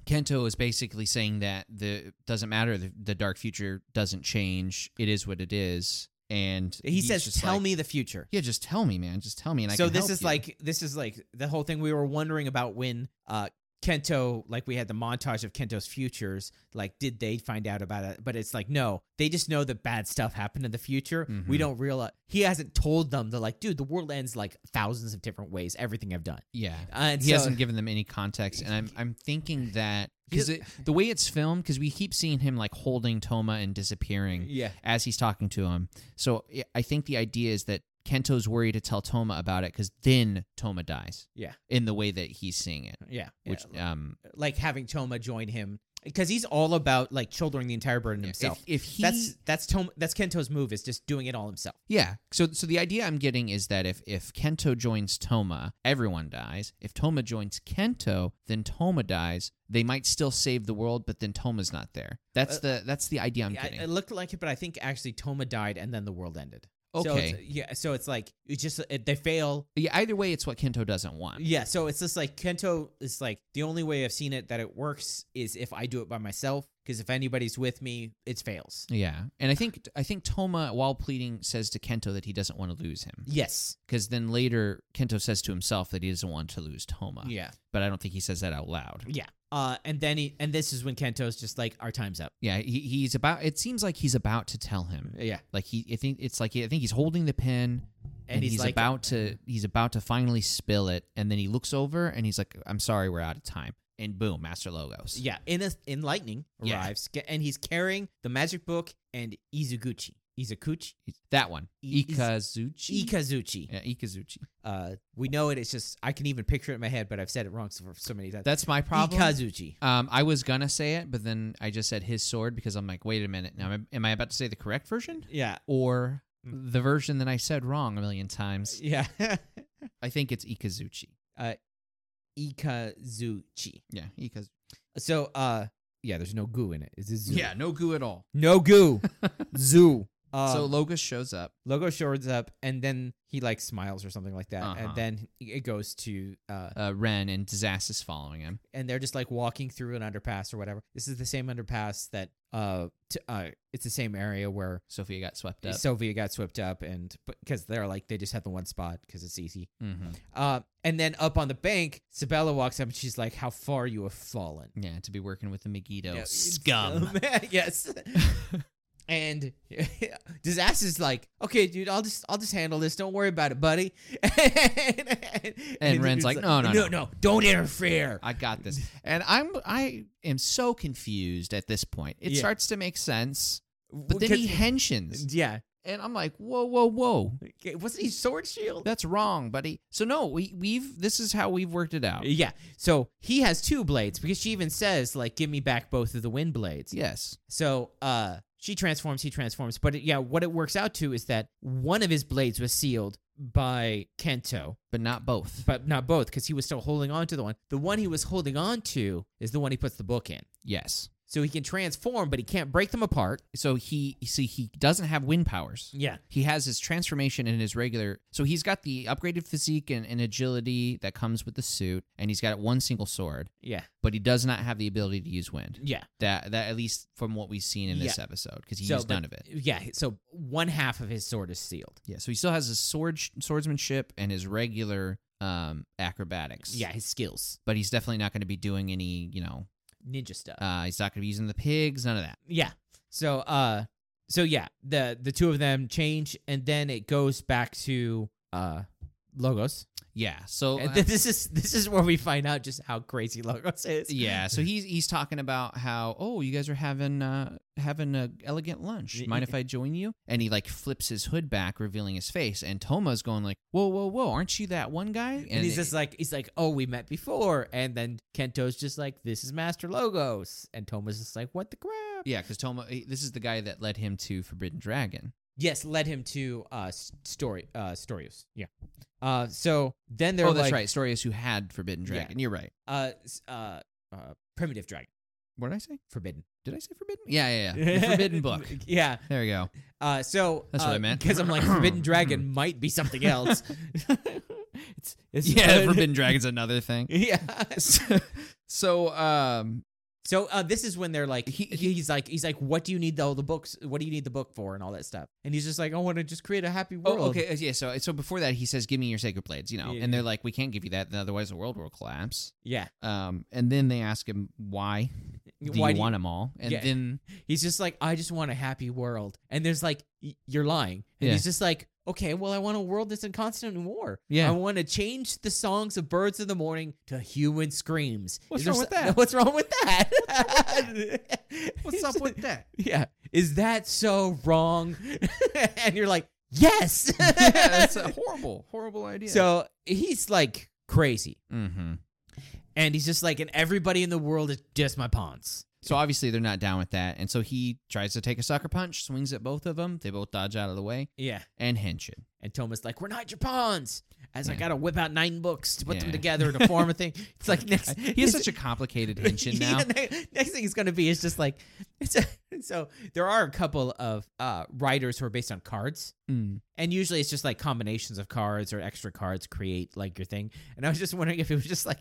[SPEAKER 2] Kento is basically saying that the doesn't matter the, the dark future doesn't change. It is what it is. And
[SPEAKER 1] He
[SPEAKER 2] he's
[SPEAKER 1] says,
[SPEAKER 2] just
[SPEAKER 1] "Tell
[SPEAKER 2] like,
[SPEAKER 1] me the future."
[SPEAKER 2] Yeah, just tell me, man. Just tell me. And I
[SPEAKER 1] so
[SPEAKER 2] can
[SPEAKER 1] this
[SPEAKER 2] help
[SPEAKER 1] is
[SPEAKER 2] you."
[SPEAKER 1] like this is like the whole thing we were wondering about when uh Kento like we had the montage of Kento's futures like did they find out about it but it's like no they just know that bad stuff happened in the future we
[SPEAKER 2] Mhm.
[SPEAKER 1] don't realize he hasn't told them they're like dude the world ends like thousands of different ways everything I've done
[SPEAKER 2] yeah.
[SPEAKER 1] Uh, and
[SPEAKER 2] He
[SPEAKER 1] so-
[SPEAKER 2] hasn't given them any context, and I'm I'm thinking that because the way it's filmed, because we keep seeing him like holding Toma and disappearing.
[SPEAKER 1] yeah
[SPEAKER 2] as he's talking to him. So I- I think the idea is that Kento's worried to tell Toma about it because then Toma dies.
[SPEAKER 1] Yeah.
[SPEAKER 2] In the way that he's seeing it,
[SPEAKER 1] yeah,
[SPEAKER 2] which
[SPEAKER 1] yeah.
[SPEAKER 2] um,
[SPEAKER 1] like having Toma join him because he's all about like shouldering the entire burden himself
[SPEAKER 2] if, if he
[SPEAKER 1] that's that's Toma that's Kento's move is just doing it all himself
[SPEAKER 2] yeah. So so the idea I'm getting is that if if Kento joins Toma, everyone dies. If Toma joins Kento, then Toma dies. They might still save the world, but then Toma's not there. That's
[SPEAKER 1] Uh,
[SPEAKER 2] the that's the idea I'm
[SPEAKER 1] Yeah,
[SPEAKER 2] getting.
[SPEAKER 1] it looked like it, but I think actually Toma died and then the world ended. So
[SPEAKER 2] okay.
[SPEAKER 1] it's- yeah. So it's like it just it, they fail.
[SPEAKER 2] yeah. Either way, it's what Kento doesn't want.
[SPEAKER 1] Yeah. So it's just like Kento is like the only way I've seen it that it works is if I do it by myself because if anybody's with me, it fails.
[SPEAKER 2] Yeah, and I think I think Toma, while pleading, says to Kento that he doesn't want to lose him
[SPEAKER 1] Yes.
[SPEAKER 2] because then later Kento says to himself that he doesn't want to lose Toma.
[SPEAKER 1] Yeah.
[SPEAKER 2] but I don't think he says that out loud.
[SPEAKER 1] Yeah. Uh, and then he and this is when Kento's just like our time's up.
[SPEAKER 2] Yeah, he, he's about. It seems like he's about to tell him.
[SPEAKER 1] Yeah.
[SPEAKER 2] Like he, I think it's like I think he's holding the pen
[SPEAKER 1] And, he's, like
[SPEAKER 2] about to he's about to finally spill it, and then he looks over and he's like, "I'm sorry, we're out of time." And boom, Master Logos.
[SPEAKER 1] yeah. In a, in lightning
[SPEAKER 2] Yeah.
[SPEAKER 1] arrives ca- and he's carrying the magic book and Izuguchi. Izukuchi.
[SPEAKER 2] that one.
[SPEAKER 1] I-
[SPEAKER 2] Ikazuchi.
[SPEAKER 1] Ikazuchi.
[SPEAKER 2] yeah, Ikazuchi.
[SPEAKER 1] Uh, we know it. It's just I can even picture it in my head, but I've said it wrong so, so many times.
[SPEAKER 2] That's my problem.
[SPEAKER 1] Ikazuchi.
[SPEAKER 2] Um, I was gonna say it, but then I just said his sword because I'm like, wait a minute, now am I, am I about to say the correct version
[SPEAKER 1] Yeah,
[SPEAKER 2] or
[SPEAKER 1] Mm.
[SPEAKER 2] the version that I said wrong a million times?
[SPEAKER 1] yeah. *laughs*
[SPEAKER 2] I think it's Ikazuchi.
[SPEAKER 1] Ikazuchi.
[SPEAKER 2] Yeah, Ikazuchi.
[SPEAKER 1] So, uh, yeah, there's no goo in it. Is it zoo?
[SPEAKER 2] no goo at all. Um,
[SPEAKER 1] no
[SPEAKER 2] *laughs*
[SPEAKER 1] goo. zoo. Uh,
[SPEAKER 2] so
[SPEAKER 1] so
[SPEAKER 2] Logos shows up.
[SPEAKER 1] logo shows up, and then he like smiles or something like that,
[SPEAKER 2] Uh-huh.
[SPEAKER 1] and then it goes to uh,
[SPEAKER 2] Uh, Ren and Disaster's following him.
[SPEAKER 1] and they're just like walking through an underpass or whatever. This is the same underpass that uh, t- uh, it's the same area where
[SPEAKER 2] Sophia got swept up.
[SPEAKER 1] Sylvia got swept up, and because they're like they just have the one spot because it's easy.
[SPEAKER 2] hmm
[SPEAKER 1] Uh, and then up on the bank, Sabella walks up and she's like, "How far you have fallen,
[SPEAKER 2] Yeah, to be working with the Megiddo
[SPEAKER 1] Yeah, it's-
[SPEAKER 2] scum.
[SPEAKER 1] *laughs*
[SPEAKER 2] *laughs*
[SPEAKER 1] yes. And *laughs* disaster's like, "Okay, dude, I'll just I'll just handle this. Don't worry about it, buddy." *laughs* and,
[SPEAKER 2] Ren's
[SPEAKER 1] it's
[SPEAKER 2] like, "No, no,
[SPEAKER 1] no,
[SPEAKER 2] no."
[SPEAKER 1] don't interfere."
[SPEAKER 2] I got
[SPEAKER 1] *laughs*
[SPEAKER 2] this, and I'm I am so confused at this point. It
[SPEAKER 1] Yeah.
[SPEAKER 2] starts to make sense, but then he henshins.
[SPEAKER 1] yeah,
[SPEAKER 2] And I'm like, whoa, whoa, whoa.
[SPEAKER 1] Okay, wasn't he sword shield?
[SPEAKER 2] That's wrong, buddy. So no, we we've this is how we've worked it out.
[SPEAKER 1] yeah. So he has two blades because she even says, "Like, give me back both of the wind blades."
[SPEAKER 2] Yes.
[SPEAKER 1] So uh she transforms, he transforms. But it, yeah, what it works out to is that one of his blades was sealed by Kento,
[SPEAKER 2] But not both.
[SPEAKER 1] but not both because he was still holding on to the one. The one he was holding on to is the one he puts the book in.
[SPEAKER 2] Yes.
[SPEAKER 1] So he can transform, but he can't break them apart.
[SPEAKER 2] So he see he doesn't have wind powers.
[SPEAKER 1] Yeah.
[SPEAKER 2] He has his transformation and his regular so he's got the upgraded physique and, and agility that comes with the suit, and he's got one single sword,
[SPEAKER 1] Yeah.
[SPEAKER 2] but he does not have the ability to use wind.
[SPEAKER 1] Yeah.
[SPEAKER 2] That that at least from what we've seen in this episode, because he
[SPEAKER 1] So,
[SPEAKER 2] used
[SPEAKER 1] but-
[SPEAKER 2] none of it.
[SPEAKER 1] Yeah. So one half of his sword is sealed.
[SPEAKER 2] Yeah. So he still has his sword swordsmanship and his regular um acrobatics.
[SPEAKER 1] Yeah. His skills,
[SPEAKER 2] But he's definitely not going to be doing any, you know,
[SPEAKER 1] ninja stuff.
[SPEAKER 2] Uh, he's not going to be using the pigs, none of that.
[SPEAKER 1] yeah. So, uh, so yeah, the the two of them change, and then it goes back to uh logos.
[SPEAKER 2] Yeah. So
[SPEAKER 1] And
[SPEAKER 2] uh,
[SPEAKER 1] *laughs* th- this is this is where we find out just how crazy Logos is.
[SPEAKER 2] yeah. So he's he's talking about how oh you guys are having uh having a elegant lunch.
[SPEAKER 1] Y-
[SPEAKER 2] Mind
[SPEAKER 1] y-
[SPEAKER 2] if I join you? And he like flips his hood back, revealing his face. And Toma's going like whoa whoa whoa, aren't you that one guy?
[SPEAKER 1] And, he's just like he's like, oh, we met before, and then Kento's just like, this is Master Logos, and Toma's just like, what the crap?
[SPEAKER 2] yeah, because Toma eh, this is the guy that led him to Forbidden Dragon.
[SPEAKER 1] Yes, led him to uh S- story uh Storius. Yeah. Uh, so then they're
[SPEAKER 2] oh, that's
[SPEAKER 1] like,
[SPEAKER 2] right, Storius who had Forbidden
[SPEAKER 1] Yeah.
[SPEAKER 2] Dragon. You're right.
[SPEAKER 1] Uh, s- uh, uh, primitive dragon
[SPEAKER 2] What did I say?
[SPEAKER 1] forbidden.
[SPEAKER 2] Did I say Forbidden? Yeah yeah yeah. *laughs* The *laughs* forbidden book.
[SPEAKER 1] *laughs* yeah.
[SPEAKER 2] There we *laughs* go.
[SPEAKER 1] Uh, so
[SPEAKER 2] That's what I meant.
[SPEAKER 1] Because I'm
[SPEAKER 2] *clears throat*
[SPEAKER 1] like, forbidden dragon might be something
[SPEAKER 2] *laughs*
[SPEAKER 1] else. *laughs* it's, it's *laughs*
[SPEAKER 2] *laughs* Yeah, Forbidden Dragon's another thing.
[SPEAKER 1] Yeah.
[SPEAKER 2] so um
[SPEAKER 1] So uh, this is when they're like,
[SPEAKER 2] He-
[SPEAKER 1] he,
[SPEAKER 2] he-
[SPEAKER 1] he's like, he's like, what do you need all the books? What do you need the book for, and all that stuff? And he's just like, I want to just create a happy world.
[SPEAKER 2] Oh, okay. uh, Yeah. So, so before that, he says, "Give me your sacred blades," you know,
[SPEAKER 1] Yeah.
[SPEAKER 2] and they're like, "We can't give you that, otherwise the world will collapse."
[SPEAKER 1] Yeah.
[SPEAKER 2] Um, and then they ask him, "Why do
[SPEAKER 1] Why
[SPEAKER 2] you
[SPEAKER 1] do you-
[SPEAKER 2] want them all?" And
[SPEAKER 1] Yeah.
[SPEAKER 2] then
[SPEAKER 1] He's just like, I just want a happy world. And there's like, y- you're lying. And
[SPEAKER 2] Yeah.
[SPEAKER 1] he's just like, okay, well, I want a world that's in constant war.
[SPEAKER 2] Yeah.
[SPEAKER 1] I want to change the songs of birds of the morning to human screams.
[SPEAKER 2] What's
[SPEAKER 1] Is there
[SPEAKER 2] wrong with
[SPEAKER 1] so- *laughs*
[SPEAKER 2] that?
[SPEAKER 1] What's wrong with that? *laughs*
[SPEAKER 2] what's *laughs* up with that?
[SPEAKER 1] Yeah. Is that so wrong? *laughs* and you're like, yes.
[SPEAKER 2] yeah,
[SPEAKER 1] *laughs*
[SPEAKER 2] that's a horrible, horrible idea.
[SPEAKER 1] So he's like crazy.
[SPEAKER 2] hmm
[SPEAKER 1] And he's just like, and everybody in the world is just my pawns.
[SPEAKER 2] so obviously they're not down with that, and so he tries to take a sucker punch, swings at both of them. They both dodge out of the way
[SPEAKER 1] Yeah.
[SPEAKER 2] and hench it.
[SPEAKER 1] And Thomas like, we're not your pawns. As I
[SPEAKER 2] Yeah.
[SPEAKER 1] gotta whip out nine books to put
[SPEAKER 2] Yeah.
[SPEAKER 1] them together to form a
[SPEAKER 2] *laughs*
[SPEAKER 1] thing. It's like next.
[SPEAKER 2] He has
[SPEAKER 1] *laughs*
[SPEAKER 2] such a complicated henshin
[SPEAKER 1] Yeah,
[SPEAKER 2] now.
[SPEAKER 1] ne- next thing it's gonna be is just like. *laughs* It's a, so there are a couple of uh, writers who are based on cards.
[SPEAKER 2] Mm.
[SPEAKER 1] And usually it's just like combinations of cards or extra cards create like your thing. And I was just wondering if it was just like,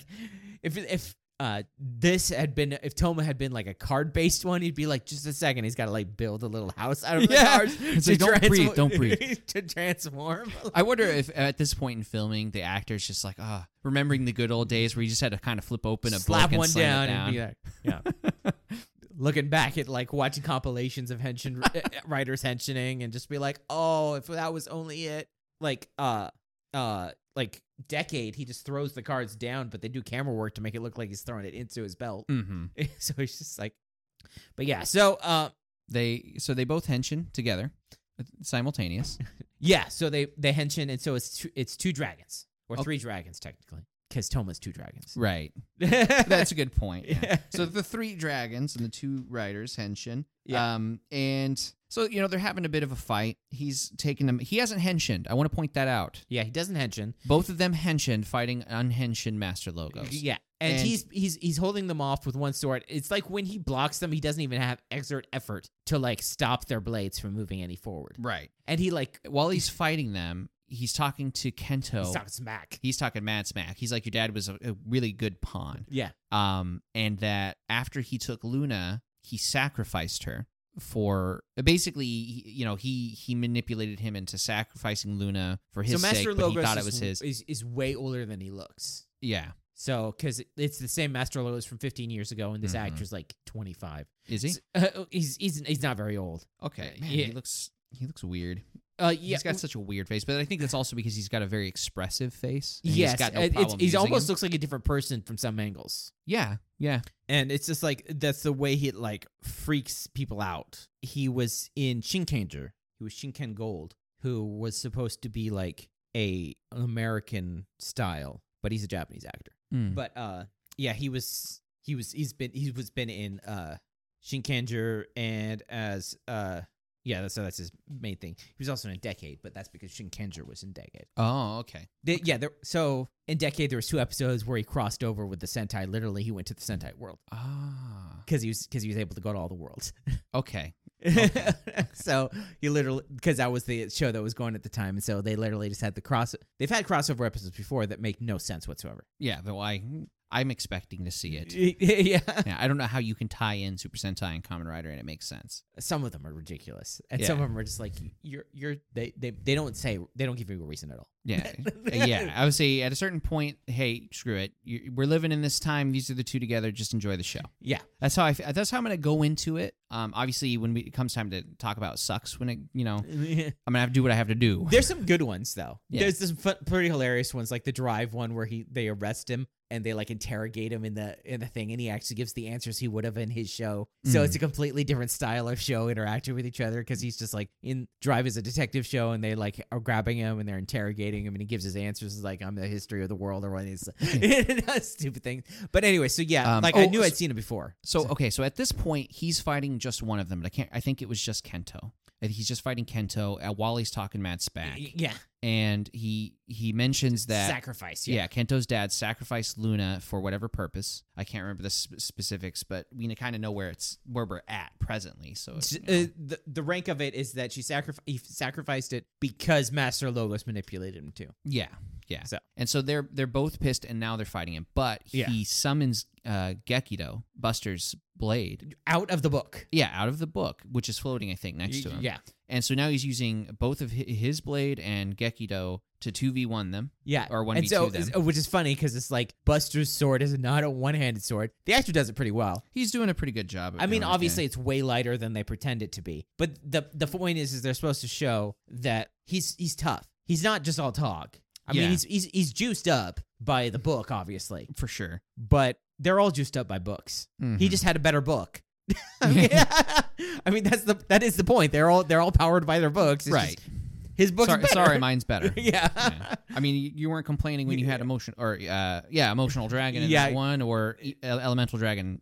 [SPEAKER 1] if if uh this had been if Toma had been like a card based one, he'd be like, just a second, he's got to like build a little house out of the
[SPEAKER 2] Yeah.
[SPEAKER 1] cards.
[SPEAKER 2] It's
[SPEAKER 1] to
[SPEAKER 2] like, don't breathe,
[SPEAKER 1] transform-
[SPEAKER 2] don't breathe.
[SPEAKER 1] *laughs* to transform.
[SPEAKER 2] I wonder if at this point in filming, the actor's just like, ah, remembering the good old days where you just had to kind of flip open a
[SPEAKER 1] slap
[SPEAKER 2] book and
[SPEAKER 1] one down,
[SPEAKER 2] slam it down.
[SPEAKER 1] and be like,
[SPEAKER 2] *laughs*
[SPEAKER 1] yeah. *laughs* Looking back at like watching compilations of henshin uh, writers henchining and just be like, oh, if that was only it, like uh uh like decade, he just throws the cards down, but they do camera work to make it look like he's throwing it into his belt. *laughs*
[SPEAKER 2] mm-hmm.
[SPEAKER 1] so he's just like, but yeah, so uh
[SPEAKER 2] They so they both henshin together, uh,
[SPEAKER 1] *laughs*
[SPEAKER 2] simultaneous.
[SPEAKER 1] yeah, so they they henchin, and so it's two, it's two dragons or
[SPEAKER 2] Okay.
[SPEAKER 1] three dragons technically, because Toma's two dragons.
[SPEAKER 2] right.
[SPEAKER 1] *laughs*
[SPEAKER 2] That's
[SPEAKER 1] That's
[SPEAKER 2] a good point. Yeah.
[SPEAKER 1] *laughs* Yeah.
[SPEAKER 2] So the three dragons and the two riders, Henshin.
[SPEAKER 1] Yeah.
[SPEAKER 2] Um, and so you know they're having a bit of a fight. He's taking them. He hasn't henshined. I want to point that out.
[SPEAKER 1] yeah, he doesn't henchin.
[SPEAKER 2] Both of them henshined, fighting unhenshined master logos.
[SPEAKER 1] Yeah, and,
[SPEAKER 2] And-
[SPEAKER 1] he's he's he's holding them off with one sword. It's like when he blocks them, he doesn't even have exert effort to like stop their blades from moving any forward.
[SPEAKER 2] Right.
[SPEAKER 1] And he like
[SPEAKER 2] While he's fighting them, he's talking to Kento.
[SPEAKER 1] he's talking smack.
[SPEAKER 2] He's talking mad smack. He's like, your dad was a, a really good pawn.
[SPEAKER 1] Yeah,
[SPEAKER 2] um, and that after he took Luna, he sacrificed her for basically, he- you know, he he manipulated him into sacrificing Luna for his
[SPEAKER 1] so Master
[SPEAKER 2] sake,
[SPEAKER 1] Logos
[SPEAKER 2] but he thought it
[SPEAKER 1] is,
[SPEAKER 2] was his.
[SPEAKER 1] Is, is way older than he looks.
[SPEAKER 2] Yeah,
[SPEAKER 1] So because it's the same Master Logos from 15 years ago, and this
[SPEAKER 2] Mhm.
[SPEAKER 1] actor's like 25.
[SPEAKER 2] is he?
[SPEAKER 1] So, uh, he's he's he's not very old.
[SPEAKER 2] Okay,
[SPEAKER 1] uh,
[SPEAKER 2] man,
[SPEAKER 1] yeah.
[SPEAKER 2] he looks he looks weird.
[SPEAKER 1] Uh, yeah,
[SPEAKER 2] he's got such a weird face, but I think that's also because he's got a very expressive face. and
[SPEAKER 1] yes,
[SPEAKER 2] he's got no
[SPEAKER 1] uh, it's-
[SPEAKER 2] problem
[SPEAKER 1] he's
[SPEAKER 2] using
[SPEAKER 1] almost
[SPEAKER 2] him.
[SPEAKER 1] looks like a different person from some angles.
[SPEAKER 2] yeah, yeah.
[SPEAKER 1] and it's just like that's the way he like freaks people out. He was in Shinkenger. He was Shinken Gold, who was supposed to be like a an American style, but he's a Japanese actor.
[SPEAKER 2] Mm.
[SPEAKER 1] But uh, yeah, he was he was he's been he was been in uh Shinkenger and as uh yeah, that's so that's his main thing. He was also in Decade, but that's because Shinkenger was in Decade.
[SPEAKER 2] oh, okay.
[SPEAKER 1] They, yeah, there, so in Decade there was two episodes where he crossed over with the Sentai. Literally, he went to the Sentai world
[SPEAKER 2] Ah,
[SPEAKER 1] because he was because he was able to go to all the worlds.
[SPEAKER 2] okay.
[SPEAKER 1] *laughs* so he literally because that was the show that was going at the time, and so they literally just had the cross. They've had crossover episodes before that make no sense whatsoever.
[SPEAKER 2] Yeah, though I I'm expecting to see
[SPEAKER 1] *laughs*
[SPEAKER 2] it.
[SPEAKER 1] yeah,
[SPEAKER 2] Yeah, I don't know how you can tie in Super Sentai and Kamen Rider and it makes sense.
[SPEAKER 1] some of them are ridiculous, and some
[SPEAKER 2] Yeah.
[SPEAKER 1] of them are just like you're you're they they they don't say they don't give you a reason
[SPEAKER 2] *laughs*
[SPEAKER 1] at all.
[SPEAKER 2] Yeah, Uh, yeah. I would say at a certain point, hey, screw it. You, we're living in this time. These are the two together. Just enjoy the show.
[SPEAKER 1] Yeah.
[SPEAKER 2] That's how I. f- That's how I'm gonna go into it. Um, obviously, when we, it comes time to talk about sucks, when it, you know, I'm gonna have to do what I have
[SPEAKER 1] *laughs*
[SPEAKER 2] to do.
[SPEAKER 1] There's some good ones though.
[SPEAKER 2] Yeah.
[SPEAKER 1] There's some fun, pretty hilarious ones, like the drive one where he they arrest him and they like interrogate him in the in the thing, and he actually gives the answers he would have in his show. So
[SPEAKER 2] Mm.
[SPEAKER 1] it's a completely different style of show interacting with each other because he's just like in Drive is a detective show, and they like are grabbing him and they're interrogating him, and he gives his answers like I'm the history of the world or one of these *laughs*
[SPEAKER 2] *laughs*
[SPEAKER 1] stupid things. But anyway, so yeah,
[SPEAKER 2] Um,
[SPEAKER 1] like
[SPEAKER 2] oh,
[SPEAKER 1] I knew
[SPEAKER 2] so-
[SPEAKER 1] I'd seen it before.
[SPEAKER 2] So okay, so at this point, he's fighting just one of them, but I can't. I think it was just Kento. I think He's just fighting Kento uh, while he's talking Matt Spack,
[SPEAKER 1] yeah,
[SPEAKER 2] and he he mentions that
[SPEAKER 1] sacrifice.
[SPEAKER 2] Yeah. Kento's dad sacrificed Luna for whatever purpose. I can't remember the sp- specifics, but we kind of know where it's where we're at presently. So it's,
[SPEAKER 1] S-
[SPEAKER 2] you know.
[SPEAKER 1] Uh, the, the rank of it is that she sacrif- he sacrificed it because Master Logos manipulated him too.
[SPEAKER 2] yeah, yeah.
[SPEAKER 1] So-
[SPEAKER 2] and so they're they're both pissed, and now they're fighting him. But
[SPEAKER 1] Yeah.
[SPEAKER 2] he summons uh, Gekido, Buster's blade.
[SPEAKER 1] out of the book.
[SPEAKER 2] Yeah, out of the book, which is floating, I think, next
[SPEAKER 1] Y-
[SPEAKER 2] to him.
[SPEAKER 1] Yeah,
[SPEAKER 2] And so now he's using both of hi- his blade and Gekido to 2v1 them.
[SPEAKER 1] yeah.
[SPEAKER 2] Or
[SPEAKER 1] and
[SPEAKER 2] 1v2
[SPEAKER 1] so,
[SPEAKER 2] them.
[SPEAKER 1] is- which is funny because it's like Buster's sword is not a one-handed sword. The actor does it pretty well.
[SPEAKER 2] He's doing a pretty good job. Of
[SPEAKER 1] I mean,
[SPEAKER 2] doing it, yeah.
[SPEAKER 1] obviously, it's way lighter than they pretend it to be. But the the point is, is they're supposed to show that he's he's tough. He's not just all talk. I
[SPEAKER 2] Yeah.
[SPEAKER 1] mean, he's he's he's juiced up by the book, obviously,
[SPEAKER 2] For sure.
[SPEAKER 1] but they're all juiced up by books. He
[SPEAKER 2] Mhm.
[SPEAKER 1] just had a better book. *laughs* I mean,
[SPEAKER 2] *laughs*
[SPEAKER 1] I mean, *laughs* that's the that is the point. They're all they're all powered by their books. It's
[SPEAKER 2] right.
[SPEAKER 1] just his book's
[SPEAKER 2] Sorry,
[SPEAKER 1] better. *laughs*
[SPEAKER 2] sorry, mine's better.
[SPEAKER 1] yeah.
[SPEAKER 2] Yeah. I mean, you- you weren't complaining when you had emotion or uh, yeah, emotional dragon in
[SPEAKER 1] Yeah.
[SPEAKER 2] that one or e- ele- elemental dragon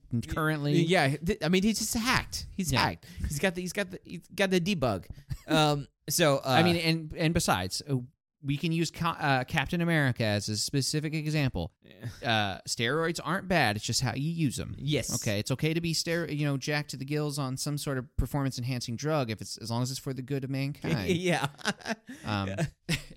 [SPEAKER 1] *laughs*
[SPEAKER 2] currently.
[SPEAKER 1] Yeah, th- I mean he's just hacked. He's
[SPEAKER 2] Yeah.
[SPEAKER 1] hacked. He's got the he's got the he's got the debug. Um, *laughs* so uh,
[SPEAKER 2] I mean, and and besides, uh, we can use co- uh, Captain America as a specific example. Uh, steroids aren't bad; it's just how you use them.
[SPEAKER 1] yes,
[SPEAKER 2] Okay, it's okay to be stero- you know, jacked to the gills on some sort of performance enhancing drug if it's as long as it's for the good of
[SPEAKER 1] *laughs* *laughs*
[SPEAKER 2] mankind.
[SPEAKER 1] yeah.
[SPEAKER 2] Um, *laughs*
[SPEAKER 1] Yeah.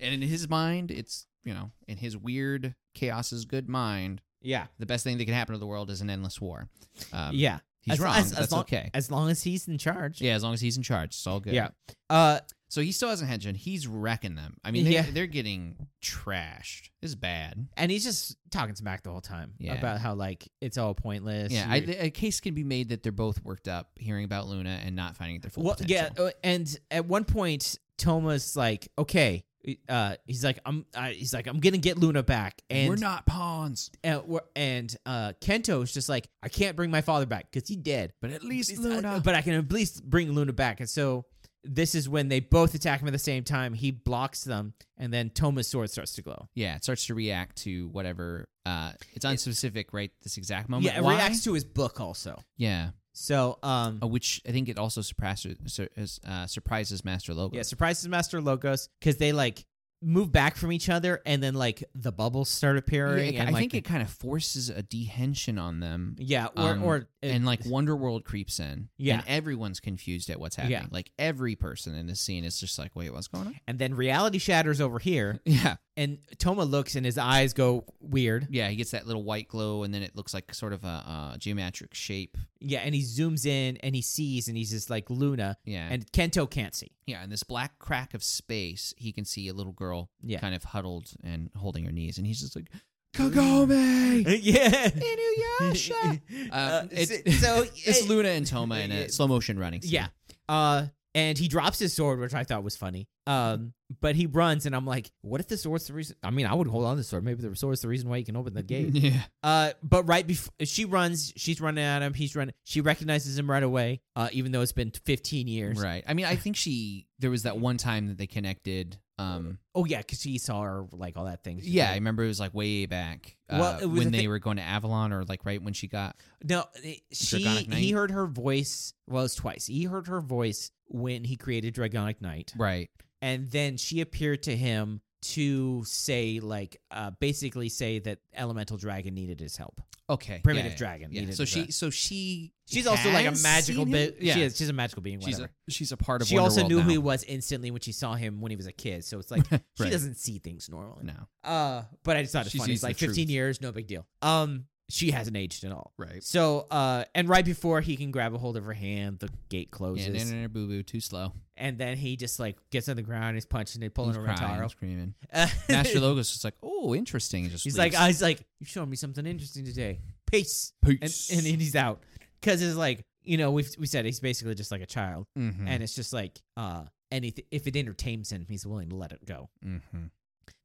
[SPEAKER 2] and in his mind, it's you know, in his weird chaos is good mind,
[SPEAKER 1] yeah,
[SPEAKER 2] the best thing that can happen to the world is an endless war. Um,
[SPEAKER 1] yeah.
[SPEAKER 2] he's
[SPEAKER 1] As-
[SPEAKER 2] wrong.
[SPEAKER 1] as-
[SPEAKER 2] but
[SPEAKER 1] as
[SPEAKER 2] that's
[SPEAKER 1] long-
[SPEAKER 2] okay.
[SPEAKER 1] As long as he's in charge.
[SPEAKER 2] yeah, as long as he's in charge, it's all good.
[SPEAKER 1] Yeah. Uh,
[SPEAKER 2] So he still hasn't had Jen. He's wrecking them. I mean, they,
[SPEAKER 1] Yeah.
[SPEAKER 2] they're getting trashed. This is bad.
[SPEAKER 1] and he's just talking smack the whole time
[SPEAKER 2] Yeah.
[SPEAKER 1] about how like it's all pointless.
[SPEAKER 2] yeah, I,
[SPEAKER 1] You're-
[SPEAKER 2] a case can be made that they're both worked up hearing about Luna and not finding their full
[SPEAKER 1] well, yeah.
[SPEAKER 2] potential.
[SPEAKER 1] uh, And at one point, Toma's like, "Okay." Uh, he's like, "I'm." Uh, he's like, "I'm gonna get Luna back." And
[SPEAKER 2] we're not pawns,
[SPEAKER 1] and, we're- and uh, Kento's just like, "I can't bring my father back because he dead."
[SPEAKER 2] but at least
[SPEAKER 1] It's-
[SPEAKER 2] Luna.
[SPEAKER 1] uh, but I can at least bring Luna back. And so this is when they both attack him at the same time. He blocks them, and then Toma's sword starts to glow.
[SPEAKER 2] yeah, it starts to react to whatever. Uh, it's unspecific, right? This exact moment.
[SPEAKER 1] yeah, it
[SPEAKER 2] Why?
[SPEAKER 1] reacts to his book also.
[SPEAKER 2] Yeah,
[SPEAKER 1] So, um,
[SPEAKER 2] uh, which I think it also surpasses sur- is, uh, surprises Master Logo.
[SPEAKER 1] yeah, surprises Master Logos because they like move back from each other, and then like the bubbles start appearing.
[SPEAKER 2] Yeah,
[SPEAKER 1] and,
[SPEAKER 2] I
[SPEAKER 1] like,
[SPEAKER 2] think it kind of forces a dehension on them
[SPEAKER 1] yeah, or
[SPEAKER 2] um,
[SPEAKER 1] or uh, it-
[SPEAKER 2] and like Wonder World creeps in.
[SPEAKER 1] Yeah.
[SPEAKER 2] And everyone's confused at what's happening.
[SPEAKER 1] Yeah.
[SPEAKER 2] Like every person in this scene is just like, wait, what's going
[SPEAKER 1] *laughs*
[SPEAKER 2] on?
[SPEAKER 1] and then reality shatters over here,
[SPEAKER 2] Yeah.
[SPEAKER 1] and Toma looks, and his eyes go weird.
[SPEAKER 2] Yeah. He gets that little white glow and then it looks like sort of a uh, geometric shape.
[SPEAKER 1] Yeah, and he zooms in, and he sees, and he's just like Luna,
[SPEAKER 2] Yeah.
[SPEAKER 1] and Kento can't
[SPEAKER 2] *laughs*
[SPEAKER 1] see. *laughs*
[SPEAKER 2] yeah. And this black crack of space, he can see a little girl
[SPEAKER 1] Yeah.
[SPEAKER 2] kind of huddled and holding her knees. And he's just like,
[SPEAKER 1] *laughs*
[SPEAKER 2] Kagome!
[SPEAKER 1] yeah. *laughs*
[SPEAKER 2] Inuyasha! Um,
[SPEAKER 1] Uh,
[SPEAKER 2] it's,
[SPEAKER 1] so
[SPEAKER 2] *laughs* it's Luna and Toma in
[SPEAKER 1] yeah.
[SPEAKER 2] a slow motion running. Scene.
[SPEAKER 1] Yeah. Uh, and he drops his sword, which I thought was funny. Um, but he runs, and I'm like, what if the sword's the reason? I mean, I would hold on to the sword. Maybe the sword's the reason why you can open the gate.
[SPEAKER 2] *laughs* Yeah.
[SPEAKER 1] uh, but right before she runs, she's running at him. He's running. She recognizes him right away, uh, even though it's been 15 years.
[SPEAKER 2] Right. I mean, I think she, there was that one time that they connected. Um,
[SPEAKER 1] Oh yeah, because he saw her like all that thing. she
[SPEAKER 2] Yeah, I
[SPEAKER 1] did.
[SPEAKER 2] remember it was like way back uh,
[SPEAKER 1] Well, it was
[SPEAKER 2] when
[SPEAKER 1] the
[SPEAKER 2] they
[SPEAKER 1] thi-
[SPEAKER 2] were going to Avalon, or like right when she got.
[SPEAKER 1] No, it- eh, she.
[SPEAKER 2] Dragonic Knight?
[SPEAKER 1] He heard her voice. Well, it's twice. He heard her voice when he created Dragonic Knight.
[SPEAKER 2] Right.
[SPEAKER 1] and then she appeared to him to say like uh basically say that elemental dragon needed his help
[SPEAKER 2] Okay.
[SPEAKER 1] primitive
[SPEAKER 2] yeah, yeah,
[SPEAKER 1] dragon
[SPEAKER 2] yeah.
[SPEAKER 1] needed
[SPEAKER 2] So
[SPEAKER 1] his
[SPEAKER 2] she,
[SPEAKER 1] help.
[SPEAKER 2] so she,
[SPEAKER 1] she's also like a
[SPEAKER 2] has
[SPEAKER 1] magical
[SPEAKER 2] seen
[SPEAKER 1] bit
[SPEAKER 2] him? Yeah.
[SPEAKER 1] she is she's a magical being
[SPEAKER 2] she's a,
[SPEAKER 1] whatever
[SPEAKER 2] she's a part of.
[SPEAKER 1] she also
[SPEAKER 2] Wonderworld
[SPEAKER 1] knew
[SPEAKER 2] now.
[SPEAKER 1] who he was instantly when she saw him when he was a kid so
[SPEAKER 2] *laughs*
[SPEAKER 1] it's like she
[SPEAKER 2] Right.
[SPEAKER 1] doesn't see things normally
[SPEAKER 2] No.
[SPEAKER 1] uh but i just thought it's
[SPEAKER 2] She
[SPEAKER 1] funny
[SPEAKER 2] sees
[SPEAKER 1] it's
[SPEAKER 2] the
[SPEAKER 1] like 15
[SPEAKER 2] truth.
[SPEAKER 1] years no big deal um she hasn't aged at all
[SPEAKER 2] Right.
[SPEAKER 1] so uh and right before he can grab a hold of her hand the gate closes
[SPEAKER 2] Yeah. No, no, no, boo, boo. Too slow.
[SPEAKER 1] and then he just like gets on the ground he's punching and pulling
[SPEAKER 2] He's
[SPEAKER 1] a
[SPEAKER 2] crying,
[SPEAKER 1] Rentaro.
[SPEAKER 2] *laughs* screaming.
[SPEAKER 1] Uh, *laughs*
[SPEAKER 2] Master Logos is like, oh, interesting. and Just
[SPEAKER 1] He's
[SPEAKER 2] leaves.
[SPEAKER 1] like, I was like, you showed me something interesting today. Peace. And,
[SPEAKER 2] Peace.
[SPEAKER 1] and then he's out. Cause it's like, you know, we've, we said he's basically just like a child.
[SPEAKER 2] Mhm,
[SPEAKER 1] And it's just like, uh, anything, if it entertains him, he's willing to let it go.
[SPEAKER 2] mhm.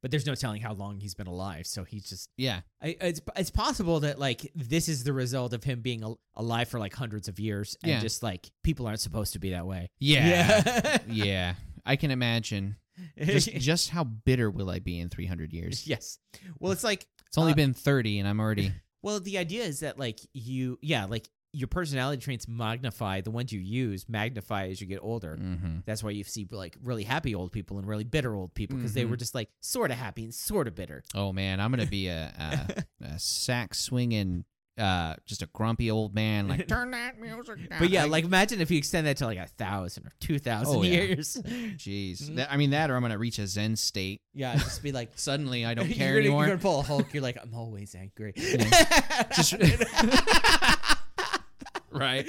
[SPEAKER 1] But there's no telling how long he's been alive. So he's just,
[SPEAKER 2] Yeah.
[SPEAKER 1] I, it's, it's possible that like this is the result of him being al- alive for like hundreds of years. And
[SPEAKER 2] Yeah.
[SPEAKER 1] just like people aren't supposed to be that way.
[SPEAKER 2] *laughs* Yeah. yeah. I can imagine *laughs*
[SPEAKER 1] *laughs*
[SPEAKER 2] just
[SPEAKER 1] Yeah.
[SPEAKER 2] just how bitter will I be in 300 *laughs* years?
[SPEAKER 1] yes. Well, it's like,
[SPEAKER 2] It's only
[SPEAKER 1] Uh,
[SPEAKER 2] been 30, and I'm *laughs* already
[SPEAKER 1] Well, the idea is that like you, yeah, like your personality traits magnify the ones you use magnify as you get older.
[SPEAKER 2] Mhm.
[SPEAKER 1] That's why you see like really happy old people and really bitter old people because they
[SPEAKER 2] Mhm.
[SPEAKER 1] were just like sort of happy and sort of bitter.
[SPEAKER 2] Oh man, I'm gonna be a,
[SPEAKER 1] *laughs*
[SPEAKER 2] a, a sack swinging, uh, just a grumpy old man. Like turn that music
[SPEAKER 1] *laughs*
[SPEAKER 2] down.
[SPEAKER 1] But yeah, Uh, like imagine if you extend that to like a thousand or two thousand
[SPEAKER 2] Oh,
[SPEAKER 1] *laughs*
[SPEAKER 2] yeah.
[SPEAKER 1] years.
[SPEAKER 2] jeez,
[SPEAKER 1] mm-hmm.
[SPEAKER 2] That- I mean that, or I'm gonna reach a Zen state.
[SPEAKER 1] Yeah, it'd just be *laughs* like
[SPEAKER 2] Suddenly, I don't
[SPEAKER 1] you're
[SPEAKER 2] care
[SPEAKER 1] gonna-
[SPEAKER 2] anymore.
[SPEAKER 1] You're gonna *laughs* pull a *laughs* Hulk. You're like I'm always angry.
[SPEAKER 2] Just- right?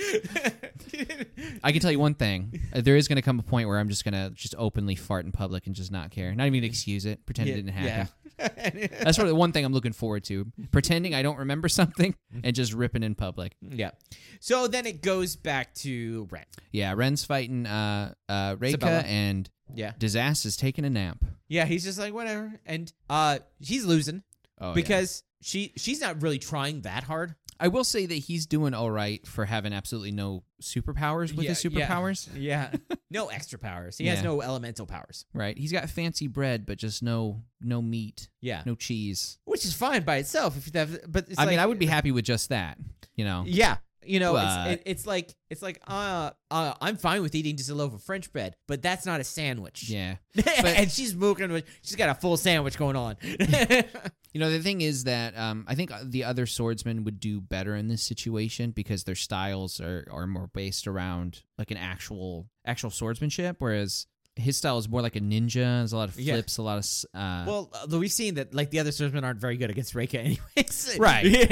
[SPEAKER 2] I can tell you one thing: Uh, there is going to come a point where I'm just going to just openly fart in public and just not care, not even excuse it, pretend it didn't happen.
[SPEAKER 1] happen. Yeah.
[SPEAKER 2] That's sort of the one thing I'm looking forward to: pretending I don't remember something
[SPEAKER 1] Mm-hmm.
[SPEAKER 2] and just ripping in public.
[SPEAKER 1] *laughs* yeah. So then it goes back to Ren.
[SPEAKER 2] Yeah, Ren's fighting uh, uh, Reika,
[SPEAKER 1] Sabella.
[SPEAKER 2] and
[SPEAKER 1] Yeah.
[SPEAKER 2] Disaster's taking a nap.
[SPEAKER 1] Yeah, he's just like whatever and uh she's losing
[SPEAKER 2] Oh, yeah.
[SPEAKER 1] because she she's not really trying that hard.
[SPEAKER 2] I will say that he's doing all right for having absolutely no superpowers with
[SPEAKER 1] Yeah,
[SPEAKER 2] his
[SPEAKER 1] yeah.
[SPEAKER 2] superpowers.
[SPEAKER 1] Yeah. *laughs* no extra powers. He
[SPEAKER 2] Yeah.
[SPEAKER 1] has no elemental powers.
[SPEAKER 2] Right? He's got fancy bread, but just no no meat,
[SPEAKER 1] Yeah.
[SPEAKER 2] no cheese.
[SPEAKER 1] Which is fine by itself if you have but it's
[SPEAKER 2] I
[SPEAKER 1] like,
[SPEAKER 2] mean, I would be happy with just that. You know?
[SPEAKER 1] Yeah. You know, it's,
[SPEAKER 2] But-
[SPEAKER 1] it, it's like it's like uh, uh I'm fine with eating just a loaf of French bread, but that's not a sandwich.
[SPEAKER 2] Yeah.
[SPEAKER 1] *laughs* and she's moving with she's got a full sandwich going on. *laughs*
[SPEAKER 2] Uh, You know, the thing is that um, I think the other swordsmen would do better in this situation because their styles are, are more based around like an actual actual swordsmanship, whereas his style is more like a ninja. There's a lot of
[SPEAKER 1] Yeah.
[SPEAKER 2] flips, a lot of s- uh,
[SPEAKER 1] well, uh, we've seen that like the other swordsmen aren't very good against Reika *laughs* anyways.
[SPEAKER 2] Right,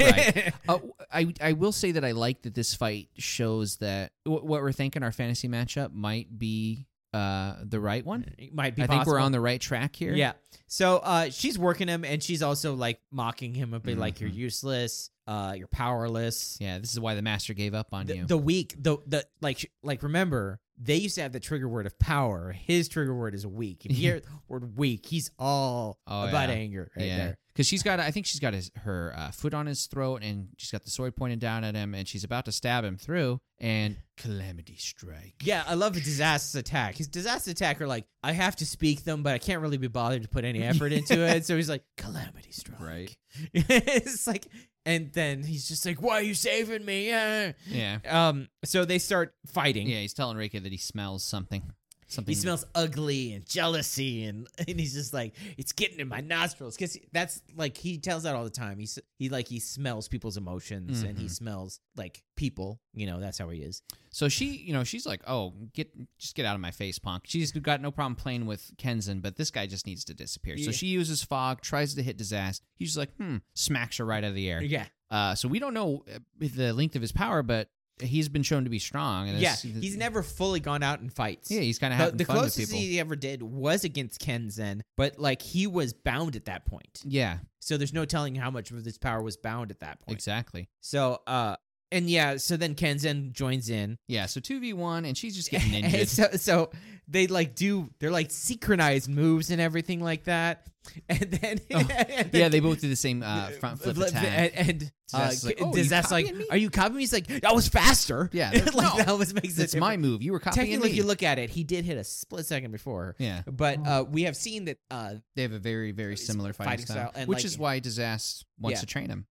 [SPEAKER 1] *laughs*
[SPEAKER 2] right. Uh, I I will say that I like that this fight shows that w- what we're thinking our fantasy matchup might be uh the right one.
[SPEAKER 1] It might be
[SPEAKER 2] I think we're
[SPEAKER 1] possible.
[SPEAKER 2] on the right track here.
[SPEAKER 1] Yeah. So uh, she's working him, and she's also like mocking him a bit, like you're
[SPEAKER 2] Mhm.
[SPEAKER 1] useless, uh, you're powerless.
[SPEAKER 2] yeah. This is why the master gave up on
[SPEAKER 1] The,
[SPEAKER 2] you.
[SPEAKER 1] the weak, the the like sh- like remember they used to have the trigger word of power. His trigger word is weak. If you
[SPEAKER 2] *laughs*
[SPEAKER 1] hear the word weak, he's all
[SPEAKER 2] Oh,
[SPEAKER 1] about
[SPEAKER 2] yeah.
[SPEAKER 1] anger right there.
[SPEAKER 2] Because she's got, I think she's got his, her uh, foot on his throat, and she's got the sword pointed down at him, and she's about to stab him through,
[SPEAKER 1] *laughs*
[SPEAKER 2] and calamity strike.
[SPEAKER 1] Yeah, I love a disaster attack. His disaster attack are like, I have to speak them, but I can't really be bothered to put any effort into
[SPEAKER 2] *laughs*
[SPEAKER 1] it. So he's like, calamity strike.
[SPEAKER 2] Right.
[SPEAKER 1] *laughs* it's like, and then he's just like, why are you saving me? *laughs* Yeah.
[SPEAKER 2] Yeah,
[SPEAKER 1] Um. So they start fighting.
[SPEAKER 2] yeah. He's telling Reika that he smells something. Something.
[SPEAKER 1] He smells ugly and jealousy, and, *laughs* and he's just like it's getting in my nostrils because that's like he tells that all the time. He's he like he smells people's emotions and he
[SPEAKER 2] Mhm.
[SPEAKER 1] smells like people. You know that's how he is.
[SPEAKER 2] So she, you know, she's like, "Oh, get just get out of my face, punk." She's got no problem playing with Kenzen, but this guy just needs to disappear. So
[SPEAKER 1] Yeah.
[SPEAKER 2] she uses fog, tries to hit disaster. He's just like, "Hmm," smacks her right out of the air.
[SPEAKER 1] Yeah,
[SPEAKER 2] Uh, so we don't know uh, the length of his power, but he's been shown to be strong. And
[SPEAKER 1] yeah.
[SPEAKER 2] it's- uh,
[SPEAKER 1] He's never fully gone out in fights.
[SPEAKER 2] Yeah, he's kind of
[SPEAKER 1] The,
[SPEAKER 2] having
[SPEAKER 1] the
[SPEAKER 2] fun with
[SPEAKER 1] closest
[SPEAKER 2] people.
[SPEAKER 1] he ever did was against Kenzen, but like he was bound at that point.
[SPEAKER 2] yeah,
[SPEAKER 1] So there's no telling how much of this power was bound at that point.
[SPEAKER 2] exactly.
[SPEAKER 1] So uh and yeah, so then Kenzen joins in
[SPEAKER 2] Yeah, so two v one, and she's
[SPEAKER 1] *laughs*
[SPEAKER 2] just getting ninja.
[SPEAKER 1] And so, so they like do they're like synchronized moves and everything like that, *laughs* and then
[SPEAKER 2] Oh,
[SPEAKER 1] and
[SPEAKER 2] *laughs* yeah,
[SPEAKER 1] then-
[SPEAKER 2] they both do the
[SPEAKER 1] *laughs*
[SPEAKER 2] same uh, front flip
[SPEAKER 1] Flip-
[SPEAKER 2] attack.
[SPEAKER 1] and, and uh,
[SPEAKER 2] Disaster's like, "Oh, you
[SPEAKER 1] does that's like,
[SPEAKER 2] copying me?"
[SPEAKER 1] are you copying me? He's like, that was faster. *laughs*
[SPEAKER 2] Yeah,
[SPEAKER 1] like
[SPEAKER 2] no,
[SPEAKER 1] that was makes
[SPEAKER 2] That's
[SPEAKER 1] it
[SPEAKER 2] my move. You were copying
[SPEAKER 1] Technically,
[SPEAKER 2] me. Oh.
[SPEAKER 1] if you look at it, he did hit a split second before.
[SPEAKER 2] yeah,
[SPEAKER 1] But uh, we have seen that. Uh,
[SPEAKER 2] they have a very, very
[SPEAKER 1] It's
[SPEAKER 2] similar fighting,
[SPEAKER 1] fighting
[SPEAKER 2] style,
[SPEAKER 1] style, and,
[SPEAKER 2] which
[SPEAKER 1] like-
[SPEAKER 2] is why Disaster wants
[SPEAKER 1] Yeah.
[SPEAKER 2] to train him.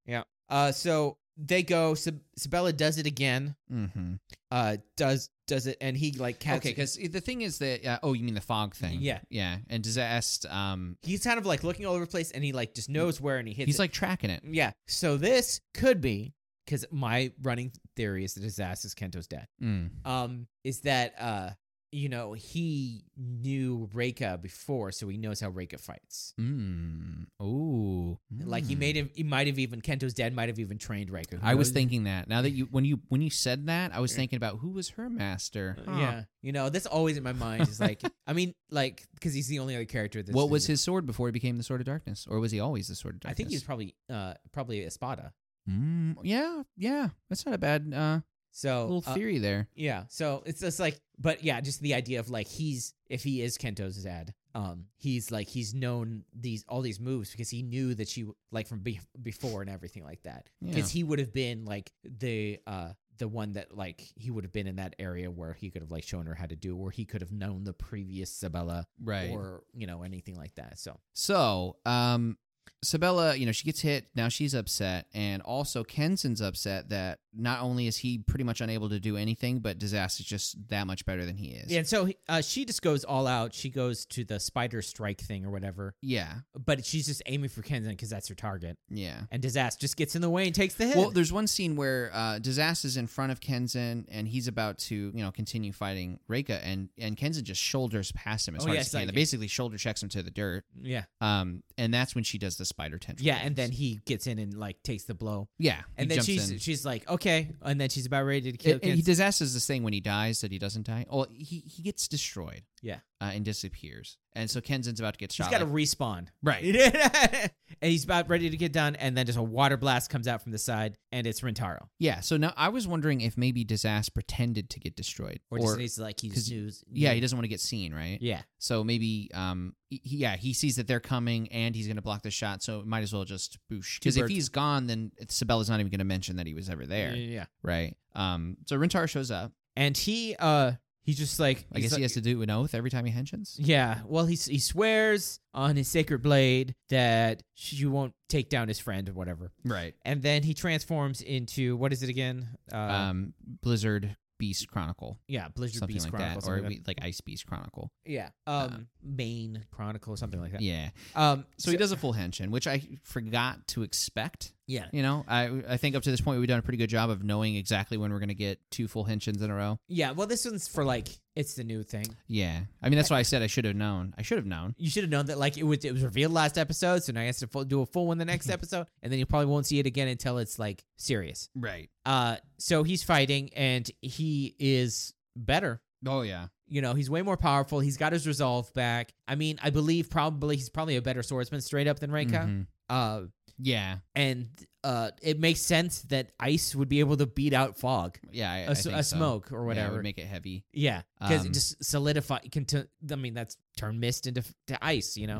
[SPEAKER 1] uh, so they go. Sab- Sabella does it again.
[SPEAKER 2] Mm-hmm.
[SPEAKER 1] Uh, does does it, and he like catches.
[SPEAKER 2] Okay, because the thing is that uh, oh, you mean the fog thing?
[SPEAKER 1] Yeah.
[SPEAKER 2] yeah. And Disaster, um,
[SPEAKER 1] he's kind of like looking all over the place, and he like just knows where, and he hits.
[SPEAKER 2] he's
[SPEAKER 1] it.
[SPEAKER 2] like tracking it.
[SPEAKER 1] Yeah. So this could be because my running theory is that his ass is Kento's dad.
[SPEAKER 2] Mm.
[SPEAKER 1] Um, is that uh, you know, he knew Reika before, so he knows how Reika fights.
[SPEAKER 2] Mm. Ooh,
[SPEAKER 1] Like he
[SPEAKER 2] Mm.
[SPEAKER 1] made him. He might have even Kento's dad might have even trained Reika. Who
[SPEAKER 2] I was
[SPEAKER 1] knows?
[SPEAKER 2] thinking that now that you when you when you said that I was thinking about who was her master. Huh.
[SPEAKER 1] Uh, Yeah, you know that's always in my mind. Is like, *laughs* I mean, like, because he's the only other character. That's
[SPEAKER 2] What was his sword before he became the Sword of Darkness, or was he always the Sword of
[SPEAKER 1] I
[SPEAKER 2] Darkness?
[SPEAKER 1] think he's probably, uh, probably Espada.
[SPEAKER 2] Mm, yeah, yeah. That's not a bad uh,
[SPEAKER 1] So
[SPEAKER 2] little
[SPEAKER 1] uh,
[SPEAKER 2] theory there.
[SPEAKER 1] Yeah. So it's just like, but yeah, just the idea of like he's if he is Kento's dad, um, he's like he's known these all these moves because he knew that she like from be- before and everything like that.
[SPEAKER 2] Yeah.
[SPEAKER 1] Because he would have been like the uh the one that like he would have been in that area where he could have like shown her how to do, or he could have known the previous Sabella,
[SPEAKER 2] Right.
[SPEAKER 1] or you know anything like that. So
[SPEAKER 2] so, um, Sabella, you know, she gets hit. Now she's upset, and also Kensen's upset that not only is he pretty much unable to do anything, but Disaster's just that much better than he is.
[SPEAKER 1] yeah, and so uh, she just goes all out. She goes to the spider strike thing or whatever,
[SPEAKER 2] Yeah.
[SPEAKER 1] but she's just aiming for Kenzen because that's her target.
[SPEAKER 2] yeah.
[SPEAKER 1] And disaster just gets in the way and takes the hit.
[SPEAKER 2] Well, there's one scene where uh, Disaster's in front of Kenzen, and he's about to, you know, continue fighting Reika, and and Kenzen just shoulders past him as
[SPEAKER 1] Oh,
[SPEAKER 2] hard
[SPEAKER 1] yeah,
[SPEAKER 2] as
[SPEAKER 1] it's
[SPEAKER 2] he can.
[SPEAKER 1] like-
[SPEAKER 2] They basically shoulder checks him to the dirt,
[SPEAKER 1] Yeah.
[SPEAKER 2] um, and that's when she does the spider tentacle.
[SPEAKER 1] Yeah, and
[SPEAKER 2] things.
[SPEAKER 1] then he gets in and like takes the blow.
[SPEAKER 2] yeah,
[SPEAKER 1] And
[SPEAKER 2] he
[SPEAKER 1] then
[SPEAKER 2] jumps
[SPEAKER 1] she's
[SPEAKER 2] in.
[SPEAKER 1] she's like, okay. And then she's about ready to kill.
[SPEAKER 2] It, it- he
[SPEAKER 1] Kent.
[SPEAKER 2] disasters this thing when he dies that he doesn't die. Oh, he he gets destroyed.
[SPEAKER 1] Yeah.
[SPEAKER 2] uh, and disappears. And so Kenzen's about to get
[SPEAKER 1] She's
[SPEAKER 2] shot.
[SPEAKER 1] got to
[SPEAKER 2] like-
[SPEAKER 1] respawn. *laughs*
[SPEAKER 2] right.
[SPEAKER 1] and he's about ready to get done, and then just a water blast comes out from the side, and it's Rentaro.
[SPEAKER 2] Yeah. So now I was wondering if maybe Disaster pretended to get destroyed,
[SPEAKER 1] Or,
[SPEAKER 2] or,
[SPEAKER 1] just needs to like he's
[SPEAKER 2] 'cause-
[SPEAKER 1] news.
[SPEAKER 2] yeah, he doesn't want to get seen, right?
[SPEAKER 1] yeah.
[SPEAKER 2] So maybe, um, he, he- yeah, he sees that they're coming and he's going to block the shot. So might as well just boosh. Because if
[SPEAKER 1] birds.
[SPEAKER 2] he's gone, then Sabella's not even going to mention that he was ever there,
[SPEAKER 1] Yeah.
[SPEAKER 2] right? Um, so Rentar shows up.
[SPEAKER 1] And he uh he's just like
[SPEAKER 2] I guess he
[SPEAKER 1] he's
[SPEAKER 2] has to do an oath every time he
[SPEAKER 1] *laughs*
[SPEAKER 2] henshins.
[SPEAKER 1] like- Yeah. Well, he s- he swears on his sacred blade that she won't take down his friend or whatever.
[SPEAKER 2] Right.
[SPEAKER 1] And then he transforms into what is it again? Uh,
[SPEAKER 2] Um, Blizzard Beast Chronicle,
[SPEAKER 1] yeah, Blizzard
[SPEAKER 2] something
[SPEAKER 1] Beast
[SPEAKER 2] like
[SPEAKER 1] Chronicle,
[SPEAKER 2] that, or
[SPEAKER 1] something like
[SPEAKER 2] we- like Ice Beast Chronicle.
[SPEAKER 1] that. yeah, um, Main Chronicle, or something like that.
[SPEAKER 2] Yeah.
[SPEAKER 1] Um,
[SPEAKER 2] So he does a full henshin, which I forgot to expect.
[SPEAKER 1] yeah,
[SPEAKER 2] You know, I I think up to this point we've done a pretty good job of knowing exactly when we're going to get two full henshins in a row.
[SPEAKER 1] yeah. Well, this one's for like it's the new thing.
[SPEAKER 2] Yeah, I mean that's why I said I should have known. I should have known.
[SPEAKER 1] You should have known that like it was it was revealed last episode, so now he has to full, do a full one the
[SPEAKER 2] *laughs*
[SPEAKER 1] next episode, and then you probably won't see it again until it's like serious.
[SPEAKER 2] Right.
[SPEAKER 1] Uh, so he's fighting, and he is better.
[SPEAKER 2] Oh yeah.
[SPEAKER 1] You know, he's way more powerful. He's got his resolve back. I mean, I believe probably he's probably a better swordsman straight up than Renka.
[SPEAKER 2] Mhm.
[SPEAKER 1] Uh,
[SPEAKER 2] Yeah.
[SPEAKER 1] and uh, it makes sense that ice would be able to beat out fog,
[SPEAKER 2] Yeah. I,
[SPEAKER 1] a
[SPEAKER 2] I
[SPEAKER 1] s-
[SPEAKER 2] think
[SPEAKER 1] a
[SPEAKER 2] so.
[SPEAKER 1] smoke or
[SPEAKER 2] Yeah, it
[SPEAKER 1] whatever.
[SPEAKER 2] would make it heavy.
[SPEAKER 1] Yeah, because it
[SPEAKER 2] Um,
[SPEAKER 1] just solidify. Can t- I mean, that's turn mist into f- to ice. You know,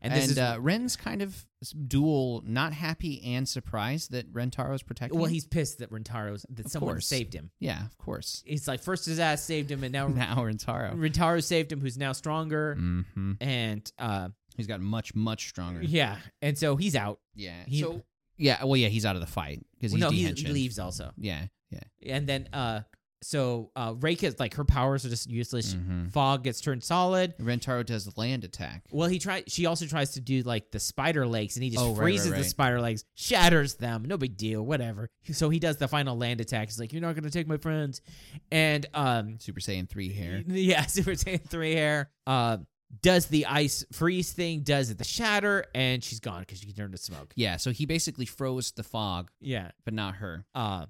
[SPEAKER 1] and
[SPEAKER 2] And,
[SPEAKER 1] this is
[SPEAKER 2] uh, Ren's kind of s- dual, not happy and surprised that Rentaro's protecting.
[SPEAKER 1] well,
[SPEAKER 2] him.
[SPEAKER 1] he's pissed that Rentaro's that
[SPEAKER 2] Of
[SPEAKER 1] someone
[SPEAKER 2] course.
[SPEAKER 1] saved him.
[SPEAKER 2] yeah, of course.
[SPEAKER 1] He's like first his ass saved him, and now
[SPEAKER 2] *laughs* Now Rentaro.
[SPEAKER 1] Rentaro saved him, who's now stronger.
[SPEAKER 2] Mm-hmm.
[SPEAKER 1] And uh,
[SPEAKER 2] He's gotten much, much stronger.
[SPEAKER 1] yeah, and so he's out.
[SPEAKER 2] Yeah.
[SPEAKER 1] He-
[SPEAKER 2] so yeah, well, yeah, he's out of the fight because he's
[SPEAKER 1] no, he,
[SPEAKER 2] dehensioned.
[SPEAKER 1] he leaves also,
[SPEAKER 2] Yeah, yeah.
[SPEAKER 1] and then uh, so uh, Reika's like her powers are just useless.
[SPEAKER 2] Mhm.
[SPEAKER 1] Fog gets turned solid.
[SPEAKER 2] Rentaro does land attack.
[SPEAKER 1] Well, he tries. She also tries to do like the spider legs, and he just
[SPEAKER 2] Oh, right, right,
[SPEAKER 1] freezes
[SPEAKER 2] right.
[SPEAKER 1] the spider legs, shatters them. No big deal, whatever. So he does the final land attack. He's like, "You're not gonna take my friends," and um,
[SPEAKER 2] Super Saiyan three hair.
[SPEAKER 1] *laughs* yeah, Super Saiyan three hair. Uh, does the ice freeze thing? Does it the shatter? And she's gone because she turned to smoke.
[SPEAKER 2] Yeah, so he basically froze the fog,
[SPEAKER 1] Yeah.
[SPEAKER 2] but not her.
[SPEAKER 1] Uh,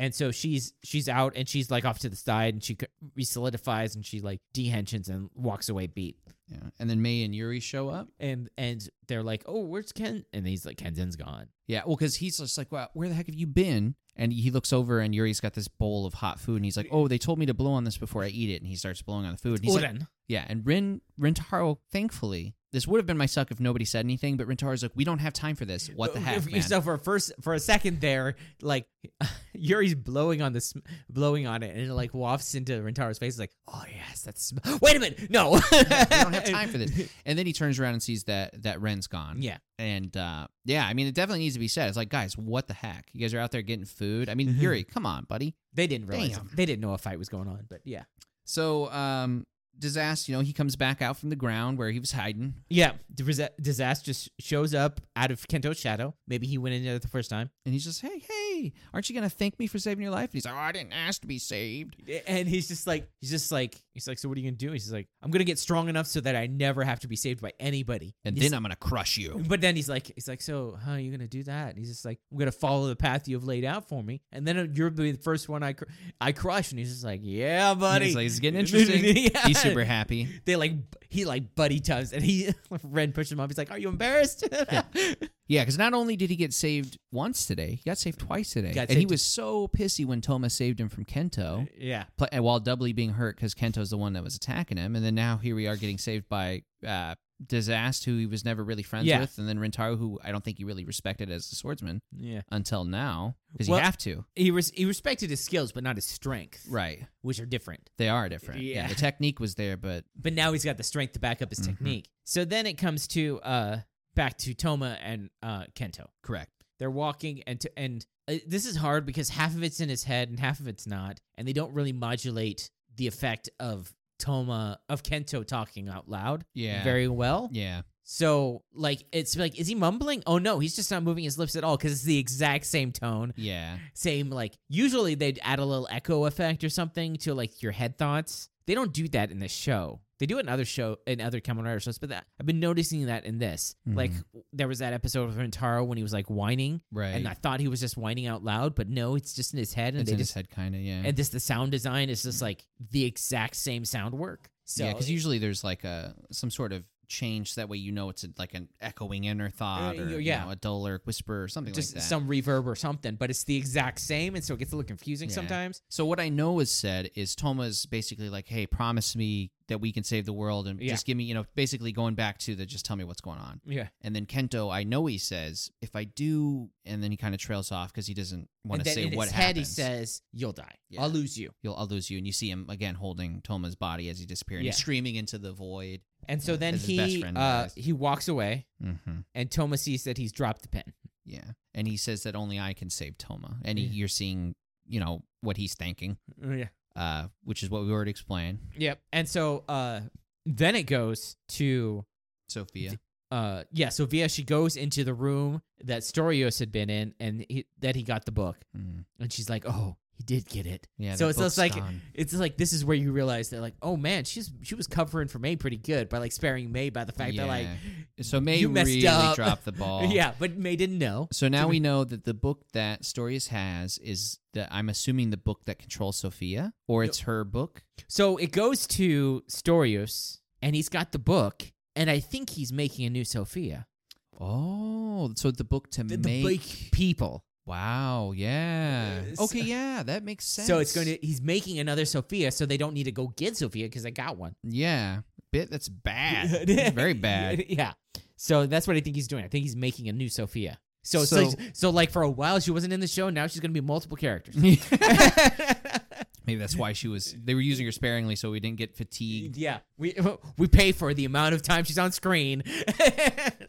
[SPEAKER 1] and so she's she's out, and she's like off to the side, and she c- resolidifies, and she like dehensions and walks away beat.
[SPEAKER 2] Yeah. And then May and Yuri show up.
[SPEAKER 1] And and they're like, "Oh, where's Ken?" And he's like, "Kenzen's gone."
[SPEAKER 2] Yeah, well, because he's just like, wow, where the heck have you been? And he looks over, and Yuri's got this bowl of hot food, and he's like, oh, they told me to blow on this before I eat it, and he starts blowing on the food. And he's like,
[SPEAKER 1] Oren.
[SPEAKER 2] yeah, and Rin Rentaro, thankfully, this would have been my suck if nobody said anything, but Rentaro's like, we don't have time for this. What the
[SPEAKER 1] Uh,
[SPEAKER 2] heck,
[SPEAKER 1] if-
[SPEAKER 2] man?
[SPEAKER 1] So for a first for a second there, like *laughs* Yuri's blowing on this, blowing on it, and it like wafts into Rentaro's face. It's like, oh yes, that's. Sm- *laughs* Wait a minute,
[SPEAKER 2] *laughs*
[SPEAKER 1] no, we
[SPEAKER 2] we don't have time for this. And then he turns around and sees that that Ren's gone.
[SPEAKER 1] *laughs* Yeah,
[SPEAKER 2] And uh, yeah, I mean, it definitely needs to be said. It's like, guys, what the heck? You guys are out there getting food. I mean,
[SPEAKER 1] Mm-hmm.
[SPEAKER 2] Yuri, come on, buddy.
[SPEAKER 1] they didn't realize
[SPEAKER 2] Damn.
[SPEAKER 1] they didn't know a fight was going on, but yeah,
[SPEAKER 2] So, um, disaster. You know, he comes back out from the ground where he was hiding.
[SPEAKER 1] yeah. Disaster just shows up out of Kento's shadow. Maybe he went in there the first time,
[SPEAKER 2] And he's just, hey, hey, aren't you gonna thank me for saving your life? And he's like, oh, I didn't ask to be saved.
[SPEAKER 1] and he's just like, he's just like, he's like, so what are you gonna do? He's like, I'm gonna get strong enough so that I never have to be saved by anybody.
[SPEAKER 2] And
[SPEAKER 1] He's-
[SPEAKER 2] then I'm gonna crush
[SPEAKER 1] *laughs*
[SPEAKER 2] you.
[SPEAKER 1] But then he's like, he's like, so how are you gonna do that? And he's just like, I'm gonna follow the path you've laid out for me, and then uh, you're the first one I, cr- I crush. And he's just like, yeah,
[SPEAKER 2] And
[SPEAKER 1] buddy.
[SPEAKER 2] He's like,
[SPEAKER 1] *laughs*
[SPEAKER 2] it's getting interesting.
[SPEAKER 1] Yeah.
[SPEAKER 2] He's super happy.
[SPEAKER 1] They like, he like buddy tubs, and he *laughs* Ren pushed him up. He's like, are you embarrassed? *laughs*
[SPEAKER 2] Yeah, because not only did he get saved once today, he got saved twice today,
[SPEAKER 1] Got
[SPEAKER 2] and he
[SPEAKER 1] saved-
[SPEAKER 2] was so pissy when Toma saved him from Kento.
[SPEAKER 1] yeah,
[SPEAKER 2] pl- and while doubly being hurt because Kento's the one that was attacking him, and then now here we are getting saved by uh, Disaster, who he was never really friends
[SPEAKER 1] Yeah.
[SPEAKER 2] with, and then Rentaro, who I don't think he really respected as a swordsman
[SPEAKER 1] yeah.
[SPEAKER 2] until now because
[SPEAKER 1] Well-
[SPEAKER 2] you have to,
[SPEAKER 1] He res- he respected his skills, but not his strength,
[SPEAKER 2] right?
[SPEAKER 1] which are different.
[SPEAKER 2] They are different. Yeah.
[SPEAKER 1] Yeah.
[SPEAKER 2] the technique was there, but
[SPEAKER 1] But now he's got the strength to back up his
[SPEAKER 2] Mhm.
[SPEAKER 1] technique. So then it comes to uh back to Toma and uh Kento.
[SPEAKER 2] correct.
[SPEAKER 1] they're walking and to, and uh, this is hard because half of it's in his head and half of it's not and they don't really modulate the effect of toma of kento talking out loud
[SPEAKER 2] Yeah,
[SPEAKER 1] very well
[SPEAKER 2] yeah,
[SPEAKER 1] so like it's like is he mumbling oh no he's just not moving his lips at all because it's the exact same tone
[SPEAKER 2] yeah.
[SPEAKER 1] same like usually they'd add a little echo effect or something to like your head thoughts they don't do that in this show They do it in other show in other Kamen Rider shows, but that, I've been noticing that in this. Like there was that episode with Rentaro when he was like whining,
[SPEAKER 2] Right.
[SPEAKER 1] and I thought he was just whining out loud, but no, it's just in his head, and
[SPEAKER 2] it's
[SPEAKER 1] they
[SPEAKER 2] in
[SPEAKER 1] just
[SPEAKER 2] his head, kind of. Yeah.
[SPEAKER 1] and this the sound design is just like the exact same sound work. So
[SPEAKER 2] yeah, because
[SPEAKER 1] it-
[SPEAKER 2] usually there's like a some sort of change. That way you know it's a, like an echoing inner thought or you
[SPEAKER 1] Uh, yeah.
[SPEAKER 2] know, a duller whisper or something
[SPEAKER 1] just
[SPEAKER 2] like that.
[SPEAKER 1] some reverb or something, but it's the exact same, and so it gets a little confusing
[SPEAKER 2] Yeah.
[SPEAKER 1] sometimes.
[SPEAKER 2] So what I know is said is Toma's basically like, "Hey, promise me that we can save the world, and
[SPEAKER 1] Yeah.
[SPEAKER 2] just give me, you know, basically going back to the just tell me what's going on."
[SPEAKER 1] Yeah,
[SPEAKER 2] And then Kento, I know he says, "If I do," and then he kind of trails off because he doesn't
[SPEAKER 1] and
[SPEAKER 2] want to
[SPEAKER 1] then
[SPEAKER 2] say
[SPEAKER 1] in
[SPEAKER 2] what
[SPEAKER 1] his
[SPEAKER 2] happens.
[SPEAKER 1] head he says, "You'll die.
[SPEAKER 2] Yeah.
[SPEAKER 1] I'll lose you."
[SPEAKER 2] You'll, "I'll lose you," and you see him again holding Toma's body as he disappears, and he's
[SPEAKER 1] Yeah.
[SPEAKER 2] screaming into the void.
[SPEAKER 1] And so
[SPEAKER 2] Yeah,
[SPEAKER 1] then
[SPEAKER 2] as his best
[SPEAKER 1] he
[SPEAKER 2] friend
[SPEAKER 1] uh,
[SPEAKER 2] dies.
[SPEAKER 1] he walks away,
[SPEAKER 2] Mm-hmm.
[SPEAKER 1] and Toma sees that he's dropped the pen.
[SPEAKER 2] Yeah, and he says that only I can save Toma, and he,
[SPEAKER 1] Yeah.
[SPEAKER 2] you're seeing, you know, what he's thinking,
[SPEAKER 1] Yeah.
[SPEAKER 2] uh, which is what we already explained.
[SPEAKER 1] Yep. And so uh, then it goes to
[SPEAKER 2] Sophia,
[SPEAKER 1] uh, yeah. So Via she goes into the room that Storios had been in, and he, that he got the book,
[SPEAKER 2] Mhm.
[SPEAKER 1] and she's like, "Oh, he did get it."
[SPEAKER 2] yeah.
[SPEAKER 1] So
[SPEAKER 2] the
[SPEAKER 1] it's just like-
[SPEAKER 2] book's gone.
[SPEAKER 1] It's like this is where you realize that like, oh man, she's she was covering for May pretty good by like sparing May by the fact that like,
[SPEAKER 2] Yeah. so May
[SPEAKER 1] you messed
[SPEAKER 2] really
[SPEAKER 1] up.
[SPEAKER 2] dropped the
[SPEAKER 1] *laughs*
[SPEAKER 2] ball.
[SPEAKER 1] yeah, but May didn't know.
[SPEAKER 2] So now
[SPEAKER 1] Did
[SPEAKER 2] we know that the book that Storius has is the I'm assuming the book that controls Sophia, or
[SPEAKER 1] Yep.
[SPEAKER 2] it's her book.
[SPEAKER 1] So it goes to Storius, and he's got the book, and I think he's making a new Sophia.
[SPEAKER 2] Oh, so the book to
[SPEAKER 1] The, the
[SPEAKER 2] make.
[SPEAKER 1] big people.
[SPEAKER 2] Wow. Yeah.
[SPEAKER 1] Uh, so-
[SPEAKER 2] Okay. Yeah, that makes sense.
[SPEAKER 1] So it's going to. He's making another Sophia, so they don't need to go get Sophia because I got one.
[SPEAKER 2] Yeah. Bit. That's
[SPEAKER 1] *laughs*
[SPEAKER 2] bad. That's very bad. *laughs*
[SPEAKER 1] yeah. So that's what I think he's doing. I think he's making a new Sophia. So so,
[SPEAKER 2] So-
[SPEAKER 1] so, like for a while she wasn't in the show. Now she's going to be multiple characters.
[SPEAKER 2] Maybe that's why she was. They were using her sparingly, so we didn't get
[SPEAKER 1] *laughs*
[SPEAKER 2] fatigued.
[SPEAKER 1] yeah, we we pay for the amount of time she's on screen. *laughs*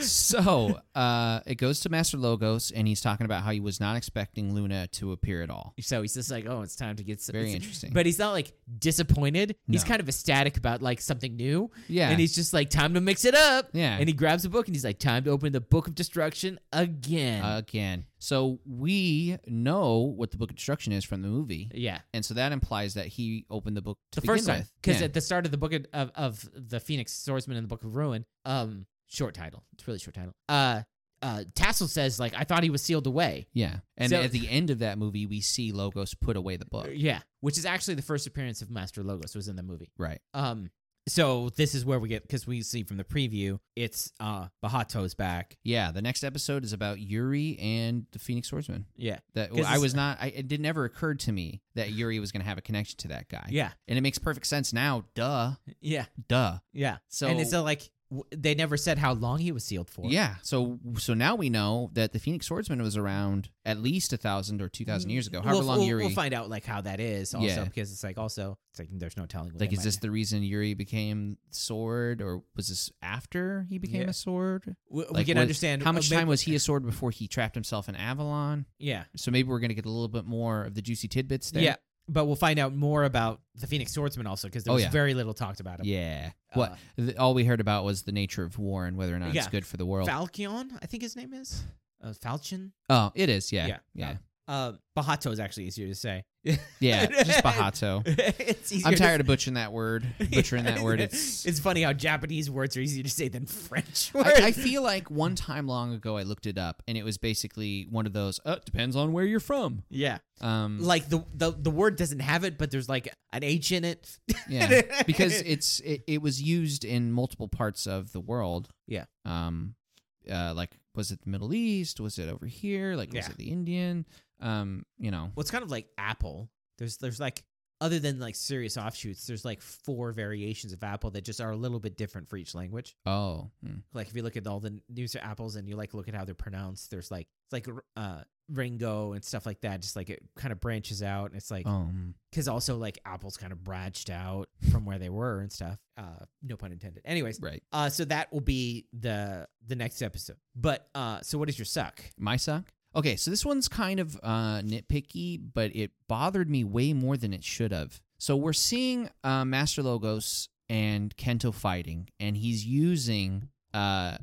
[SPEAKER 2] So uh, it goes to Master Logos, and he's talking about how he was not expecting Luna to appear at all.
[SPEAKER 1] so he's just like, oh, it's time to get. Some,
[SPEAKER 2] Very
[SPEAKER 1] it's-
[SPEAKER 2] interesting.
[SPEAKER 1] But he's not like disappointed. He's
[SPEAKER 2] No.
[SPEAKER 1] kind of ecstatic about like something new,
[SPEAKER 2] yeah.
[SPEAKER 1] and he's just like, time to mix it up.
[SPEAKER 2] yeah.
[SPEAKER 1] And he grabs a book and he's like, time to open the book of destruction again.
[SPEAKER 2] again. So we know what the Book of Destruction is from the movie,
[SPEAKER 1] yeah.
[SPEAKER 2] and so that implies that he opened the book to
[SPEAKER 1] the first
[SPEAKER 2] begin
[SPEAKER 1] time
[SPEAKER 2] with.
[SPEAKER 1] because
[SPEAKER 2] Yeah.
[SPEAKER 1] at the start of the book of, of, of the phoenix swordsman and the book of ruin um short title it's really short title uh uh tassel says like i thought he was sealed away
[SPEAKER 2] yeah, and
[SPEAKER 1] So-
[SPEAKER 2] at the end of that movie, we see Logos put away the book.
[SPEAKER 1] yeah which is actually the first appearance of master logos was in the movie
[SPEAKER 2] Right.
[SPEAKER 1] um so this is where we get because we see from the preview it's uh bahato's back
[SPEAKER 2] Yeah. The next episode is about Yuri and the Phoenix Swordsman.
[SPEAKER 1] yeah
[SPEAKER 2] That
[SPEAKER 1] 'Cause
[SPEAKER 2] I
[SPEAKER 1] it's-
[SPEAKER 2] was not. I, it didn't ever occurred to me that Yuri was going to have a connection to that guy.
[SPEAKER 1] yeah
[SPEAKER 2] And it makes perfect sense now. Duh.
[SPEAKER 1] yeah
[SPEAKER 2] Duh.
[SPEAKER 1] yeah
[SPEAKER 2] So
[SPEAKER 1] and it's uh, like w- they never said how long he was sealed for
[SPEAKER 2] Yeah. So so now we know that the Phoenix Swordsman was around at least a thousand or two thousand years ago, however
[SPEAKER 1] we'll,
[SPEAKER 2] long
[SPEAKER 1] we'll,
[SPEAKER 2] Yuri.
[SPEAKER 1] we'll find out like how that is also
[SPEAKER 2] Yeah.
[SPEAKER 1] because it's like also it's like there's no telling what
[SPEAKER 2] like,
[SPEAKER 1] they
[SPEAKER 2] is
[SPEAKER 1] might-
[SPEAKER 2] this the reason Yuri became sword, or was this after he became
[SPEAKER 1] Yeah.
[SPEAKER 2] a sword?
[SPEAKER 1] we, we
[SPEAKER 2] like,
[SPEAKER 1] can
[SPEAKER 2] was-
[SPEAKER 1] understand
[SPEAKER 2] How
[SPEAKER 1] uh,
[SPEAKER 2] much
[SPEAKER 1] maybe-
[SPEAKER 2] time
[SPEAKER 1] *laughs*
[SPEAKER 2] was he a sword before he trapped himself in Avalon?
[SPEAKER 1] yeah
[SPEAKER 2] So maybe we're going to get a little bit more of the juicy tidbits there.
[SPEAKER 1] Yeah, but we'll find out more about the Phoenix Swordsman also because there
[SPEAKER 2] Oh,
[SPEAKER 1] was
[SPEAKER 2] yeah.
[SPEAKER 1] very little talked about him.
[SPEAKER 2] Yeah.
[SPEAKER 1] Uh,
[SPEAKER 2] What th- all we heard about was the nature of war and whether or not it's
[SPEAKER 1] Yeah.
[SPEAKER 2] good for the world.
[SPEAKER 1] Falchion, I think his name is uh, Falchion.
[SPEAKER 2] oh, it is. Yeah.
[SPEAKER 1] Yeah.
[SPEAKER 2] Yeah. Yeah.
[SPEAKER 1] Uh, Bahato is actually easier to say. *laughs*
[SPEAKER 2] just Bahato.
[SPEAKER 1] it's easier
[SPEAKER 2] I'm
[SPEAKER 1] to
[SPEAKER 2] tired
[SPEAKER 1] say.
[SPEAKER 2] of butchering that word.
[SPEAKER 1] *laughs*
[SPEAKER 2] Butchering that word. It's
[SPEAKER 1] it's funny how Japanese words are easier to say than *laughs* French words.
[SPEAKER 2] I, I feel like one time long ago I looked it up and it was basically one of those. Uh, depends on where you're from.
[SPEAKER 1] yeah,
[SPEAKER 2] Um,
[SPEAKER 1] like the, the the word doesn't have it, but there's like an H in *laughs* it.
[SPEAKER 2] yeah, because it's it, it was used in multiple parts of the world.
[SPEAKER 1] Yeah.
[SPEAKER 2] Um, uh, like was it the Middle East? Was it over here? Like was
[SPEAKER 1] Yeah.
[SPEAKER 2] it the Indian? Um, you know.
[SPEAKER 1] well, it's kind of like apple. There's there's like other than like serious offshoots, there's like four variations of apple that just are a little bit different for each language.
[SPEAKER 2] Oh, hmm.
[SPEAKER 1] like if you look at all the news of apples and you like look at how they're pronounced there's like it's like uh ringo and stuff like that just like it kind of branches out and it's like
[SPEAKER 2] oh, hmm.
[SPEAKER 1] because also like apples kind of branched out from where they were and stuff uh no pun intended anyways
[SPEAKER 2] right.
[SPEAKER 1] uh so that will be the the next episode but uh so what is your suck
[SPEAKER 2] My sock. Okay, so this one's kind of uh, nitpicky, but it bothered me way more than it should have. So we're seeing uh, Master Logos and Kento fighting, and he's using uh,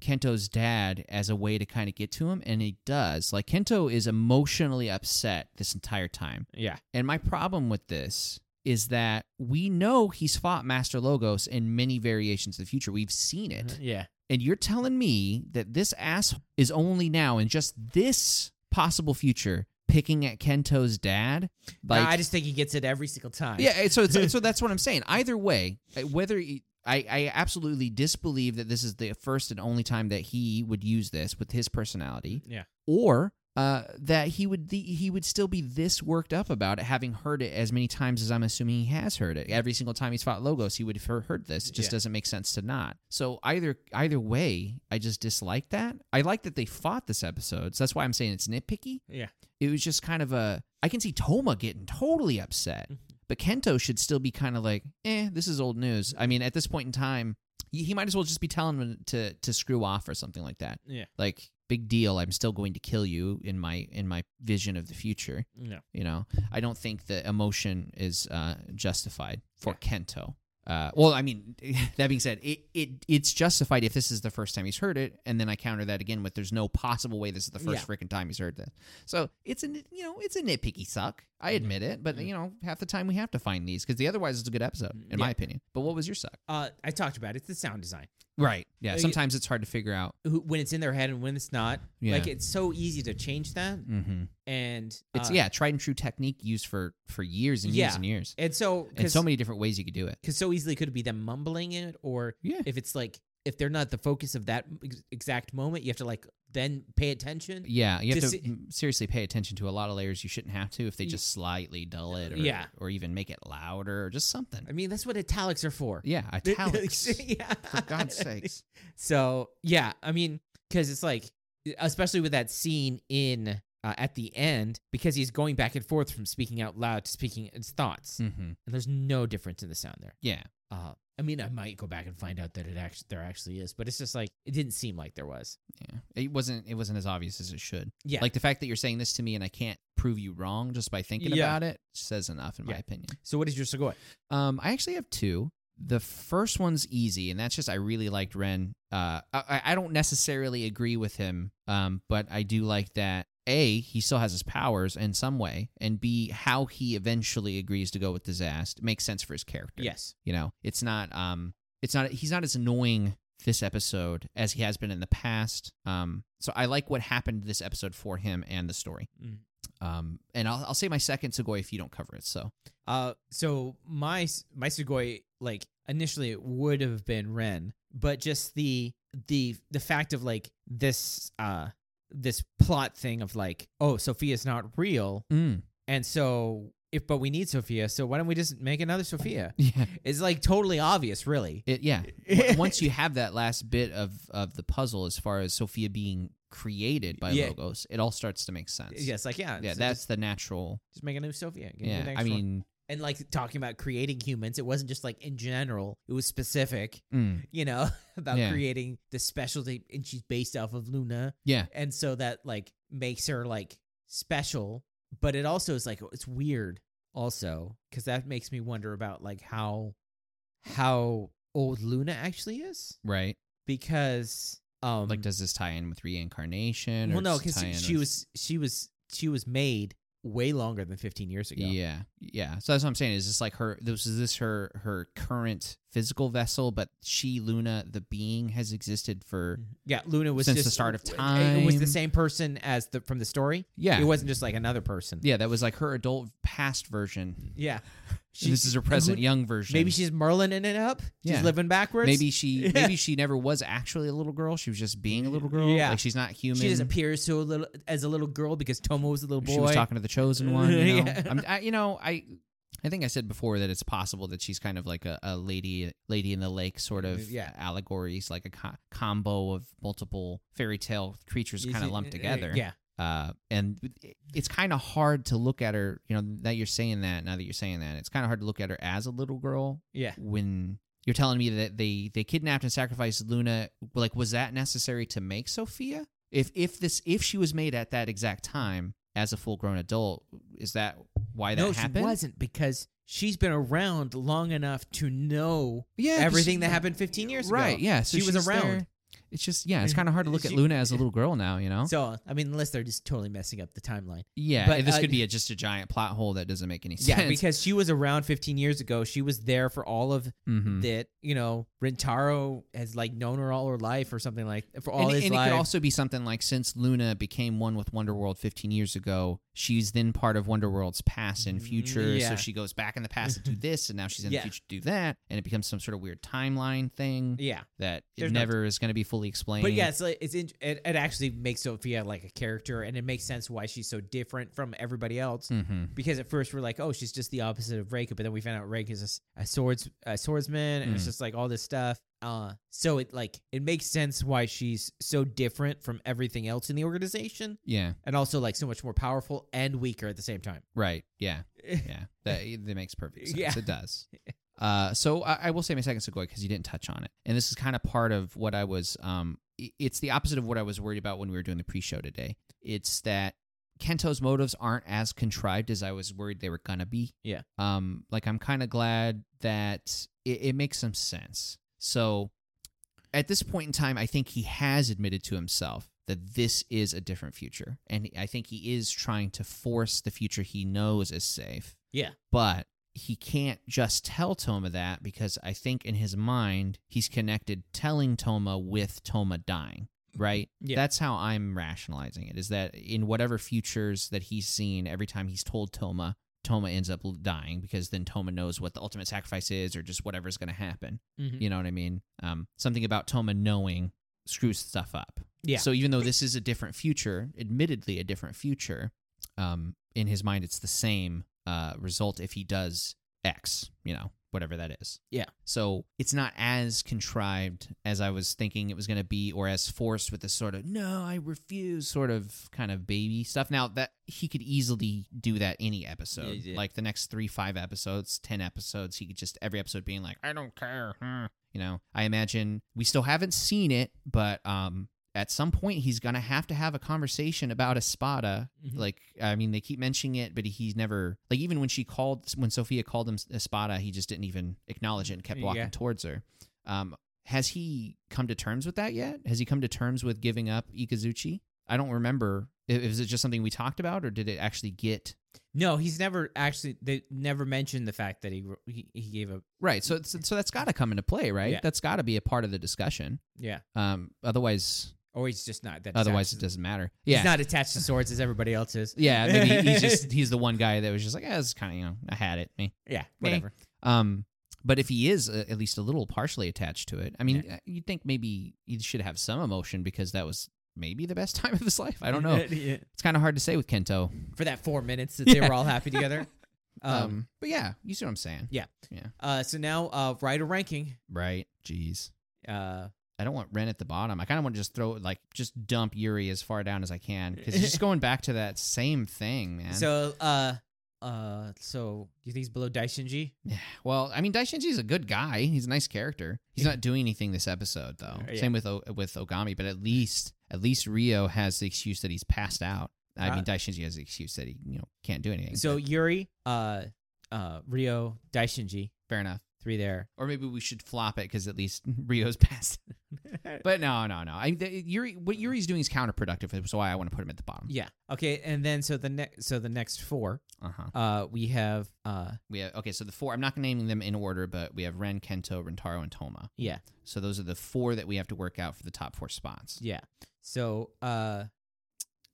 [SPEAKER 2] Kento's dad as a way to kind of get to him, and he does. Like Kento is emotionally upset this entire time,
[SPEAKER 1] yeah
[SPEAKER 2] and my problem with this is that we know he's fought Master Logos in many variations of the future. We've seen it.
[SPEAKER 1] Yeah.
[SPEAKER 2] And you're telling me that this ass is only now in just this possible future picking at Kento's dad?
[SPEAKER 1] Like, I just think he gets it every single time.
[SPEAKER 2] Yeah, and so it's, so that's what I'm saying. Either way, whether he- I, I absolutely disbelieve that this is the first and only time that he would use this with his personality,
[SPEAKER 1] Yeah.
[SPEAKER 2] or uh, that he would the, he would still be this worked up about it, having heard it as many times as I'm assuming he has heard it. Every single time he's fought Logos, he would have heard this. It just
[SPEAKER 1] Yeah.
[SPEAKER 2] doesn't make sense to not. So either either way, I just dislike that. I like that they fought this episode, so that's why I'm saying it's nitpicky
[SPEAKER 1] Yeah.
[SPEAKER 2] it was just kind of a I can see Toma getting totally upset,
[SPEAKER 1] Mm-hmm.
[SPEAKER 2] but Kento should still be kind of like, eh, this is old news. I mean, at this point in time, he he might as well just be telling him to to screw off or something like that.
[SPEAKER 1] Yeah.
[SPEAKER 2] Like, big deal. I'm still going to kill you in my in my vision of the future.
[SPEAKER 1] No.
[SPEAKER 2] You know, I don't think the emotion is uh, justified for Kento. Uh, well, I mean, *laughs* that being said, it, it it's justified if this is the first time he's heard it, and then I counter that again with there's no possible way this is the first freaking time he's heard this. So it's a nit- you know it's a nitpicky suck. I
[SPEAKER 1] Mhm.
[SPEAKER 2] admit it, but
[SPEAKER 1] Mhm.
[SPEAKER 2] you know half the time we have to find these because the otherwise it's a good episode in
[SPEAKER 1] Yeah.
[SPEAKER 2] my opinion. But what was your suck?
[SPEAKER 1] Uh, I talked about it. It's the sound design.
[SPEAKER 2] Right.
[SPEAKER 1] Uh,
[SPEAKER 2] Yeah.
[SPEAKER 1] y-
[SPEAKER 2] Sometimes it's hard to figure out.
[SPEAKER 1] Who- When it's in their head and when it's not.
[SPEAKER 2] Yeah.
[SPEAKER 1] Like it's so easy to change that.
[SPEAKER 2] mm-hmm.
[SPEAKER 1] And
[SPEAKER 2] It's
[SPEAKER 1] uh,
[SPEAKER 2] yeah tried and true technique used for for years and
[SPEAKER 1] Yeah.
[SPEAKER 2] years and years,
[SPEAKER 1] And so
[SPEAKER 2] and
[SPEAKER 1] because
[SPEAKER 2] so
[SPEAKER 1] so,
[SPEAKER 2] many different ways you could do it.
[SPEAKER 1] easily could it be them mumbling it or
[SPEAKER 2] Yeah.
[SPEAKER 1] if it's like if they're not the focus of that ex- exact moment, you have to like then pay attention.
[SPEAKER 2] Yeah, you have
[SPEAKER 1] to
[SPEAKER 2] to,
[SPEAKER 1] see-
[SPEAKER 2] m- seriously pay attention to a lot of layers you shouldn't have to if they
[SPEAKER 1] Y-
[SPEAKER 2] just slightly dull it, or,
[SPEAKER 1] Yeah.
[SPEAKER 2] or even make it louder, or just something.
[SPEAKER 1] I mean, that's what italics are for.
[SPEAKER 2] Yeah,
[SPEAKER 1] *laughs*
[SPEAKER 2] *laughs* italics.
[SPEAKER 1] yeah.
[SPEAKER 2] for
[SPEAKER 1] *laughs*
[SPEAKER 2] God's sakes.
[SPEAKER 1] So yeah, I mean, because it's like, e, especially with that scene in uh, at the end, because he's going back and forth from speaking out loud to speaking his thoughts,
[SPEAKER 2] hmm
[SPEAKER 1] and there's no difference in the sound there.
[SPEAKER 2] Yeah,
[SPEAKER 1] Uh, I mean, I might go back and find out that it actually there actually is, but it's just like it didn't seem like there was.
[SPEAKER 2] yeah. It wasn't. It wasn't as obvious as it should.
[SPEAKER 1] Yeah,
[SPEAKER 2] Like the fact that you're saying this to me and I can't prove you wrong just by thinking
[SPEAKER 1] Yeah.
[SPEAKER 2] about it says enough, in my
[SPEAKER 1] Yeah.
[SPEAKER 2] opinion.
[SPEAKER 1] so what is your Segoy?
[SPEAKER 2] Um, I actually have two. The first one's easy, and that's just I really liked Ren. Uh, I- I, I don't necessarily agree with him, um, but I do like that. A, he still has his powers in some way, and B, how he eventually agrees to go with Disaster makes sense for his character.
[SPEAKER 1] Yes,
[SPEAKER 2] You know, it's not um it's not he's not as annoying this episode as he has been in the past. Um so I like what happened this episode for him and the story.
[SPEAKER 1] Mm.
[SPEAKER 2] Um and I'll I'll say my second Segoy if you don't cover it. So
[SPEAKER 1] Uh, so my s- my Sugoi like initially it would have been Ren, but just the the the fact of like this uh this plot thing of like oh Sophia's not real,
[SPEAKER 2] mm. *laughs*
[SPEAKER 1] and so if but we need Sophia, so why don't we just make another Sophia?
[SPEAKER 2] yeah.
[SPEAKER 1] It's like totally obvious,
[SPEAKER 2] *laughs*
[SPEAKER 1] really.
[SPEAKER 2] It, yeah.
[SPEAKER 1] *laughs*
[SPEAKER 2] Once you have that last bit of of the puzzle as far as Sophia being created by
[SPEAKER 1] Yeah.
[SPEAKER 2] Logos, it all starts to make sense.
[SPEAKER 1] yes, like yeah,
[SPEAKER 2] Yeah,
[SPEAKER 1] so
[SPEAKER 2] that's
[SPEAKER 1] just,
[SPEAKER 2] the natural.
[SPEAKER 1] just make a new Sophia. Give me the
[SPEAKER 2] Yeah,
[SPEAKER 1] next
[SPEAKER 2] I
[SPEAKER 1] one.
[SPEAKER 2] mean,
[SPEAKER 1] and like talking about creating humans, it wasn't just like in general; it was specific.
[SPEAKER 2] mm,
[SPEAKER 1] You know *laughs* about
[SPEAKER 2] Yeah.
[SPEAKER 1] creating the specialty, and she's based off of Luna.
[SPEAKER 2] yeah,
[SPEAKER 1] and so that like makes her like special but it also is like it's weird also because that makes me wonder about like how how old luna actually is
[SPEAKER 2] right.
[SPEAKER 1] because um
[SPEAKER 2] Like, does this tie in with reincarnation? Or
[SPEAKER 1] well no
[SPEAKER 2] does it
[SPEAKER 1] because
[SPEAKER 2] tie in
[SPEAKER 1] she
[SPEAKER 2] with-
[SPEAKER 1] was she was she was made way longer than 15 years ago
[SPEAKER 2] Yeah, yeah. So that's what I'm saying. Is this like her? This is this her her current physical vessel? But she, Luna, the being, has existed for
[SPEAKER 1] yeah luna was
[SPEAKER 2] Since the
[SPEAKER 1] just,
[SPEAKER 2] start of
[SPEAKER 1] it was the
[SPEAKER 2] time.
[SPEAKER 1] same person as the from the story
[SPEAKER 2] yeah,
[SPEAKER 1] it wasn't just like another person
[SPEAKER 2] yeah. That was like her adult past version. *laughs*
[SPEAKER 1] yeah
[SPEAKER 2] And this is her present
[SPEAKER 1] who-
[SPEAKER 2] young version.
[SPEAKER 1] maybe she's merlining it up she's
[SPEAKER 2] Yeah.
[SPEAKER 1] living backwards
[SPEAKER 2] Maybe she
[SPEAKER 1] *laughs* Yeah.
[SPEAKER 2] maybe she never was actually a little girl. She was just being a little girl.
[SPEAKER 1] Yeah.
[SPEAKER 2] Like she's not human.
[SPEAKER 1] She just appears to a little as a little girl because Tomo was a little boy.
[SPEAKER 2] She was talking to the
[SPEAKER 1] *laughs*
[SPEAKER 2] chosen one. You know,
[SPEAKER 1] Yeah.
[SPEAKER 2] I'm, I, you know, I, I think I said before that it's possible that she's kind of like a, a lady, lady in the lake sort of
[SPEAKER 1] Yeah.
[SPEAKER 2] allegories, like a co- combo of multiple fairy tale creatures
[SPEAKER 1] You
[SPEAKER 2] kind of
[SPEAKER 1] see-
[SPEAKER 2] lumped
[SPEAKER 1] uh,
[SPEAKER 2] together.
[SPEAKER 1] Yeah,
[SPEAKER 2] Uh, and it- it's kind of hard to look at her. You know, that you're saying that now that you're saying that, it's kind of hard to look at her as a little girl
[SPEAKER 1] yeah,
[SPEAKER 2] when you're telling me that they they kidnapped and sacrificed Luna, like was that necessary to make Sophia? If if this if she was made at that exact time as a full grown adult, is that why that
[SPEAKER 1] no,
[SPEAKER 2] happened?
[SPEAKER 1] she wasn't because she's been around long enough to know
[SPEAKER 2] Yeah, 'cause
[SPEAKER 1] everything
[SPEAKER 2] she-
[SPEAKER 1] that happened 15 years ago.
[SPEAKER 2] right? Yeah, so
[SPEAKER 1] she was
[SPEAKER 2] she's
[SPEAKER 1] around.
[SPEAKER 2] there. it's just yeah, it's kind of hard to look at
[SPEAKER 1] She-
[SPEAKER 2] Luna as a little girl now, you know.
[SPEAKER 1] So I mean, unless they're just totally messing up the
[SPEAKER 2] *laughs*
[SPEAKER 1] timeline.
[SPEAKER 2] yeah,
[SPEAKER 1] but,
[SPEAKER 2] this
[SPEAKER 1] uh,
[SPEAKER 2] could be a, just a giant plot hole that doesn't make any sense.
[SPEAKER 1] Yeah, because she was around 15 years ago. She was there for all of
[SPEAKER 2] Mhm.
[SPEAKER 1] that. You know, Rentaro has like known her all her life, or something like for all
[SPEAKER 2] and,
[SPEAKER 1] his
[SPEAKER 2] and it
[SPEAKER 1] life.
[SPEAKER 2] could also be something like since Luna became one with Wonderworld 15 years ago, she's then part of Wonderworld's past and
[SPEAKER 1] Mm,
[SPEAKER 2] future.
[SPEAKER 1] yeah.
[SPEAKER 2] So she goes back in the past
[SPEAKER 1] *laughs*
[SPEAKER 2] to do this, and now she's in
[SPEAKER 1] Yeah.
[SPEAKER 2] the future to do that, and it becomes some sort of weird timeline thing
[SPEAKER 1] yeah,
[SPEAKER 2] that it
[SPEAKER 1] There's no-
[SPEAKER 2] never is going to be fully explained.
[SPEAKER 1] but yeah, it's like it's in, it, it actually makes Sophia like a character, and it makes sense why she's so different from everybody else.
[SPEAKER 2] hmm
[SPEAKER 1] Because at first we're like, oh, she's just the opposite of Reika, but then we found out Reika is a s- a, swords a swordsman, and it's
[SPEAKER 2] Mm.
[SPEAKER 1] just like all this stuff. Uh, so it like it makes sense why she's so different from everything else in the organization,
[SPEAKER 2] yeah,
[SPEAKER 1] and also like so much more powerful and weaker at the same time.
[SPEAKER 2] right, yeah, *laughs* yeah. That, that makes perfect sense.
[SPEAKER 1] Yeah.
[SPEAKER 2] It does.
[SPEAKER 1] *laughs*
[SPEAKER 2] Uh, so I, I will say my second sequoia because you didn't touch on it, and this is kind of part of what I was. Um, i- it's the opposite of what I was worried about when we were doing the pre-show today. It's that Kento's motives aren't as contrived as I was worried they were gonna be.
[SPEAKER 1] Yeah.
[SPEAKER 2] Um, like I'm kind of glad that it, it makes some sense. So at this point in time, I think he has admitted to himself that this is a different future, and I think he is trying to force the future he knows is safe
[SPEAKER 1] Yeah.
[SPEAKER 2] but he can't just tell Toma that because I think in his mind he's connected telling Toma with Toma dying, right?
[SPEAKER 1] Mm-hmm. Yeah.
[SPEAKER 2] That's how I'm rationalizing it is that in whatever futures that he's seen, every time he's told Toma, Toma ends up l- dying because then Toma knows what the ultimate sacrifice is or just whatever's going to happen.
[SPEAKER 1] Mhm.
[SPEAKER 2] You know what I mean? Um, something about Toma knowing screws stuff up.
[SPEAKER 1] Yeah.
[SPEAKER 2] So even though this is a different future, admittedly a different future, um, in his mind it's the same uh, result if he does X, you know, whatever that is.
[SPEAKER 1] Yeah.
[SPEAKER 2] So it's not as contrived as I was thinking it was going to be, or as forced with this sort of "no, I refuse" sort of kind of baby stuff. Now that he could easily do that any episode,
[SPEAKER 1] Yeah, yeah.
[SPEAKER 2] like the next three, five episodes, ten episodes, he could just every episode being like, "I don't care." huh." You know, I imagine we still haven't seen it, but um, at some point he's gonna have to have a conversation about Espada.
[SPEAKER 1] *laughs* Mhm.
[SPEAKER 2] Like, I mean, they keep mentioning it, but he's never like even when she called when Sophia called him Espada, he just didn't even acknowledge it and kept walking
[SPEAKER 1] Yeah.
[SPEAKER 2] towards her. Um, has he come to terms with that yet? Has he come to terms with giving up Ikazuchi? I don't remember. I- Is it just something we talked about, or did it actually get
[SPEAKER 1] No, he's never actually. They never mentioned the fact that he he, he gave up.
[SPEAKER 2] right? So, it's, so that's got to come into play, right?
[SPEAKER 1] Yeah.
[SPEAKER 2] That's got to be a part of the discussion.
[SPEAKER 1] Yeah,
[SPEAKER 2] Um, otherwise,
[SPEAKER 1] or he's just not that.
[SPEAKER 2] otherwise it
[SPEAKER 1] attached-
[SPEAKER 2] doesn't matter. Yeah,
[SPEAKER 1] he's not attached to swords as everybody else is.
[SPEAKER 2] Yeah, maybe he's *laughs* just he's the one guy that was just like, "Ah, it's kind of you know, I had it, me."
[SPEAKER 1] *laughs* yeah, whatever.
[SPEAKER 2] Um, but if he is uh, at least a little partially attached to it, I mean, uh you'd think maybe he should have some emotion because that was maybe the best *laughs* time of his life. I don't *laughs* know. it's
[SPEAKER 1] Yeah.
[SPEAKER 2] kind of hard to say with Kento.
[SPEAKER 1] For that four minutes that they
[SPEAKER 2] Yeah.
[SPEAKER 1] were all happy
[SPEAKER 2] *laughs*
[SPEAKER 1] together.
[SPEAKER 2] Um,
[SPEAKER 1] Um,
[SPEAKER 2] but yeah, you see what I'm saying,
[SPEAKER 1] Yeah. uh, so now, uh, writer ranking.
[SPEAKER 2] right? Jeez.
[SPEAKER 1] Uh,
[SPEAKER 2] I don't want Ren at the bottom. I kind of want to just throw like just dump Yuri as far down as I can because *laughs* he's just going back to that same thing, man.
[SPEAKER 1] so, uh, uh, so do you think he's below Daishinji?
[SPEAKER 2] Yeah, well, I mean, Daishinji's a good guy. He's a nice character. He's
[SPEAKER 1] Yeah.
[SPEAKER 2] not doing anything this episode, though.
[SPEAKER 1] Yeah.
[SPEAKER 2] Same with o- with Ogami, but at least at least Rio has the excuse that he's passed out. I
[SPEAKER 1] Uh,
[SPEAKER 2] mean, Daishinji has the excuse that he you know can't do anything.
[SPEAKER 1] So Yuri, uh, uh, Rio, Daishinji,
[SPEAKER 2] fair enough.
[SPEAKER 1] three there.
[SPEAKER 2] Or maybe we should flop it because at least *laughs* Rio's passed.
[SPEAKER 1] *laughs*
[SPEAKER 2] but no, no, no. I the, Yuri, what Yuri's doing is counterproductive. That's why I want to put him at the bottom.
[SPEAKER 1] yeah. Okay. And then so the next so the next four.
[SPEAKER 2] Uh huh.
[SPEAKER 1] Uh, we have uh,
[SPEAKER 2] We have okay. So the four. I'm not naming them in order, but we have Ren, Kento, Rentaro, and Toma.
[SPEAKER 1] yeah,
[SPEAKER 2] So those are the four that we have to work out for the top four spots.
[SPEAKER 1] yeah. So uh,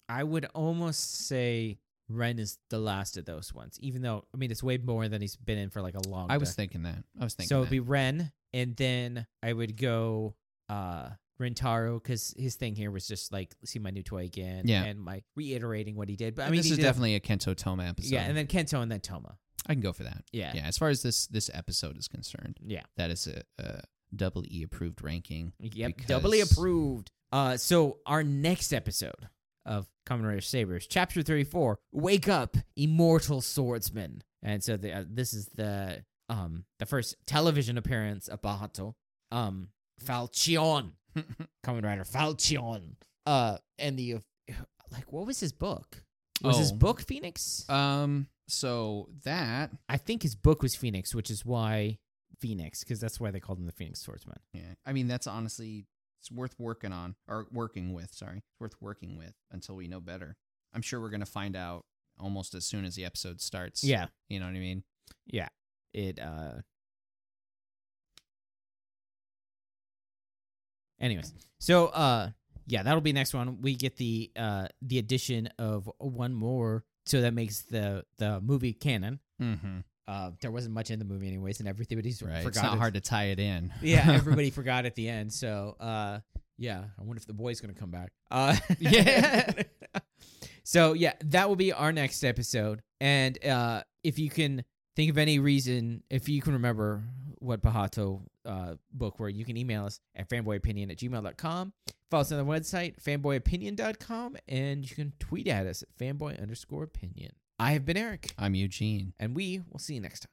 [SPEAKER 1] I would almost say Ren is the last of those ones, even though I mean it's way more than he's been in for like a long.
[SPEAKER 2] I was
[SPEAKER 1] time.
[SPEAKER 2] thinking that. I was thinking.
[SPEAKER 1] so
[SPEAKER 2] that.
[SPEAKER 1] it'd be Ren, and then I would go uh Rentaro because his thing here was just like see my new toy again,
[SPEAKER 2] Yeah.
[SPEAKER 1] and like reiterating what he did. But I
[SPEAKER 2] And
[SPEAKER 1] mean,
[SPEAKER 2] this
[SPEAKER 1] he
[SPEAKER 2] is
[SPEAKER 1] did-
[SPEAKER 2] definitely a Kento Toma episode.
[SPEAKER 1] yeah, and then Kento and then Toma.
[SPEAKER 2] I can go for that.
[SPEAKER 1] Yeah,
[SPEAKER 2] Yeah. as far as this this episode is concerned,
[SPEAKER 1] yeah.
[SPEAKER 2] that is a, a double E approved
[SPEAKER 1] *laughs*
[SPEAKER 2] ranking.
[SPEAKER 1] Yep, doubly
[SPEAKER 2] because-
[SPEAKER 1] approved. Uh, so our next episode of Kamen Rider Sabers, Chapter Thirty Four, Wake Up, Immortal Swordsman, and so the, uh, this is the um the first television appearance of Bahato, um Falchion, Kamen Rider Falchion, uh, and the uh, like, what was his book? Was his
[SPEAKER 2] Oh.
[SPEAKER 1] book Phoenix?
[SPEAKER 2] Um. So that
[SPEAKER 1] Uh, I think his book was Phoenix, which is why Phoenix, because that's why they called him the Phoenix Swordsman.
[SPEAKER 2] yeah, I mean that's honestly It's worth working on or working with. Sorry, it's worth working with until we know better. I'm sure we're gonna find out almost as soon as the episode starts.
[SPEAKER 1] Yeah.
[SPEAKER 2] you know what I mean.
[SPEAKER 1] Yeah. It uh Anyways. So uh yeah, that'll be next one. We get the uh the addition of one more so that makes the the movie canon.
[SPEAKER 2] Mm-hmm.
[SPEAKER 1] Uh there wasn't much in the movie anyways and everybody's
[SPEAKER 2] Right.
[SPEAKER 1] forgot.
[SPEAKER 2] It's not
[SPEAKER 1] it.
[SPEAKER 2] hard to tie it in.
[SPEAKER 1] yeah,
[SPEAKER 2] *laughs*
[SPEAKER 1] everybody forgot at the end. So uh yeah, I wonder if the boy's going to come back. Uh
[SPEAKER 2] Yeah.
[SPEAKER 1] *laughs* So yeah, that will be our next episode. And uh, if you can think of any reason, if you can remember what Pajato uh, book were, you can email us at fanboyopinion at gmail.com. Follow us on the website, fanboyopinion.com, and you can tweet at us at fanboy underscore opinion. I have been Eric,
[SPEAKER 2] I'm Eugene.
[SPEAKER 1] and we will see you next time.